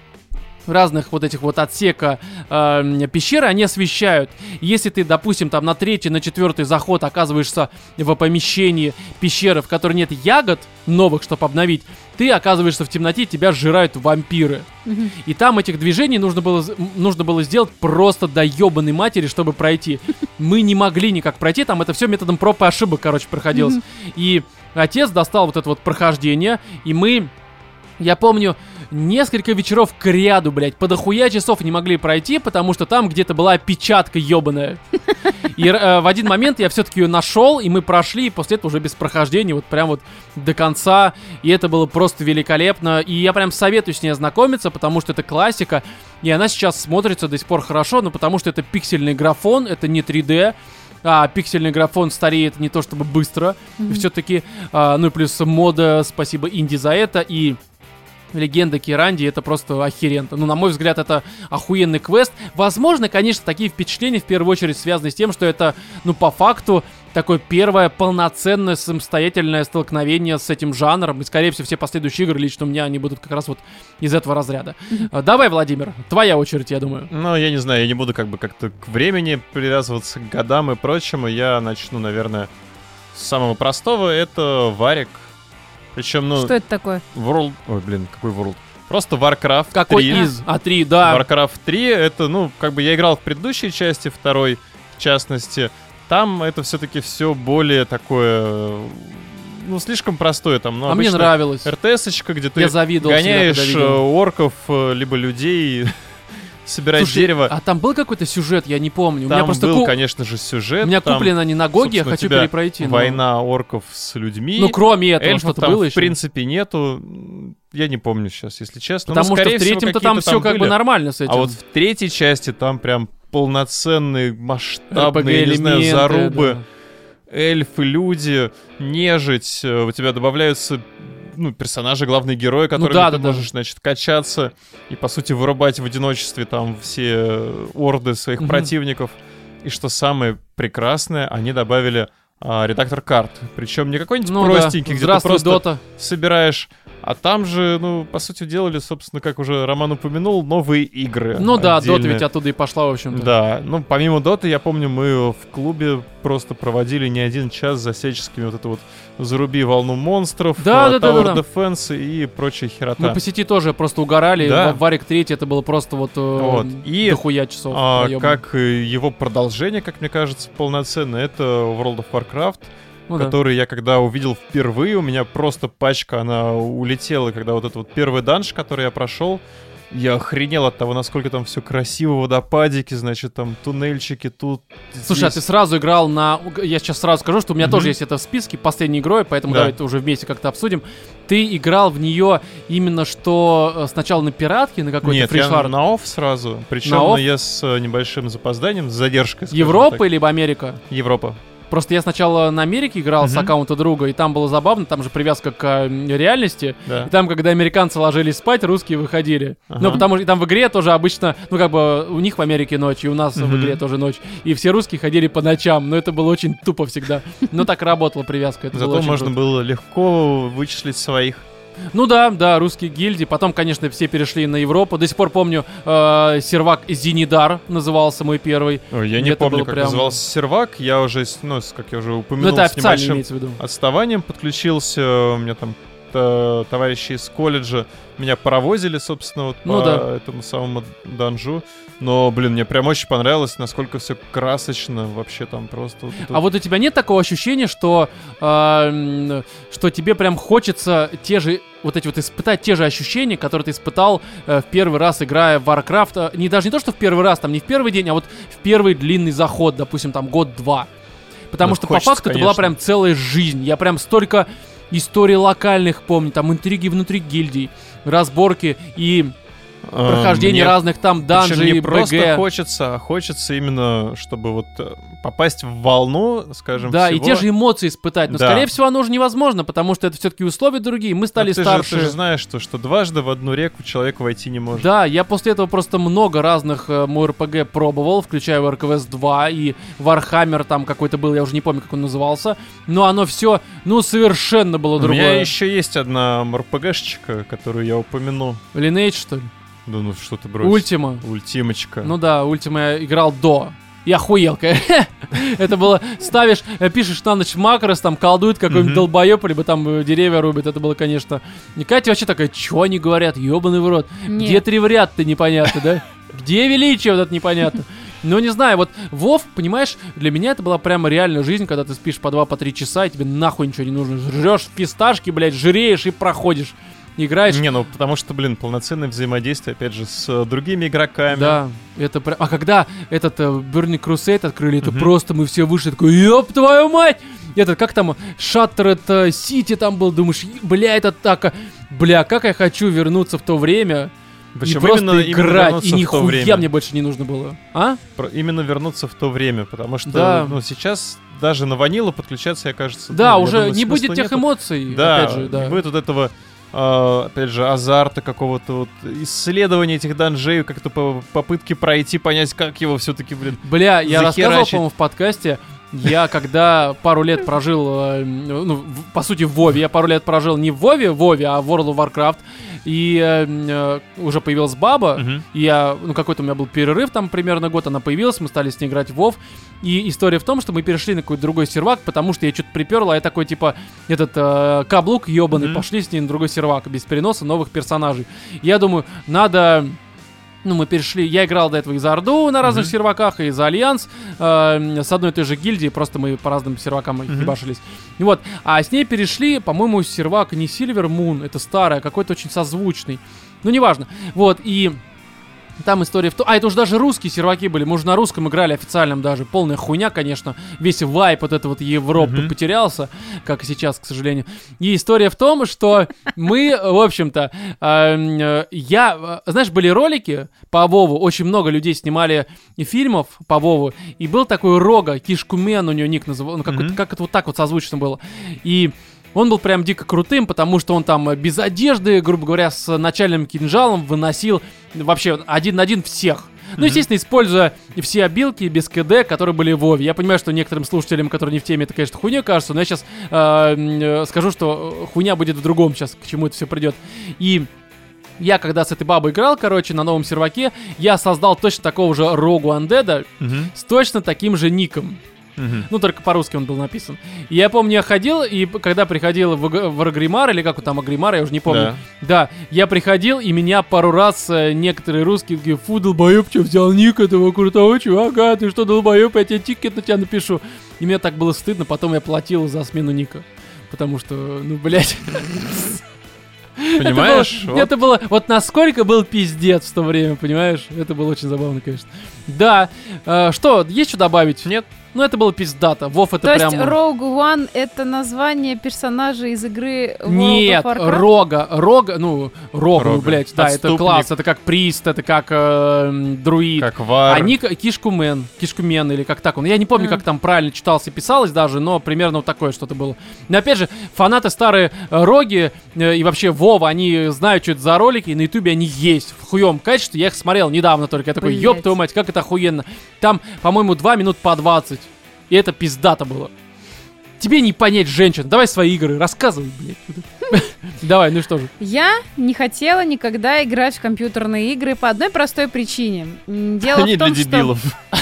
разных вот этих вот отсека э, пещеры, они освещают. Если ты, допустим, там на третий, на четвертый заход оказываешься в помещении пещеры, в которой нет ягод новых, чтобы обновить, ты оказываешься в темноте, и тебя сжирают вампиры. Мгм. И там этих движений нужно было, з- м, нужно было сделать просто до ебаной матери, чтобы пройти. Мы не могли никак пройти, там это все методом проб и ошибок, короче, проходилось. Мгм. И отец достал вот это вот прохождение, и мы, я помню, несколько вечеров к ряду, блядь, по дохуя часов не могли пройти, потому что там где-то была опечатка ебаная. И э, в один момент я все-таки ее нашел, и мы прошли, и после этого уже без прохождения, вот прям вот до конца. И это было просто великолепно. И я прям советую с ней ознакомиться, потому что это классика. И она сейчас смотрится до сих пор хорошо, но потому что это пиксельный графон, это не 3D. А пиксельный графон стареет не то чтобы быстро. Мгм. Все-таки, ну и плюс мода, спасибо Инди за это. И Легенда Киранди это просто охеренно. Ну, на мой взгляд, это охуенный квест. Возможно, конечно, такие впечатления в первую очередь связаны с тем, что это, ну, по факту, такое первое полноценное самостоятельное столкновение с этим жанром. И, скорее всего, все последующие игры лично у меня, они будут как раз вот из этого разряда. А, Давай, Владимир, твоя очередь, я думаю. Ну, я не знаю, я не буду как бы как-то к времени привязываться, к годам и прочему. Я начну, наверное, с самого простого. Это варик. Причем, ну, Что это такое? World... Ой, блин, какой World? Просто Warcraft Какой 3. из? А, три, да. Warcraft 3, это, ну, как бы я играл в предыдущей части, второй, в частности. Там это все-таки все более такое... э, Ну, слишком простое там. Ну, а мне обычно нравилось. РТС-очка, где ты Я завидовал всегда, когда гоняешь э, видел. орков, э, либо людей, собираешь Слушай, дерево. А там был какой-то сюжет, я не помню. у меня Там просто был, ку- конечно же, сюжет. у меня там, куплено не на Гоге, я собственно, хочу у тебя перепройти. но- Война орков с людьми. Ну, кроме этого, Эльфов что-то там, было в еще. принципе, нету. М, Я не помню сейчас, если честно. Ну, Потому что скорее в всего, третьем-то какие-то там все как бы были. нормально с этим. А вот в третьей части там прям полноценные масштабные, я не знаю, RPG-элементы, зарубы, эльфы, люди, нежить. Э, У тебя добавляются ну, персонажи, главные герои, которыми Ну да, ты да, да. можешь, значит, качаться и, по сути, вырубать в одиночестве там все э, орды своих Мгм. противников. И что самое прекрасное, они добавили а, редактор карт. Причем не какой-нибудь да. Ну да. простенький, где ты Здравствуй, просто Дота. собираешь. А там же, ну, по сути, делали, собственно, как уже Роман упомянул, новые игры. Ну да, Дота отдельные. ведь оттуда и пошла, в общем-то. Да, ну помимо доты, я помню, мы в клубе просто проводили не один час за всяческими вот это вот «Заруби волну монстров», Да, да, э, да, Tower да, да. Defense и прочая херота. Мы по сети тоже просто угорали. Да. Ва- Варик 3 это было просто вот, э, Вот. И, дохуя часов. А, наёбан. как э, его продолжение, как мне кажется, полноценное, это World of Warcraft, Ну да. который я когда увидел впервые, у меня просто пачка, она улетела, когда вот этот вот первый данж, который я прошел, я охренел от того, насколько там все красиво, водопадики, значит, там туннельчики тут. Слушай, а здесь. ты сразу играл на... Я сейчас сразу скажу, что у меня Мгм. тоже есть это в списке, последней игрой, поэтому Да. давай это уже вместе как-то обсудим. Ты играл в нее именно что э, сначала на пиратке, на какой-то Нет, я фришар на офф сразу. Причем На офф? я с э, небольшим запозданием, с задержкой. скажем Европа либо Америка? так. Европа. Просто я сначала на Америке играл с Мгм. аккаунта друга, и там было забавно, там же привязка к э, м, реальности. Да. И там, когда американцы ложились спать, русские выходили. Ага. Ну, потому что и там в игре тоже обычно, ну, как бы у них в Америке ночь, и у нас в Мгм. игре тоже ночь. И все русские ходили по ночам, но это было очень тупо всегда. Но так работала привязка. Это было Зато очень можно круто. было легко вычислить своих. Ну да, да, русские гильдии. Потом, конечно, все перешли на Европу. До сих пор помню, э, сервак Зинидар назывался мой первый. Ой, я не Это помню, было как прям- назывался сервак. Я уже, с- ну, с- как я уже Ну, упомянул, это с официально небольшим имеется в виду. отставанием подключился. У меня там э, товарищи из колледжа меня паровозили, собственно, вот Ну по да. этому самому данжу. Но, блин, мне прям очень понравилось, насколько все красочно вообще там просто. это А вот у тебя нет такого ощущения, что, а, м, что тебе прям хочется те же вот эти вот испытать те же ощущения, которые ты испытал э, в первый раз, играя в Warcraft. Э, Не даже не то, что в первый раз, там не в первый день, а вот в первый длинный заход, допустим, там год-два. Потому Ну, что хочется, по факту это была конечно. прям целая жизнь. Я прям столько историй локальных помню, там интриги внутри гильдий, разборки и А, прохождение мне разных там Причем данжей, не просто BG. хочется, а хочется именно, чтобы вот э, попасть в волну, скажем, Да, всего. и А те же эмоции испытать. Но, Да. скорее всего, оно уже невозможно, потому что это все-таки условия другие. Мы Но стали А ты же- старше. ты же знаешь, что, что дважды в одну реку человек войти не может. Да, я после этого просто много разных э, мой РПГ пробовал, включая RKVS 2 и Warhammer там какой-то был, я уже не помню, как он назывался. Но оно все, ну, совершенно было У меня другое. еще есть одна марпгшечка, которую я упомяну. Lineage, что ли? Да ну что ты бросил? Ультима. Ультимочка. Ну да, Ультима я играл до. И охуел, конечно. Это было, ставишь, э, пишешь на ночь макрос, там колдует какой-нибудь Мгм. долбоеб, либо там э, деревья рубит. Это было, конечно... И Катя вообще такая, чё они говорят, ёбаный в рот. Где Нет. три в ряд-то непонятно, да? Где величие вот это непонятно? Ну, не знаю, вот Вов, понимаешь, для меня это была прямо реальная жизнь, когда ты спишь по два, по три часа, и тебе нахуй ничего не нужно. Жрешь фисташки, блядь, жреешь и проходишь. Играешь. Не, ну потому что, блин, полноценное взаимодействие, опять же, с э, другими игроками. Да, это прям... А когда этот э, Burning Crusade открыли, это Мгм. просто мы все вышли, такой, ёб твою мать! Этот, как там, Shattered Сити там был, думаешь, «Е- бля, это так... а, Бля, как я хочу вернуться в то время Причем и просто именно, именно играть, вернуться и в то нихуя время. мне больше не нужно было. А? Про- Именно вернуться в то время, потому что, Да. ну, сейчас даже на ванилу подключаться, я кажется... Да, ну, я уже думаю, не смысла будет тех нету. эмоций, Да, опять же, да. не будет вот этого, а, опять же, азарта какого-то вот исследования этих данжей, как-то по- попытки пройти, понять, как его все-таки, блин... Бля, я рассказывал, захерачить. по-моему, в подкасте, я когда пару лет прожил, э, ну, в- по сути, в Вове, я пару лет прожил не в Вове, Вове, а в World of Warcraft, и э, м, э, уже появилась баба, Мгм. и я, ну, какой-то у меня был перерыв, там примерно год она появилась, мы стали с ней играть в Вов, и история в том, что мы перешли на какой-то другой сервак, потому что я что-то приперла, а я такой, типа, этот э, каблук ебаный, Мгм. пошли с ней на другой сервак, без переноса новых персонажей. Я думаю, надо... Ну, мы перешли, я играл до этого и за Орду на разных Мгм. серваках, и за Альянс, э, с одной и той же гильдии, просто мы по разным сервакам Мгм. ебашились. И Вот, а с ней перешли, по-моему, сервак не Silver Moon, это старая, какой-то очень созвучный. Ну, неважно. Вот, и там история в том... А, это уже даже русские серваки были. Мы уже на русском играли официальном даже. Полная хуйня, конечно. Весь вайп вот это вот Европы Мгм. потерялся, как и сейчас, к сожалению. И история в том, что мы, в общем-то, э, м, э, я... э, Знаешь, были ролики по Вову. Очень много людей снимали и фильмов по Вову. И был такой Рога, Кишкумен у него ник называл. Ну, как, Мгм. как это вот так вот созвучно было. И он был прям дико крутым, потому что он там э, без одежды, грубо говоря, с начальным кинжалом выносил вообще один на один всех. Ну, Мгм. естественно, используя все обилки без КД, которые были в Вове. Я понимаю, что некоторым слушателям, которые не в теме, это, конечно, хуйня кажется, но я сейчас скажу, что э, хуйня будет в другом сейчас, к чему это все придет. И я, когда с этой бабой играл, короче, на новом серваке, я создал точно такого же Рогу Андеда Мгм. с точно таким же ником. Мгм. Ну, только по-русски он был написан. И я помню, я ходил, и п- когда приходил в, Аг- в Агримар, или как он там, Агримар, я уже не помню. Да. я приходил, и меня пару раз э, некоторые русские такие, фу, долбоеб, что взял ник этого крутого чувака, ты что, долбоеб, я тебе тикет на тебя напишу. И мне так было стыдно, потом я платил за смену ника. Потому что, ну, блядь. Да. Понимаешь? Это было, Вот. это было- вот насколько был пиздец в то время, понимаешь? Это было очень забавно, конечно. Да, э, что, есть что добавить? Нет. Ну, это было пиздато. Вов это То прям... есть Rogue One это название персонажа из игры World of Нет, Warcraft? рога, рога, ну, рога, ну, Рога. блядь, да, это Отступник. класс, это как прист, это как э, м, друид. Как вар. А ник Кишкумен, Кишкумен или как так он. Я не помню, А. как там правильно читалось и писалось даже, но примерно вот такое что-то было. Но опять же, фанаты старые э, Роги э, и вообще Вова, они знают, что это за ролики, и на ютубе они есть в хуем качестве. Я их смотрел недавно только. Я такой, Блядь. ёб твою мать, как это охуенно. Там, по-моему, 2 минут по 20. И это пиздато было. Тебе не понять женщин. Давай свои игры, рассказывай, блядь. Давай, ну что же. Я не хотела никогда играть в компьютерные игры по одной простой причине. М, Дело Они в том, для что дебилов.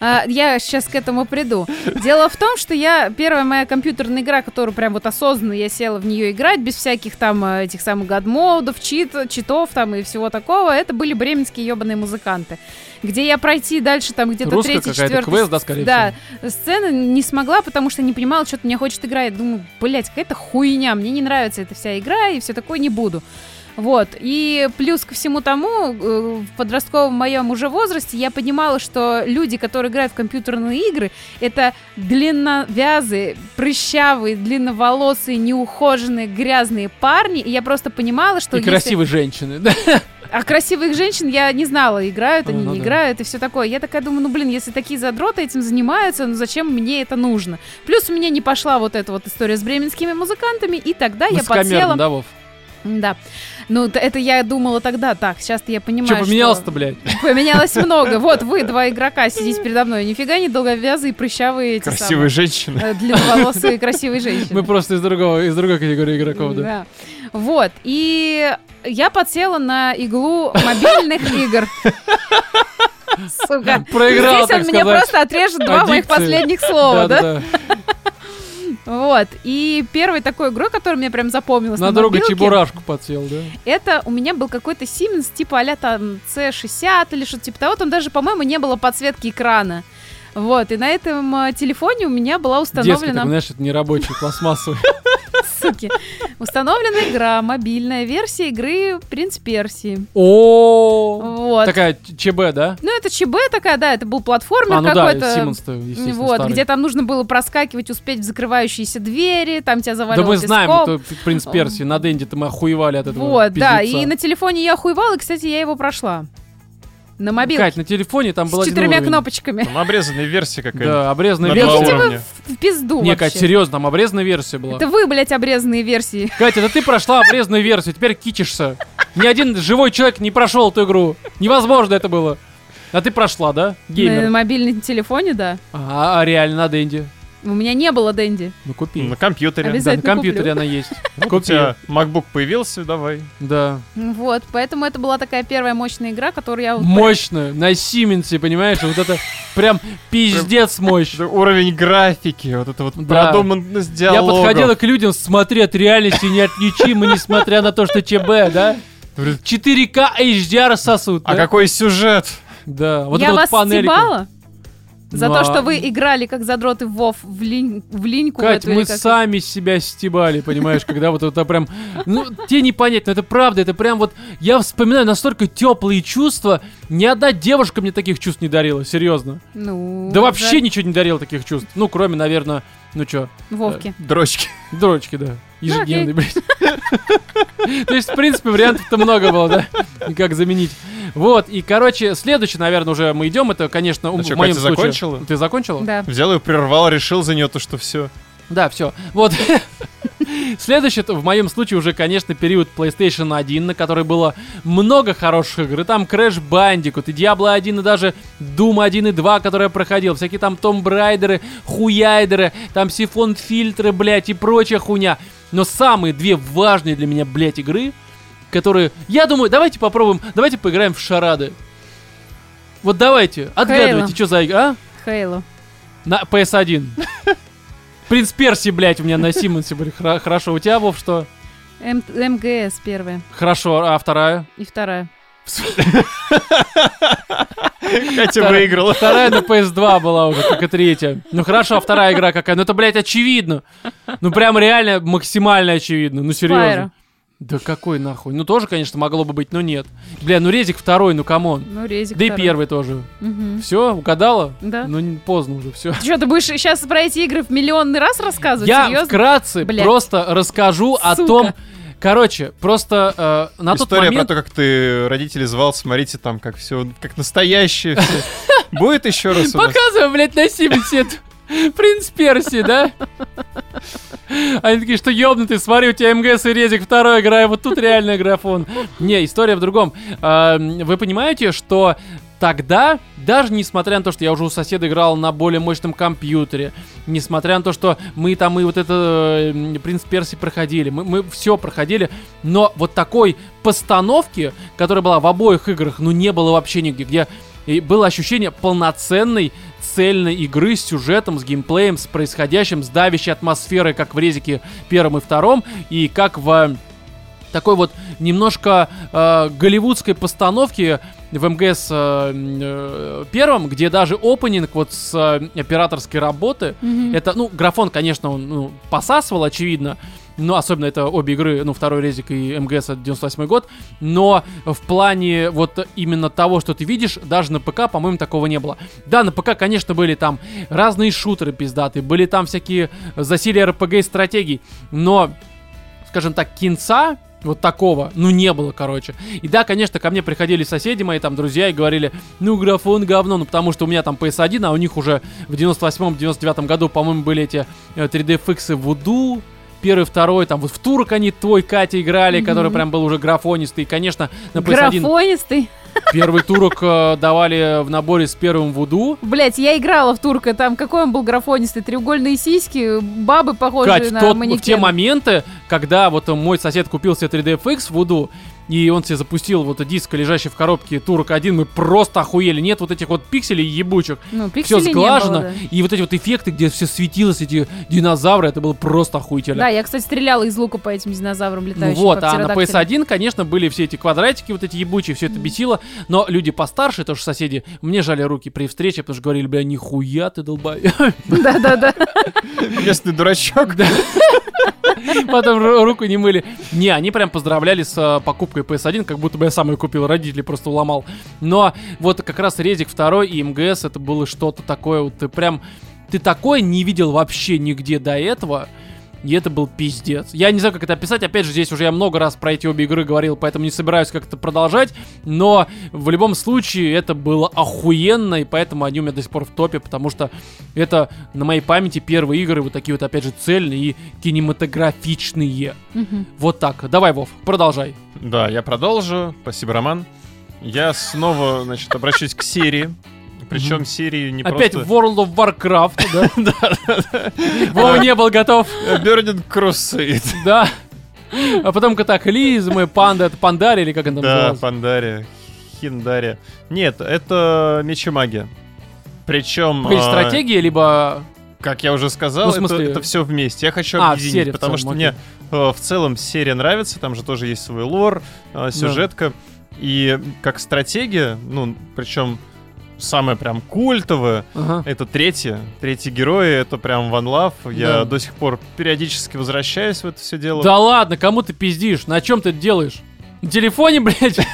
А, Я сейчас к этому приду. Дело в том, что я первая моя компьютерная игра, которую прям вот осознанно я села в нее играть, без всяких там э, этих самых гадмодов, чит, читов там и всего такого, это были бременские ебаные музыканты. Где я пройти дальше там где-то Русская третий, какая-то четвертый... квест, да, скорее Да, сцена не смогла, потому что не понимала, что-то мне хочет игра. Я думаю, блядь, какая-то хуйня, мне не нравится эта вся игра и все такое не буду. Вот, и плюс ко всему тому, э, в подростковом моем уже возрасте я понимала, что люди, которые играют в компьютерные игры, это длинновязые, прыщавые, длинноволосые, неухоженные, грязные парни, и я просто понимала, что И если- красивые женщины, да? а красивых женщин я не знала, играют они, Ну, не да. играют и все такое. Я такая думаю, ну блин, если такие задроты этим занимаются, ну зачем мне это нужно? Плюс у меня не пошла вот эта вот история с бременскими музыкантами, и тогда я Высокомерно, подсела. да, Вов? Да. Ну, т- это я думала тогда так. сейчас я понимаю, Че поменялось-то, блядь? Поменялось много. Вот вы, два игрока, сидите передо мной. Нифига не долговязые, прыщавые эти Красивые женщины. самые, э, длинноволосые красивые женщины. Мы просто из другого, из другой категории игроков, да. Да. Вот. И я подсела на иглу мобильных игр. Сука. Проиграл, Здесь так он мне сказать. просто отрежет два моих Аддикции. последних слова, да? Да-да-да. Вот. И первой такой игрой, которая мне прям запомнилась на, На друга мобилке, Чебурашку подсел, да? это у меня был какой-то Siemens типа а там C60 или что-то типа того. Там даже, по-моему, не было подсветки экрана. Вот, и на этом э, телефоне у меня была Детский, установлена такой, знаешь, это не рабочий, пластмассовый. Суки. Установлена игра, мобильная версия игры «Принц Персии». О, Вот. Такая ЧБ, да? Ну, это ЧБ такая, да, это был платформер А, ну да, какой-то. Симмонс-то, естественно, вот, старый. где там нужно было проскакивать, успеть в закрывающиеся двери, там тебя Да завалило мы знаем, песком. это принц Персии, на Денде-то мы охуевали от этого Вот, да, пиздеца. и на телефоне я охуевала, и, кстати, я его прошла. На мобилке. Кать, на телефоне там было с четырьмя кнопочками. Там обрезанная версия какая-то. Да, обрезанная На версия. два Идите вы уровня. в, в пизду Не, Кать, вообще. серьезно, там обрезанная версия была. Это вы, блядь, обрезанные версии. Катя, это ты прошла обрезанную версию, теперь кичишься. Ни один живой человек не прошел эту игру. Невозможно это было. А ты прошла, да? На, Геймер. мобильном телефоне, да. А, а реально на Денде. У меня не было Дэнди. Ну купи. На компьютере. Да, на Обязательно компьютере куплю. она есть. Вот У Купи. тебя MacBook появился, давай. Да. Ну Вот, поэтому это была такая первая мощная игра, которую я... вот Мощно. На Сименсе, понимаешь? Вот это прям пиздец мощь. Это Уровень графики, вот это вот Да. продуманность Я диалогов. подходила к людям, смотри, от реальности неотличимы, несмотря на то, что ЧБ, да? 4К HDR сосут. да? А какой сюжет? Да, вот я это вас вот панелька. стебала? За Ну, то, а- что вы играли как задроты в Вов в, линь- в линьку. Кать, эту, или мы как- сами себя стебали, понимаешь, когда вот это прям... Ну, тебе не понять, но это правда, это прям вот... Я вспоминаю настолько теплые чувства, ни одна девушка мне таких чувств не дарила, серьезно. Ну, Да вообще жаль. ничего не дарила таких чувств. Ну, кроме, наверное, ну чё, Вовки. Дрочки. дрочки, да. Ну, окей. Ежедневный, блядь. То есть, в принципе, вариантов-то много было, да? И Как заменить. Вот, и, короче, следующий, наверное, уже мы идем. Это, конечно, А ум- чё, в моем Катя, случае... закончила? Ты закончила? Да. Взял ее, прервал, решил за нее то, что все. Да, все. Вот. Следующий, это в моем случае, уже, конечно, период PlayStation 1, на который было много хороших игр. И там Crash Bandicoot, и Diablo 1, и даже Doom 1 и 2, которые я проходил. Всякие там Tomb Raider, хуяйдеры, там сифон фильтры, блядь, и прочая хуйня. Но самые две важные для меня, блядь, игры, которые... Я думаю, давайте попробуем, давайте поиграем в шарады. Вот давайте, отгадывайте, что за игра, а? Хейло. На PS1. Принц Перси, блядь, у меня на Симмонсе были. Хра- Хорошо, у тебя, Вов, что? М- МГС первая Хорошо, а вторая? и вторая. Катя Вторая- выиграла. Вторая на PS2 была уже, как и третья. Ну хорошо, а вторая игра какая? Ну это, блядь, очевидно. Ну прям реально максимально очевидно. Ну серьезно. Спайро. Да какой нахуй? Ну тоже, конечно, могло бы быть, но нет. Бля, ну Резик второй, ну камон. Ну, резик Да и второй. первый тоже. Мгм. Все, угадала? Да. Ну не- поздно уже, все. Ты что, ты будешь сейчас про эти игры в миллионный раз рассказывать? Я Серьезно? вкратце Блядь. просто расскажу о Сука. том... Короче, просто э, на тот История момент... про то, как ты родителей звал, смотрите там, как все, как настоящее все. Будет еще раз у нас? Показывай, блядь, на Симонсе эту Принц Перси, да? Они такие, что ёбнутый, смотри, у тебя МГС и Резик второй игра, и вот тут реально графон. Не, история в другом. А, м, Вы понимаете, что тогда, даже несмотря на то, что я уже у соседа играл на более мощном компьютере, несмотря на то, что мы там и вот это э, «Принц Перси» проходили, мы, мы все проходили, но вот такой постановки, которая была в обоих играх, ну не было вообще нигде, где И было ощущение полноценной цельной игры с сюжетом, с геймплеем, с происходящим, с давящей атмосферой, как в Резике первом и втором, и как в такой вот немножко э, голливудской постановке в МГС э, э, первом, где даже опенинг вот с э, операторской работы, Мгм. это, ну, графон, конечно, он ну, посасывал, очевидно, но особенно это обе игры, ну, второй резик и МГС от 98 год, но в плане вот именно того, что ты видишь, даже на ПК, по-моему, такого не было. Да, на ПК, конечно, были там разные шутеры пиздатые, были там всякие засилия РПГ и стратегий, но скажем так, кинца вот такого, ну, не было, короче. И да, конечно, ко мне приходили соседи мои, там, друзья, и говорили, ну, графон говно, ну, потому что у меня там PS1, а у них уже в 98-99 году, по-моему, были эти э, 3D-фиксы Voodoo, первый, второй, там, вот в турок они твой Катя играли, который прям был уже графонистый, и, конечно, на PS1 Графонистый. первый турок э, давали в наборе с первым Вуду, Блять, я играла в турка, там какой он был графонистый, треугольные сиськи, бабы похожие Кать, в, на тот- в манекены. те моменты, когда вот э, мой сосед купил себе 3DFX в Вуду, и он себе запустил вот диск, лежащий в коробке Турок 1, мы просто охуели. Нет вот этих вот пикселей ебучих. Ну, Все пикселей не было, сглажено. да. И вот эти вот эффекты, где все светилось, эти динозавры, это было просто охуительно. Да, я, кстати, стреляла из лука по этим динозаврам Ну летающим. вот, как а на птеродактилям. PS1, конечно, были все эти квадратики вот эти ебучие, все это бесило, но люди постарше, тоже соседи, мне жали руки при встрече, потому что говорили, бля, нихуя ты долбоеб. Да-да-да. Местный дурачок. Потом ру- руку не мыли. Не, они прям поздравляли с э, покупкой PS1, как будто бы я сам ее купил, родители просто уломал. Но вот как раз Резик 2 и МГС это было что-то такое, вот ты прям... Ты такое не видел вообще нигде до этого. И это был пиздец. Я не знаю, как это описать. Опять же, здесь уже я много раз про эти обе игры говорил, поэтому не собираюсь как-то продолжать. Но в любом случае это было охуенно, и поэтому они у меня до сих пор в топе, потому что это на моей памяти первые игры вот такие вот, опять же, цельные и кинематографичные. Мгм. Вот так. Давай, Вов, продолжай. Да, я продолжу. Спасибо, Роман. Я снова, значит, обращусь к серии. Причем серии не Опять просто... World of Warcraft, да? Вов не был готов, Бернин А, Crusade. да. А потом катаклизмы, панда, это пандари или как она там Да, называлась? Пандария. Хиндария. Нет, это мечи магия. Причем... Погоди, а, стратегия, либо... Как я уже сказал, Ну, в смысле- это, все вместе. Я хочу А, в объединить, серии в потому целом, что мне э, в целом серия нравится, там же тоже есть свой лор, э, сюжетка. И как стратегия, ну, причем самая прям культовая, Ага. это третья. Третий герой, это прям Ван Лав. Я Да. до сих пор периодически возвращаюсь в это все дело. Да ладно, кому ты пиздишь? На чем ты это делаешь? На телефоне, блядь?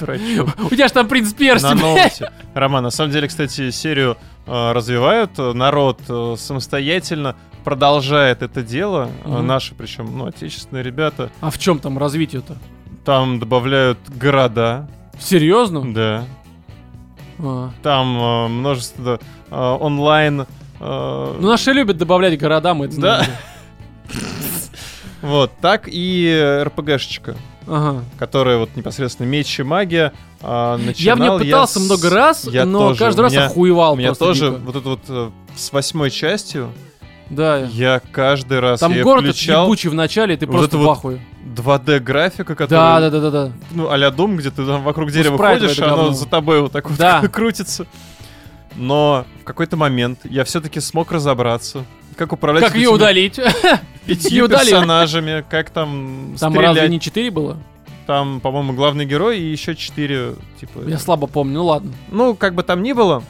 Дурачок. У тебя же там принц Перси, На блядь. новости. Роман, на самом деле, кстати, серию э, развивают. э, Народ э, самостоятельно продолжает это дело. э, Мгм. Наши, причем, ну, отечественные ребята. А в чем там развитие-то? Там добавляют города. Серьезно? Да. А. Там э, множество э, онлайн... э, Ну, наши любят добавлять города, мы это Да. знаем. Вот, так и РПГшечка, Ага. которая вот непосредственно меч и магия. а, Я в нее начинал пытался с- много раз, я но тоже. каждый У раз меня- охуевал У меня просто тоже дико. вот это вот э, с восьмой частью Да. я каждый раз Там я город этот включал ебучий в начале, и ты вот просто это в вот ахуе. 2D графика, Да, которая да, да, да, да. ну, а-ля Doom, где ты там вокруг дерева спрайт ходишь, и Ну, это оно говно. за тобой вот так вот Да. крутится. Но в какой-то момент я все-таки смог разобраться, как управлять Как вот ее этими удалить? пятью Её удалили. персонажами, как там, Там стрелять. разве не 4 было? Там, по-моему, главный герой и еще четыре, типа... Я слабо помню, ну ладно. Ну, как бы там ни было,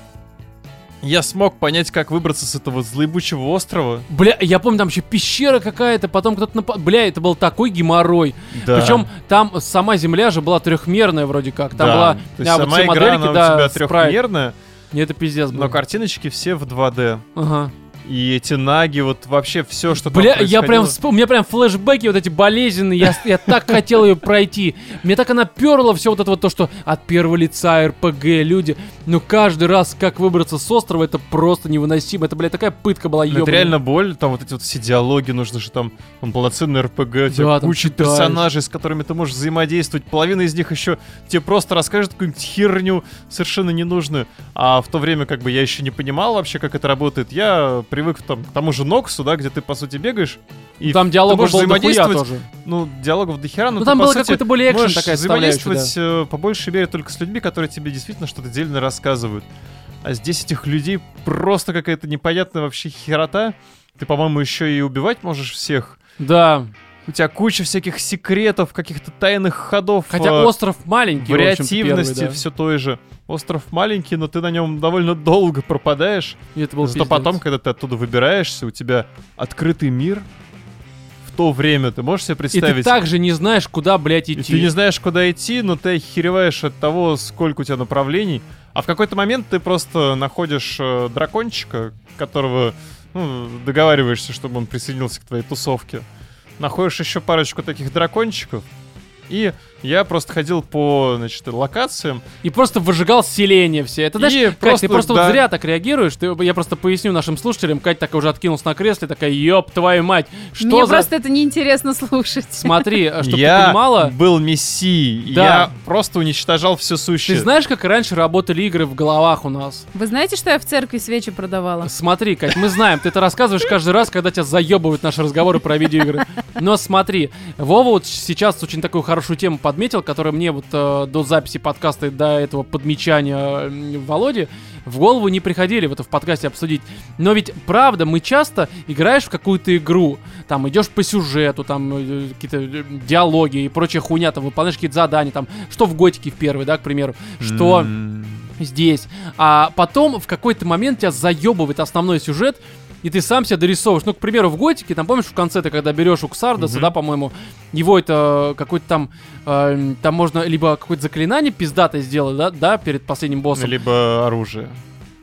я смог понять, как выбраться с этого злоебучего острова. Бля, я помню, там еще пещера какая-то, потом кто-то напа... Бля, это был такой геморрой. Да. Причем там сама земля же была трехмерная вроде как. Там Да. была... То есть а, вот сама все игра, модельки, она да, у тебя спрайт. трехмерная, Не, это пиздец был. но картиночки все в 2D. Ага. И эти наги, вот вообще все, что там Бля, я прям, происходило. вспом- у меня прям флешбеки вот эти болезненные, я, я так хотел ее пройти. Мне так она перла все вот это вот то, что от первого лица РПГ люди. Но каждый раз, как выбраться с острова, это просто невыносимо. Это, бля, такая пытка была, Ну, ё Это реально боль, там вот эти вот все диалоги, нужно же там, там полноценный РПГ, у тебя Да, там куча читаешь. персонажей, с которыми ты можешь взаимодействовать, половина из них еще тебе просто расскажет какую-нибудь херню совершенно ненужную, а в то время как бы я еще не понимал вообще, как это работает, я привык там к тому же Ноксу, да, где ты по сути бегаешь, И Ну, Там диалог можешь был дохуя взаимодействовать, тоже. ну, диалогов дохера, Ну но ты, там по был сути, какой-то более экшен можешь такая составляющая. взаимодействовать э, по большей мере только с людьми, которые тебе действительно что-то дельно рассказывают. А здесь этих людей просто какая-то непонятная вообще херота. Ты, по-моему, еще и убивать можешь всех. Да. Да. У тебя куча всяких секретов, каких-то тайных ходов. Хотя э, остров маленький, в общем-то, первый, вариативности да. все той же. Остров маленький, но ты на нем довольно долго пропадаешь. И это был Зато пиздец. потом, когда ты оттуда выбираешься, у тебя открытый мир. В то время ты можешь себе И представить? ты также не знаешь, куда, блядь, И идти. ты не знаешь, куда идти, но ты охереваешь от того, сколько у тебя направлений. А в какой-то момент ты просто находишь э, дракончика, которого ну, договариваешься, чтобы он присоединился к твоей тусовке. Находишь еще парочку таких дракончиков. И я просто ходил по значит, локациям. И просто выжигал селение все. Это И знаешь, Кать, просто, ты просто да. вот зря так реагируешь. Ты, я просто поясню нашим слушателям. Кать такая уже откинулась на кресле, такая, ёб твою мать, что Мне за... просто это неинтересно слушать. Смотри, чтобы я А ты понимала, был мессией. Да. Я просто уничтожал все сущее. ты знаешь, как раньше работали игры в головах у нас? Вы знаете, что я в церкви свечи продавала? Смотри, Кать, мы знаем, ты это рассказываешь каждый раз, когда тебя заебывают наши разговоры про видеоигры. Но смотри, Вова вот сейчас очень такую хорошую тему подметил, которая мне вот э, до записи подкаста и до этого подмечания э, Володи в голову не приходили в это в подкасте обсудить. Но ведь правда, мы часто играешь в какую-то игру, там идешь по сюжету, там э, какие-то э, диалоги и прочая хуйня, там выполняешь какие-то задания, там что в готике в первой, да, к примеру, что М. здесь. А потом в какой-то момент тебя заебывает основной сюжет, и ты сам себя дорисовываешь. Ну, к примеру, в Готике, там помнишь, в конце ты когда берешь у Ксардаса, Мгм. да, по-моему, его это э, какой-то там, эм, там можно либо какое-то заклинание пиздатое сделать, да, да, перед последним боссом, Либо оружие.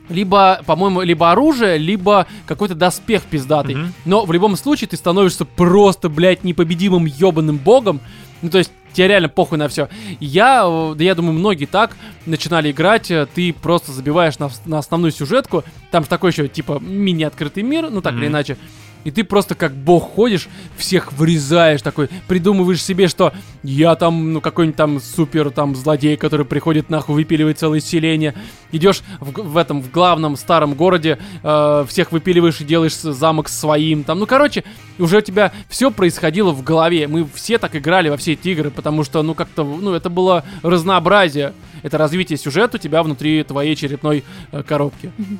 либо, по-моему, либо оружие, либо какой-то доспех пиздатый. Мгм. Но в любом случае ты становишься просто, блядь, непобедимым ебаным богом. Ну, то есть тебе реально похуй на все. Я, э, да я думаю, многие так начинали играть. э, Ты просто забиваешь на, вс- на основную сюжетку. Там же такой еще, типа, мини-открытый мир, ну так или Мгм. иначе. И ты просто как бог ходишь, всех врезаешь такой, придумываешь себе, что я там, ну, какой-нибудь там супер там злодей, который приходит нахуй выпиливает целое селение. Идешь в, г- в этом, в главном старом городе, э, всех выпиливаешь и делаешь с- замок своим. Там, ну, короче, уже у тебя все происходило в голове. Мы все так играли во все эти игры, потому что, ну, как-то, ну, это было разнообразие. Это развитие сюжета у тебя внутри твоей черепной э, коробки. Мгм.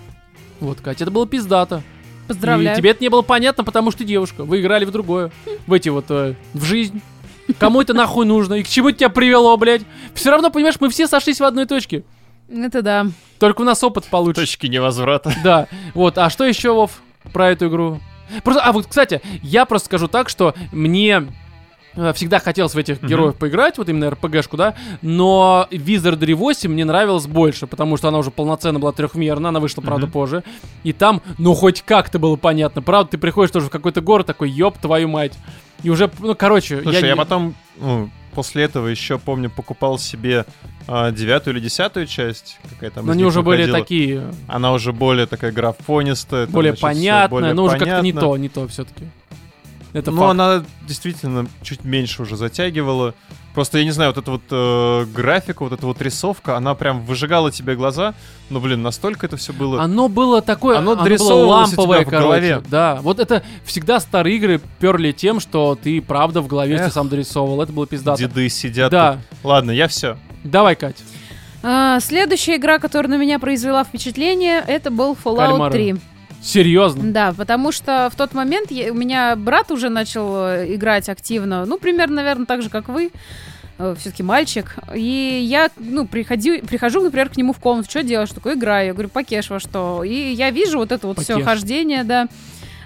Вот, Катя, это было пиздато. Поздравляю. Хм. И тебе это не было понятно, потому что ты девушка. Вы играли в другое. В эти вот... э, в жизнь. Кому это нахуй нужно? И к чему это тебя привело, блядь? Все равно, понимаешь, мы все сошлись в одной точке. Это да. Только у нас опыт получше. Точки невозврата. Да, вот. А что еще, Вов, про эту игру? Просто, а вот, кстати, я просто скажу так, что мне э, всегда хотелось в этих Мгм. героев поиграть, вот именно РПГшку, да, но Wizardry 8 мне нравилась больше, потому что она уже полноценно была трехмерна, она вышла, правда, Мгм. позже, и там, ну, хоть как-то было понятно, правда, ты приходишь тоже в какой-то город такой, ёб твою мать, и уже, ну, короче, Слушай, я, не- потом, ну, после этого еще, помню, покупал себе а, девятую или десятую часть. Какая там но из они них уже были выходила. такие, Она уже более такая графонистая. там, более значит, всё понятные, более но уже как-то не понятно. то, не то все таки Это ну, факт. она действительно чуть меньше уже затягивала. Просто, я не знаю, вот эта вот э, графика, вот эта вот рисовка, она прям выжигала тебе глаза. Но, блин, настолько это все было... Оно было такое, Оно оно, было дорисовывалось у тебя ламповое, в короче. голове. Да, вот это всегда старые игры перли тем, что ты правда в голове все Эх. сам дорисовывал. Это было пиздато. Деды сидят. Да, тут. Ладно, я все. давай, Кать. А, следующая игра, которая на меня произвела впечатление, это был Fallout Кальмары. 3. Серьезно. А, Да, потому что в тот момент я- у меня брат уже начал э, играть активно. Ну, примерно, наверное, так же, как вы. Все-таки мальчик. И я, ну, приходи, прихожу, например, к нему в комнату. Что делаешь? Такой, играю. Я говорю, покеш во что? И я вижу вот это вот все Покеш. хождение, да.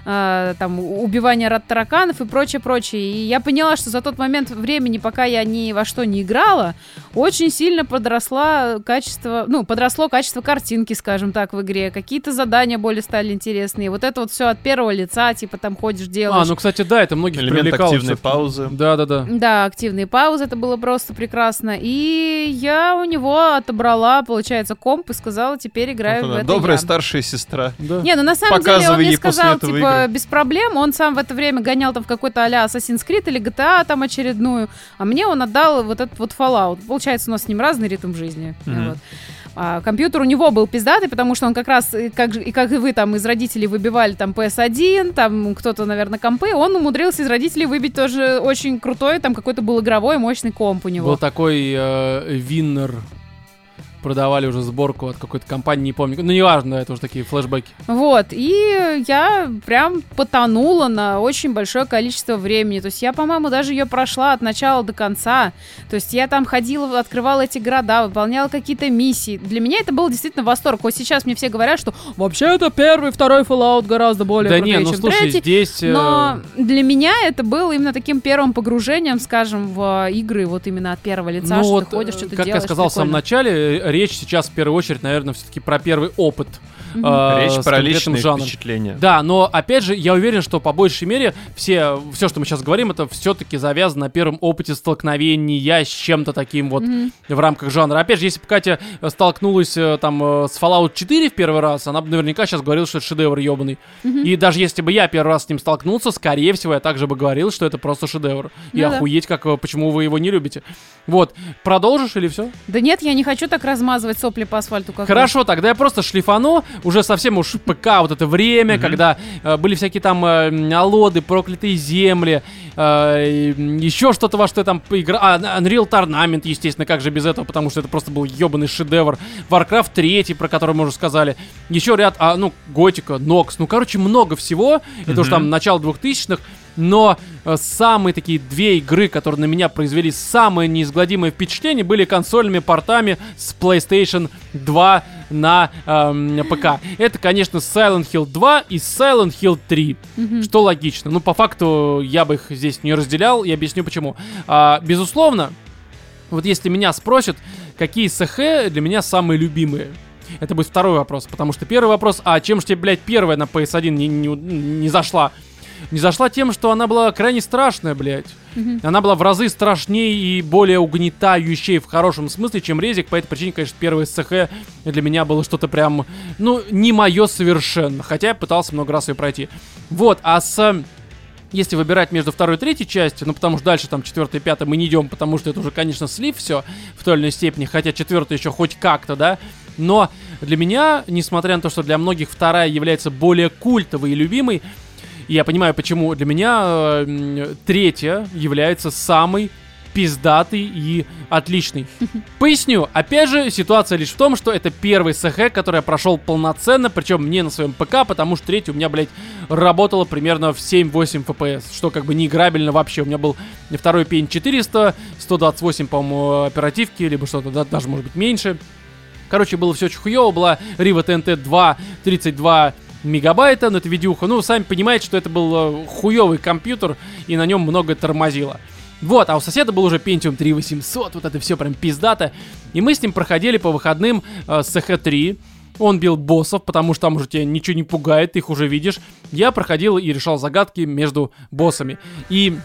а, там у- убивание рад тараканов и прочее, прочее. И я поняла, что за тот момент времени, пока я ни во что не играла, очень сильно подросла качество, ну, подросло качество картинки, скажем так, в игре. Какие-то задания более стали интересные. Вот это вот все от первого лица, типа там ходишь, А, делаешь. ну, кстати, да, это многих Элемент привлекало. активной всё-таки. паузы. Да, да, да. Да, активные паузы, это было просто прекрасно. И я у него отобрала, получается, комп и сказала, теперь играю Вот в она, это Ну, Добрая я. старшая сестра. Да. Не, ну на самом деле Показывай он мне ей после сказал, этого типа, игры. без проблем. Он сам в это время гонял там в какой-то а-ля Assassin's Creed или GTA там очередную. А мне он отдал вот этот вот Fallout. Получается, у нас с ним разный ритм жизни. Мгм. Вот. А, компьютер у него был пиздатый, потому что он как раз, э, как, же- и как и вы там из родителей выбивали там PS1, там кто-то, наверное, компы, он умудрился из родителей выбить тоже очень крутой, там какой-то был игровой мощный комп у него. Был такой э, Виннер. Продавали уже сборку от какой-то компании, не помню. Ну, неважно, это уже такие флешбеки. Вот, и я прям потонула на очень большое количество времени. То есть я, по-моему, даже ее прошла от начала до конца. То есть я там ходила, открывала эти города, выполняла какие-то миссии. Для меня это был действительно восторг. Вот сейчас мне все говорят, что вообще это первый, второй Fallout гораздо более да крутее, не, ну чем слушай, третий». здесь... э, Но для меня это было именно таким первым погружением, скажем, в э, игры, вот именно от первого лица, ну что вот, ты ходишь, э, что ты как делаешь. я сказал в самом прикольно. начале, э, речь сейчас в первую очередь, наверное, все-таки про первый опыт. Мгм. э, Речь с про конкретным личные жанром. впечатления. Да, но опять же, я уверен, что по большей мере все, все, что мы сейчас говорим, это все-таки завязано на первом опыте столкновения с чем-то таким вот Мгм. в рамках жанра. Опять же, если бы Катя э, столкнулась э, там э, с Fallout 4 в первый раз, она бы наверняка сейчас говорила, что это шедевр ебаный. Мгм. И даже если бы я первый раз с ним столкнулся, скорее всего, я также бы говорил, что это просто шедевр. И Ну да. охуеть, как, э, почему вы его не любите. Вот. Продолжишь или все? Да нет, я не хочу так размазывать сопли по асфальту, как вы. Хорошо, тогда я просто шлифану уже совсем уж ПК вот это время, когда э, были всякие там э, м, алоды, проклятые земли, э, еще что-то во что я там поиграл. А, на- Unreal Tournament, естественно, как же без этого, потому что это просто был ебаный шедевр. Warcraft 3, про который мы уже сказали. Еще ряд, а, ну, Готика, Нокс. Ну, короче, много всего. Это уже Мгм. там начало 2000-х. Но э, самые такие две игры, которые на меня произвели самое неизгладимое впечатление, были консольными портами с PlayStation 2 на эм, ПК. Это, конечно, Silent Hill 2 и Silent Hill 3. Мгм. Что логично. Ну, по факту, я бы их здесь не разделял, и объясню почему. А, безусловно, вот если меня спросят, какие СХ для меня самые любимые, это будет второй вопрос, потому что первый вопрос, а чем же тебе, блядь, первая на PS1 не, не, у- не зашла? Не зашла тем, что она была крайне страшная, блядь. Мгм. Она была в разы страшнее и более угнетающей в хорошем смысле, чем Резик. По этой причине, конечно, первое СХ для меня было что-то прям, ну, не мое совершенно. Хотя я пытался много раз ее пройти. Вот, а с... э, Если выбирать между второй и третьей частью, ну потому что дальше там четвертая и пятая мы не идем, потому что это уже, конечно, слив все в той или иной степени, хотя четвертая еще хоть как-то, да, но для меня, несмотря на то, что для многих вторая является более культовой и любимой, и я понимаю, почему для меня э, м, третья является самой пиздатой и отличной. Поясню. Опять же, ситуация лишь в том, что это первый СХ, который я прошел полноценно, причем не на своем ПК, потому что третий у меня, блядь, работала примерно в 7-8 FPS, что как бы не играбельно вообще. У меня был второй пень 400, 128, по-моему, оперативки, либо что-то, да, даже, может быть, меньше. Короче, было все очень хуево, была Riva TNT 2, 32 мегабайта, но это видюха. Ну, сами понимаете, что это был э, хуёвый компьютер, и на нем многое тормозило. Вот, а у соседа был уже Pentium 3800, вот это все прям пиздато. И мы с ним проходили по выходным э, с CH3. Он бил боссов, потому что там уже тебя ничего не пугает, ты их уже видишь. Я проходил и решал загадки между боссами. И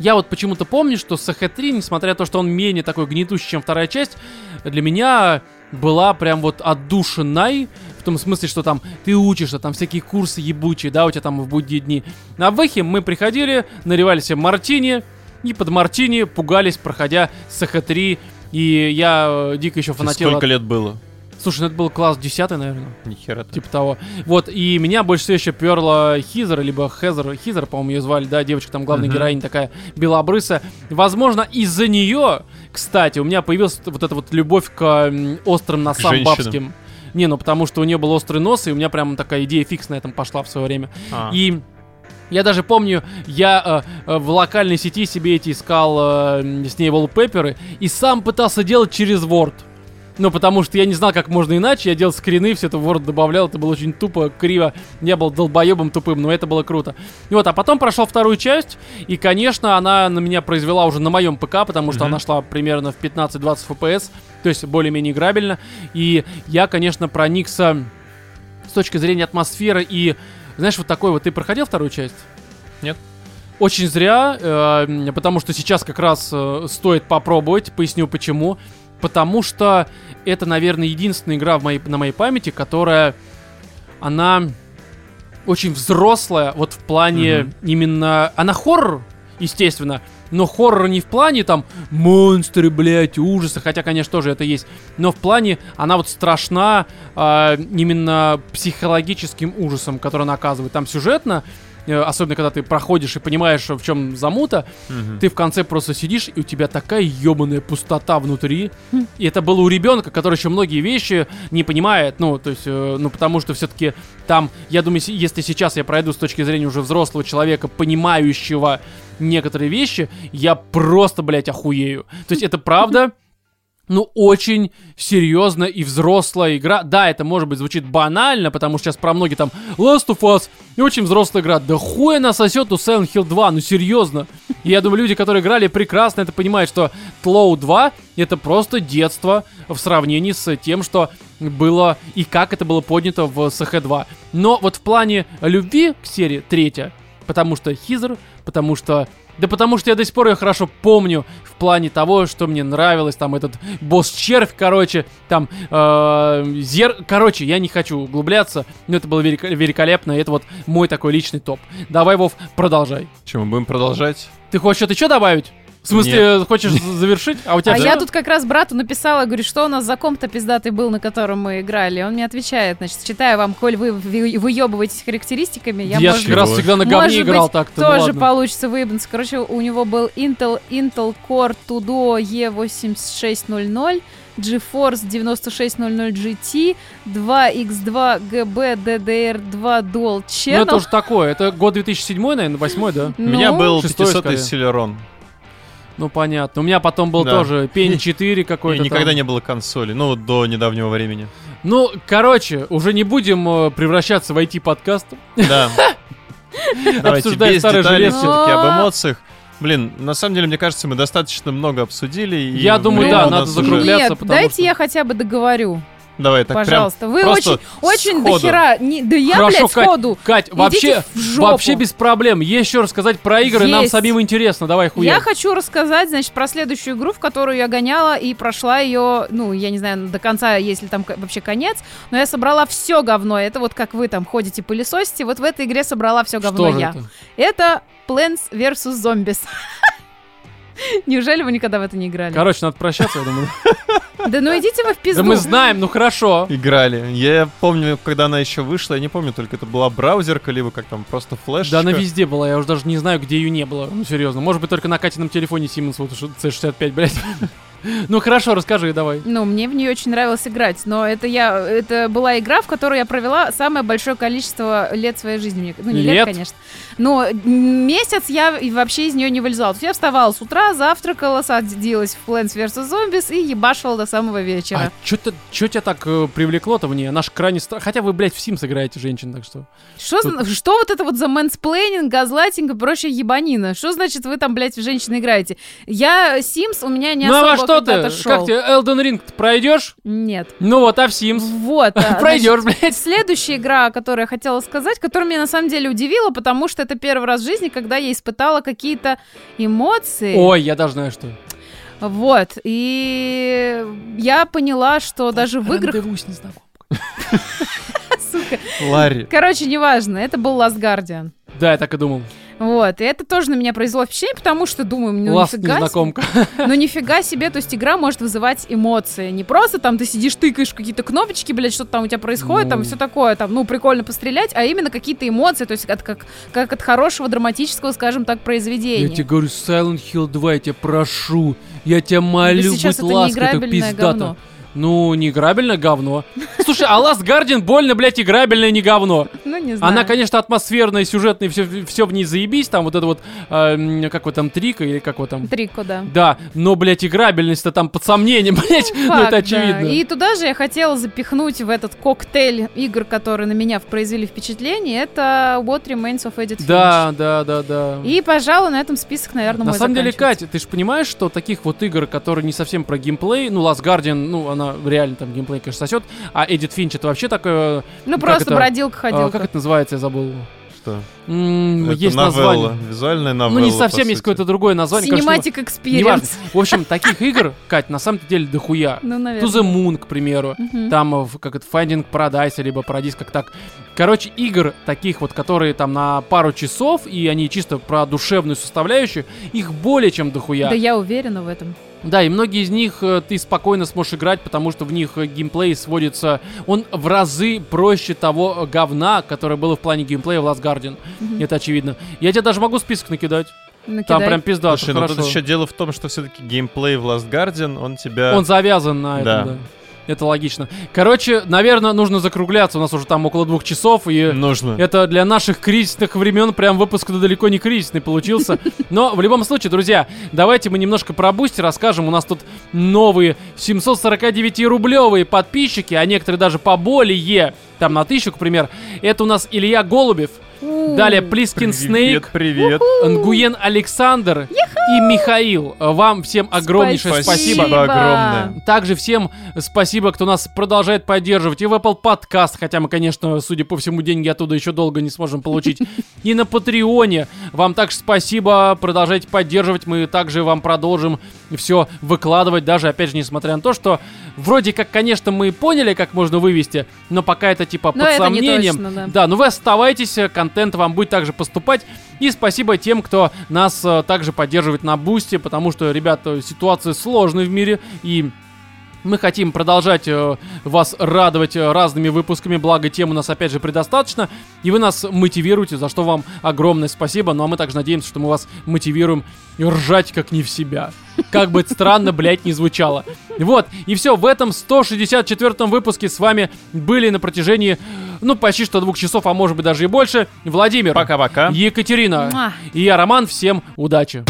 я вот почему-то помню, что СХ-3, несмотря на то, что он менее такой гнетущий, чем вторая часть, для меня была прям вот отдушиной, в том смысле, что там ты учишься, там всякие курсы ебучие, да, у тебя там в будние дни. На Вэхе мы приходили, наливали себе мартини, и под мартини пугались, проходя СХ-3, и я э, дико еще Тебе фанател. Сколько от- лет было? Слушай, ну это был класс 10, наверное. Нихера ты. Типа того. Вот, и меня больше всего еще перла Хизер, либо Хезер, Хизер, по-моему, ее звали, да, девочка там главная Мгм. героиня такая белобрысая. Возможно, из-за нее, кстати, у меня появилась вот эта вот любовь к м, острым носам женщинам. бабским. Не, ну потому что у нее был острый нос, и у меня прям такая идея фикс на этом пошла в свое время. А. И я даже помню, я э, э, в локальной сети себе эти искал э, м, с ней пепперы и сам пытался делать через Word. Ну, потому что я не знал, как можно иначе. Я делал скрины, все это в Word добавлял. Это было очень тупо, криво. Я был долбоебом тупым, но это было круто. И вот, а потом прошел вторую часть. И, конечно, она на меня произвела уже на моем ПК, потому что Мгм. она шла примерно в 15-20 FPS. То есть более-менее играбельно. И я, конечно, проникся с точки зрения атмосферы и, знаешь, вот такой вот. Ты проходил вторую часть? Нет. Очень зря, э, м, потому что сейчас как раз э, стоит попробовать. Поясню почему. Потому что это, наверное, единственная игра в моей, на моей памяти, которая, она очень взрослая, вот в плане Мгм. именно... Она хоррор, естественно, но хоррор не в плане там монстры, блядь, ужасы, хотя, конечно, тоже это есть, но в плане она вот страшна а, именно психологическим ужасом, который она оказывает. Там сюжетно, э, особенно когда ты проходишь и понимаешь, в чем замута, Мгм. ты в конце просто сидишь, и у тебя такая ебаная пустота внутри. И это было у ребенка, который еще многие вещи не понимает. Ну, то есть, э, ну, потому что все-таки там, я думаю, се- если сейчас я пройду с точки зрения уже взрослого человека, понимающего некоторые вещи, я просто, блядь, охуею. То есть, это правда ну, очень серьезная и взрослая игра. Да, это, может быть, звучит банально, потому что сейчас про многие там Last of Us и очень взрослая игра. Да хуй она сосет у Silent Hill 2, ну серьезно. И я думаю, люди, которые играли, прекрасно это понимают, что Тлоу 2 это просто детство в сравнении с тем, что было и как это было поднято в СХ-2. Но вот в плане любви к серии третья, потому что Хизер, потому что... Да потому что я до сих пор ее хорошо помню в плане того, что мне нравилось, там этот босс-червь, короче, там э, зер... Короче, я не хочу углубляться, но это было велик- великолепно, и это вот мой такой личный топ. Давай, Вов, продолжай. Чем мы будем продолжать? Ты хочешь что-то еще добавить? В смысле, э, хочешь з- завершить? А у тебя А всё? я тут как раз брату написала, говорю, что у нас за комп-то пиздатый был, на котором мы играли. Он мне отвечает, значит, читаю вам, коль вы вы- выебываетесь характеристиками, я, Я, может же как раз Чего? всегда на Может говне играл быть, так-то. ну тоже ладно. получится выебнуться. Короче, у него был Intel, Intel Core Tudo E8600, GeForce 9600 GT, 2X2 GB DDR2 Dual Ну, это Channel. уже такое. Это год 2007, наверное, 8, да? У меня Ну, был шестой 500 скорее. Селерон. Ну, понятно. У меня потом был Да. тоже Пень 4 какой-то. И никогда там. не было консоли, ну, вот до недавнего времени. Ну, короче, уже не будем э, превращаться в IT-подкаст. Да. Давайте Обсуждая без старые деталей железки. все-таки об Но- эмоциях. Блин, на самом деле, мне кажется, мы достаточно много обсудили. и Я думаю, время да, у надо нас уже- закруглять. закругляться, ну, Нет, потому дайте что- я хотя бы договорю, Давай, так прям пожалуйста. Вы просто очень, очень сходу. дохера. не- да я, Хорошо, блядь, Кать, сходу. Кать, Идите вообще, в жопу. вообще без проблем. Есть еще рассказать про игры, нам Есть. самим интересно. Давай хуя. Я хочу рассказать, значит, про следующую игру, в которую я гоняла и прошла ее, ну, я не знаю, до конца, если там к- вообще конец, но я собрала все говно. Это вот как вы там ходите пылесосите, вот в этой игре собрала все говно Что же я. это? Это Plants vs. Zombies. Неужели вы никогда в это не играли? Короче, надо прощаться, я думаю. Да ну идите вы в Да пизду. мы знаем, ну хорошо. играли. Я помню, когда она еще вышла, я не помню, только это была браузерка, либо как там просто флеш. Да она везде была, я уже даже не знаю, где ее не было. Ну, серьезно. Может быть, только на Катином телефоне Siemens вот C65, блядь. Ну, хорошо, расскажи, давай. Ну, мне в нее очень нравилось играть, но это я, это была игра, в которую я провела самое большое количество лет своей жизни. Мне- Ну, не лет, Лет? конечно. Но м, месяц я и вообще из нее не вылезала. То есть я вставала с утра, завтракала, садилась в Plants vs. Zombies и ебашивала до самого вечера. А что тебя так э, привлекло-то в ней? Она ж крайне стра- Хотя вы, блядь, в Sims играете, женщин, так что. что, зна- что вот это вот за мэнсплейнинг, газлайтинг и прочая ебанина? Что значит вы там, блядь, в женщины играете? Я Sims, у меня не ну, а особо во что ты? когда-то шел. Как тебе Elden Ring пройдешь? Нет. Ну вот, а в Sims? Вот. а, значит, Пройдешь, блядь. Следующая игра, о которой я хотела сказать, которая меня на самом деле удивила, потому что это первый раз в жизни, когда я испытала какие-то эмоции. Ой, я даже знаю, что. Вот. И я поняла, что даже в играх... Рандеву с незнакомкой. Сука. Ларри. Короче, неважно. Это был Last Guardian. Да, я так и думал. Вот. И это тоже на меня произвело впечатление, потому что, думаю, ну Ласт нифига себе. незнакомка. Ну нифига себе, то есть игра может вызывать эмоции. Не просто там ты сидишь, тыкаешь в какие-то кнопочки, блядь, что-то там у тебя происходит, там Ну. все такое, там, ну, прикольно пострелять, а именно какие-то эмоции, то есть от, как, как от хорошего драматического, скажем так, Я произведения. тебе говорю, Silent Hill 2, я тебя прошу. Я тебя Да молю, сейчас будь это ласка, это неиграбельное пиздато. говно. Ну, не играбельное говно. Слушай, а Last Guardian больно, блядь, играбельное не говно. Ну, не знаю. Она, конечно, атмосферная, сюжетная, все, все в ней заебись. Там вот это вот, э, м, как вот там, трика или как вот там... Трико, да. Да, но, блядь, играбельность-то там под сомнением, блядь. Ну, Факт, это да. очевидно. И туда же я хотела запихнуть в этот коктейль игр, которые на меня произвели впечатление, это What Remains of Edith Да, да, да, да. Finch. И, пожалуй, на этом список, наверное, На мой самом деле, заканчивается. Катя, ты же понимаешь, что таких вот игр, которые не совсем про геймплей, ну, Last Guardian, ну, она реально там геймплей, конечно, сосет, а Эдит Финч это вообще такое... Ну, как просто это? бродилка а, ходилка. как это называется, я забыл. что? М, Это Ну, Есть новелла, название. визуальная Ну, новелла. не по совсем есть сути. какое-то другое название. конечно, Cinematic ну, неважно. Experience. В общем, таких игр, Кать, на самом деле дохуя. Ну, To наверное. the Moon, к примеру. Мгм. Там, э, в- как это, Finding Paradise, либо Paradise, как так. Короче, игр таких вот, которые там на пару часов, и они чисто про душевную составляющую, их более чем дохуя. Да я уверена в этом. Да, и многие из них э, ты спокойно сможешь играть, потому что в них э, геймплей сводится... Он в разы проще того э, говна, которое было в плане геймплея в Last Guardian. Мгм. Это очевидно. Я тебе даже могу список накидать. Там Накидай. прям пизда, Слушай, всё ну хорошо. тут еще дело в том, что все-таки геймплей в Last Guardian, он тебя... Он завязан на этом, Да. да. Это логично. Короче, наверное, нужно закругляться. У нас уже там около двух часов, и... Нужно. Это для наших кризисных времен прям выпуск то далеко не кризисный получился. Но в любом случае, друзья, давайте мы немножко про Бусти расскажем. У нас тут новые 749-рублевые подписчики, а некоторые даже поболее, там на тысячу, к примеру. Это у нас Илья Голубев, У. далее Плискин Привет, Снейк, привет. Нгуен Александр и Михаил. Вам всем огромнейшее спасибо. Спасибо огромное. Также всем спасибо, кто нас продолжает поддерживать и в Apple Podcast, хотя мы, конечно, судя по всему, деньги оттуда еще долго не сможем получить. И на Патреоне. Вам также спасибо, продолжайте поддерживать, мы также вам продолжим все выкладывать, даже, опять же, несмотря на то, что вроде как, конечно, мы поняли, как можно вывести, но пока это типа Но под это не сомнением. точно, да. Да, но вы оставайтесь, э, контент вам будет также поступать. И спасибо тем, кто нас э, также поддерживает на бусте, потому что, ребята, ситуация сложная в мире, и мы хотим продолжать э, вас радовать э, разными выпусками, благо тем у нас опять же предостаточно, и вы нас мотивируете, за что вам огромное спасибо. Ну а мы также надеемся, что мы вас мотивируем ржать как не в себя. Как бы это странно, блядь, не звучало. Вот, и все, в этом 164-м выпуске с вами были на протяжении, ну, почти что двух часов, а может быть даже и больше, Владимир, Пока-пока. Екатерина Муа. и я, Роман. Всем удачи!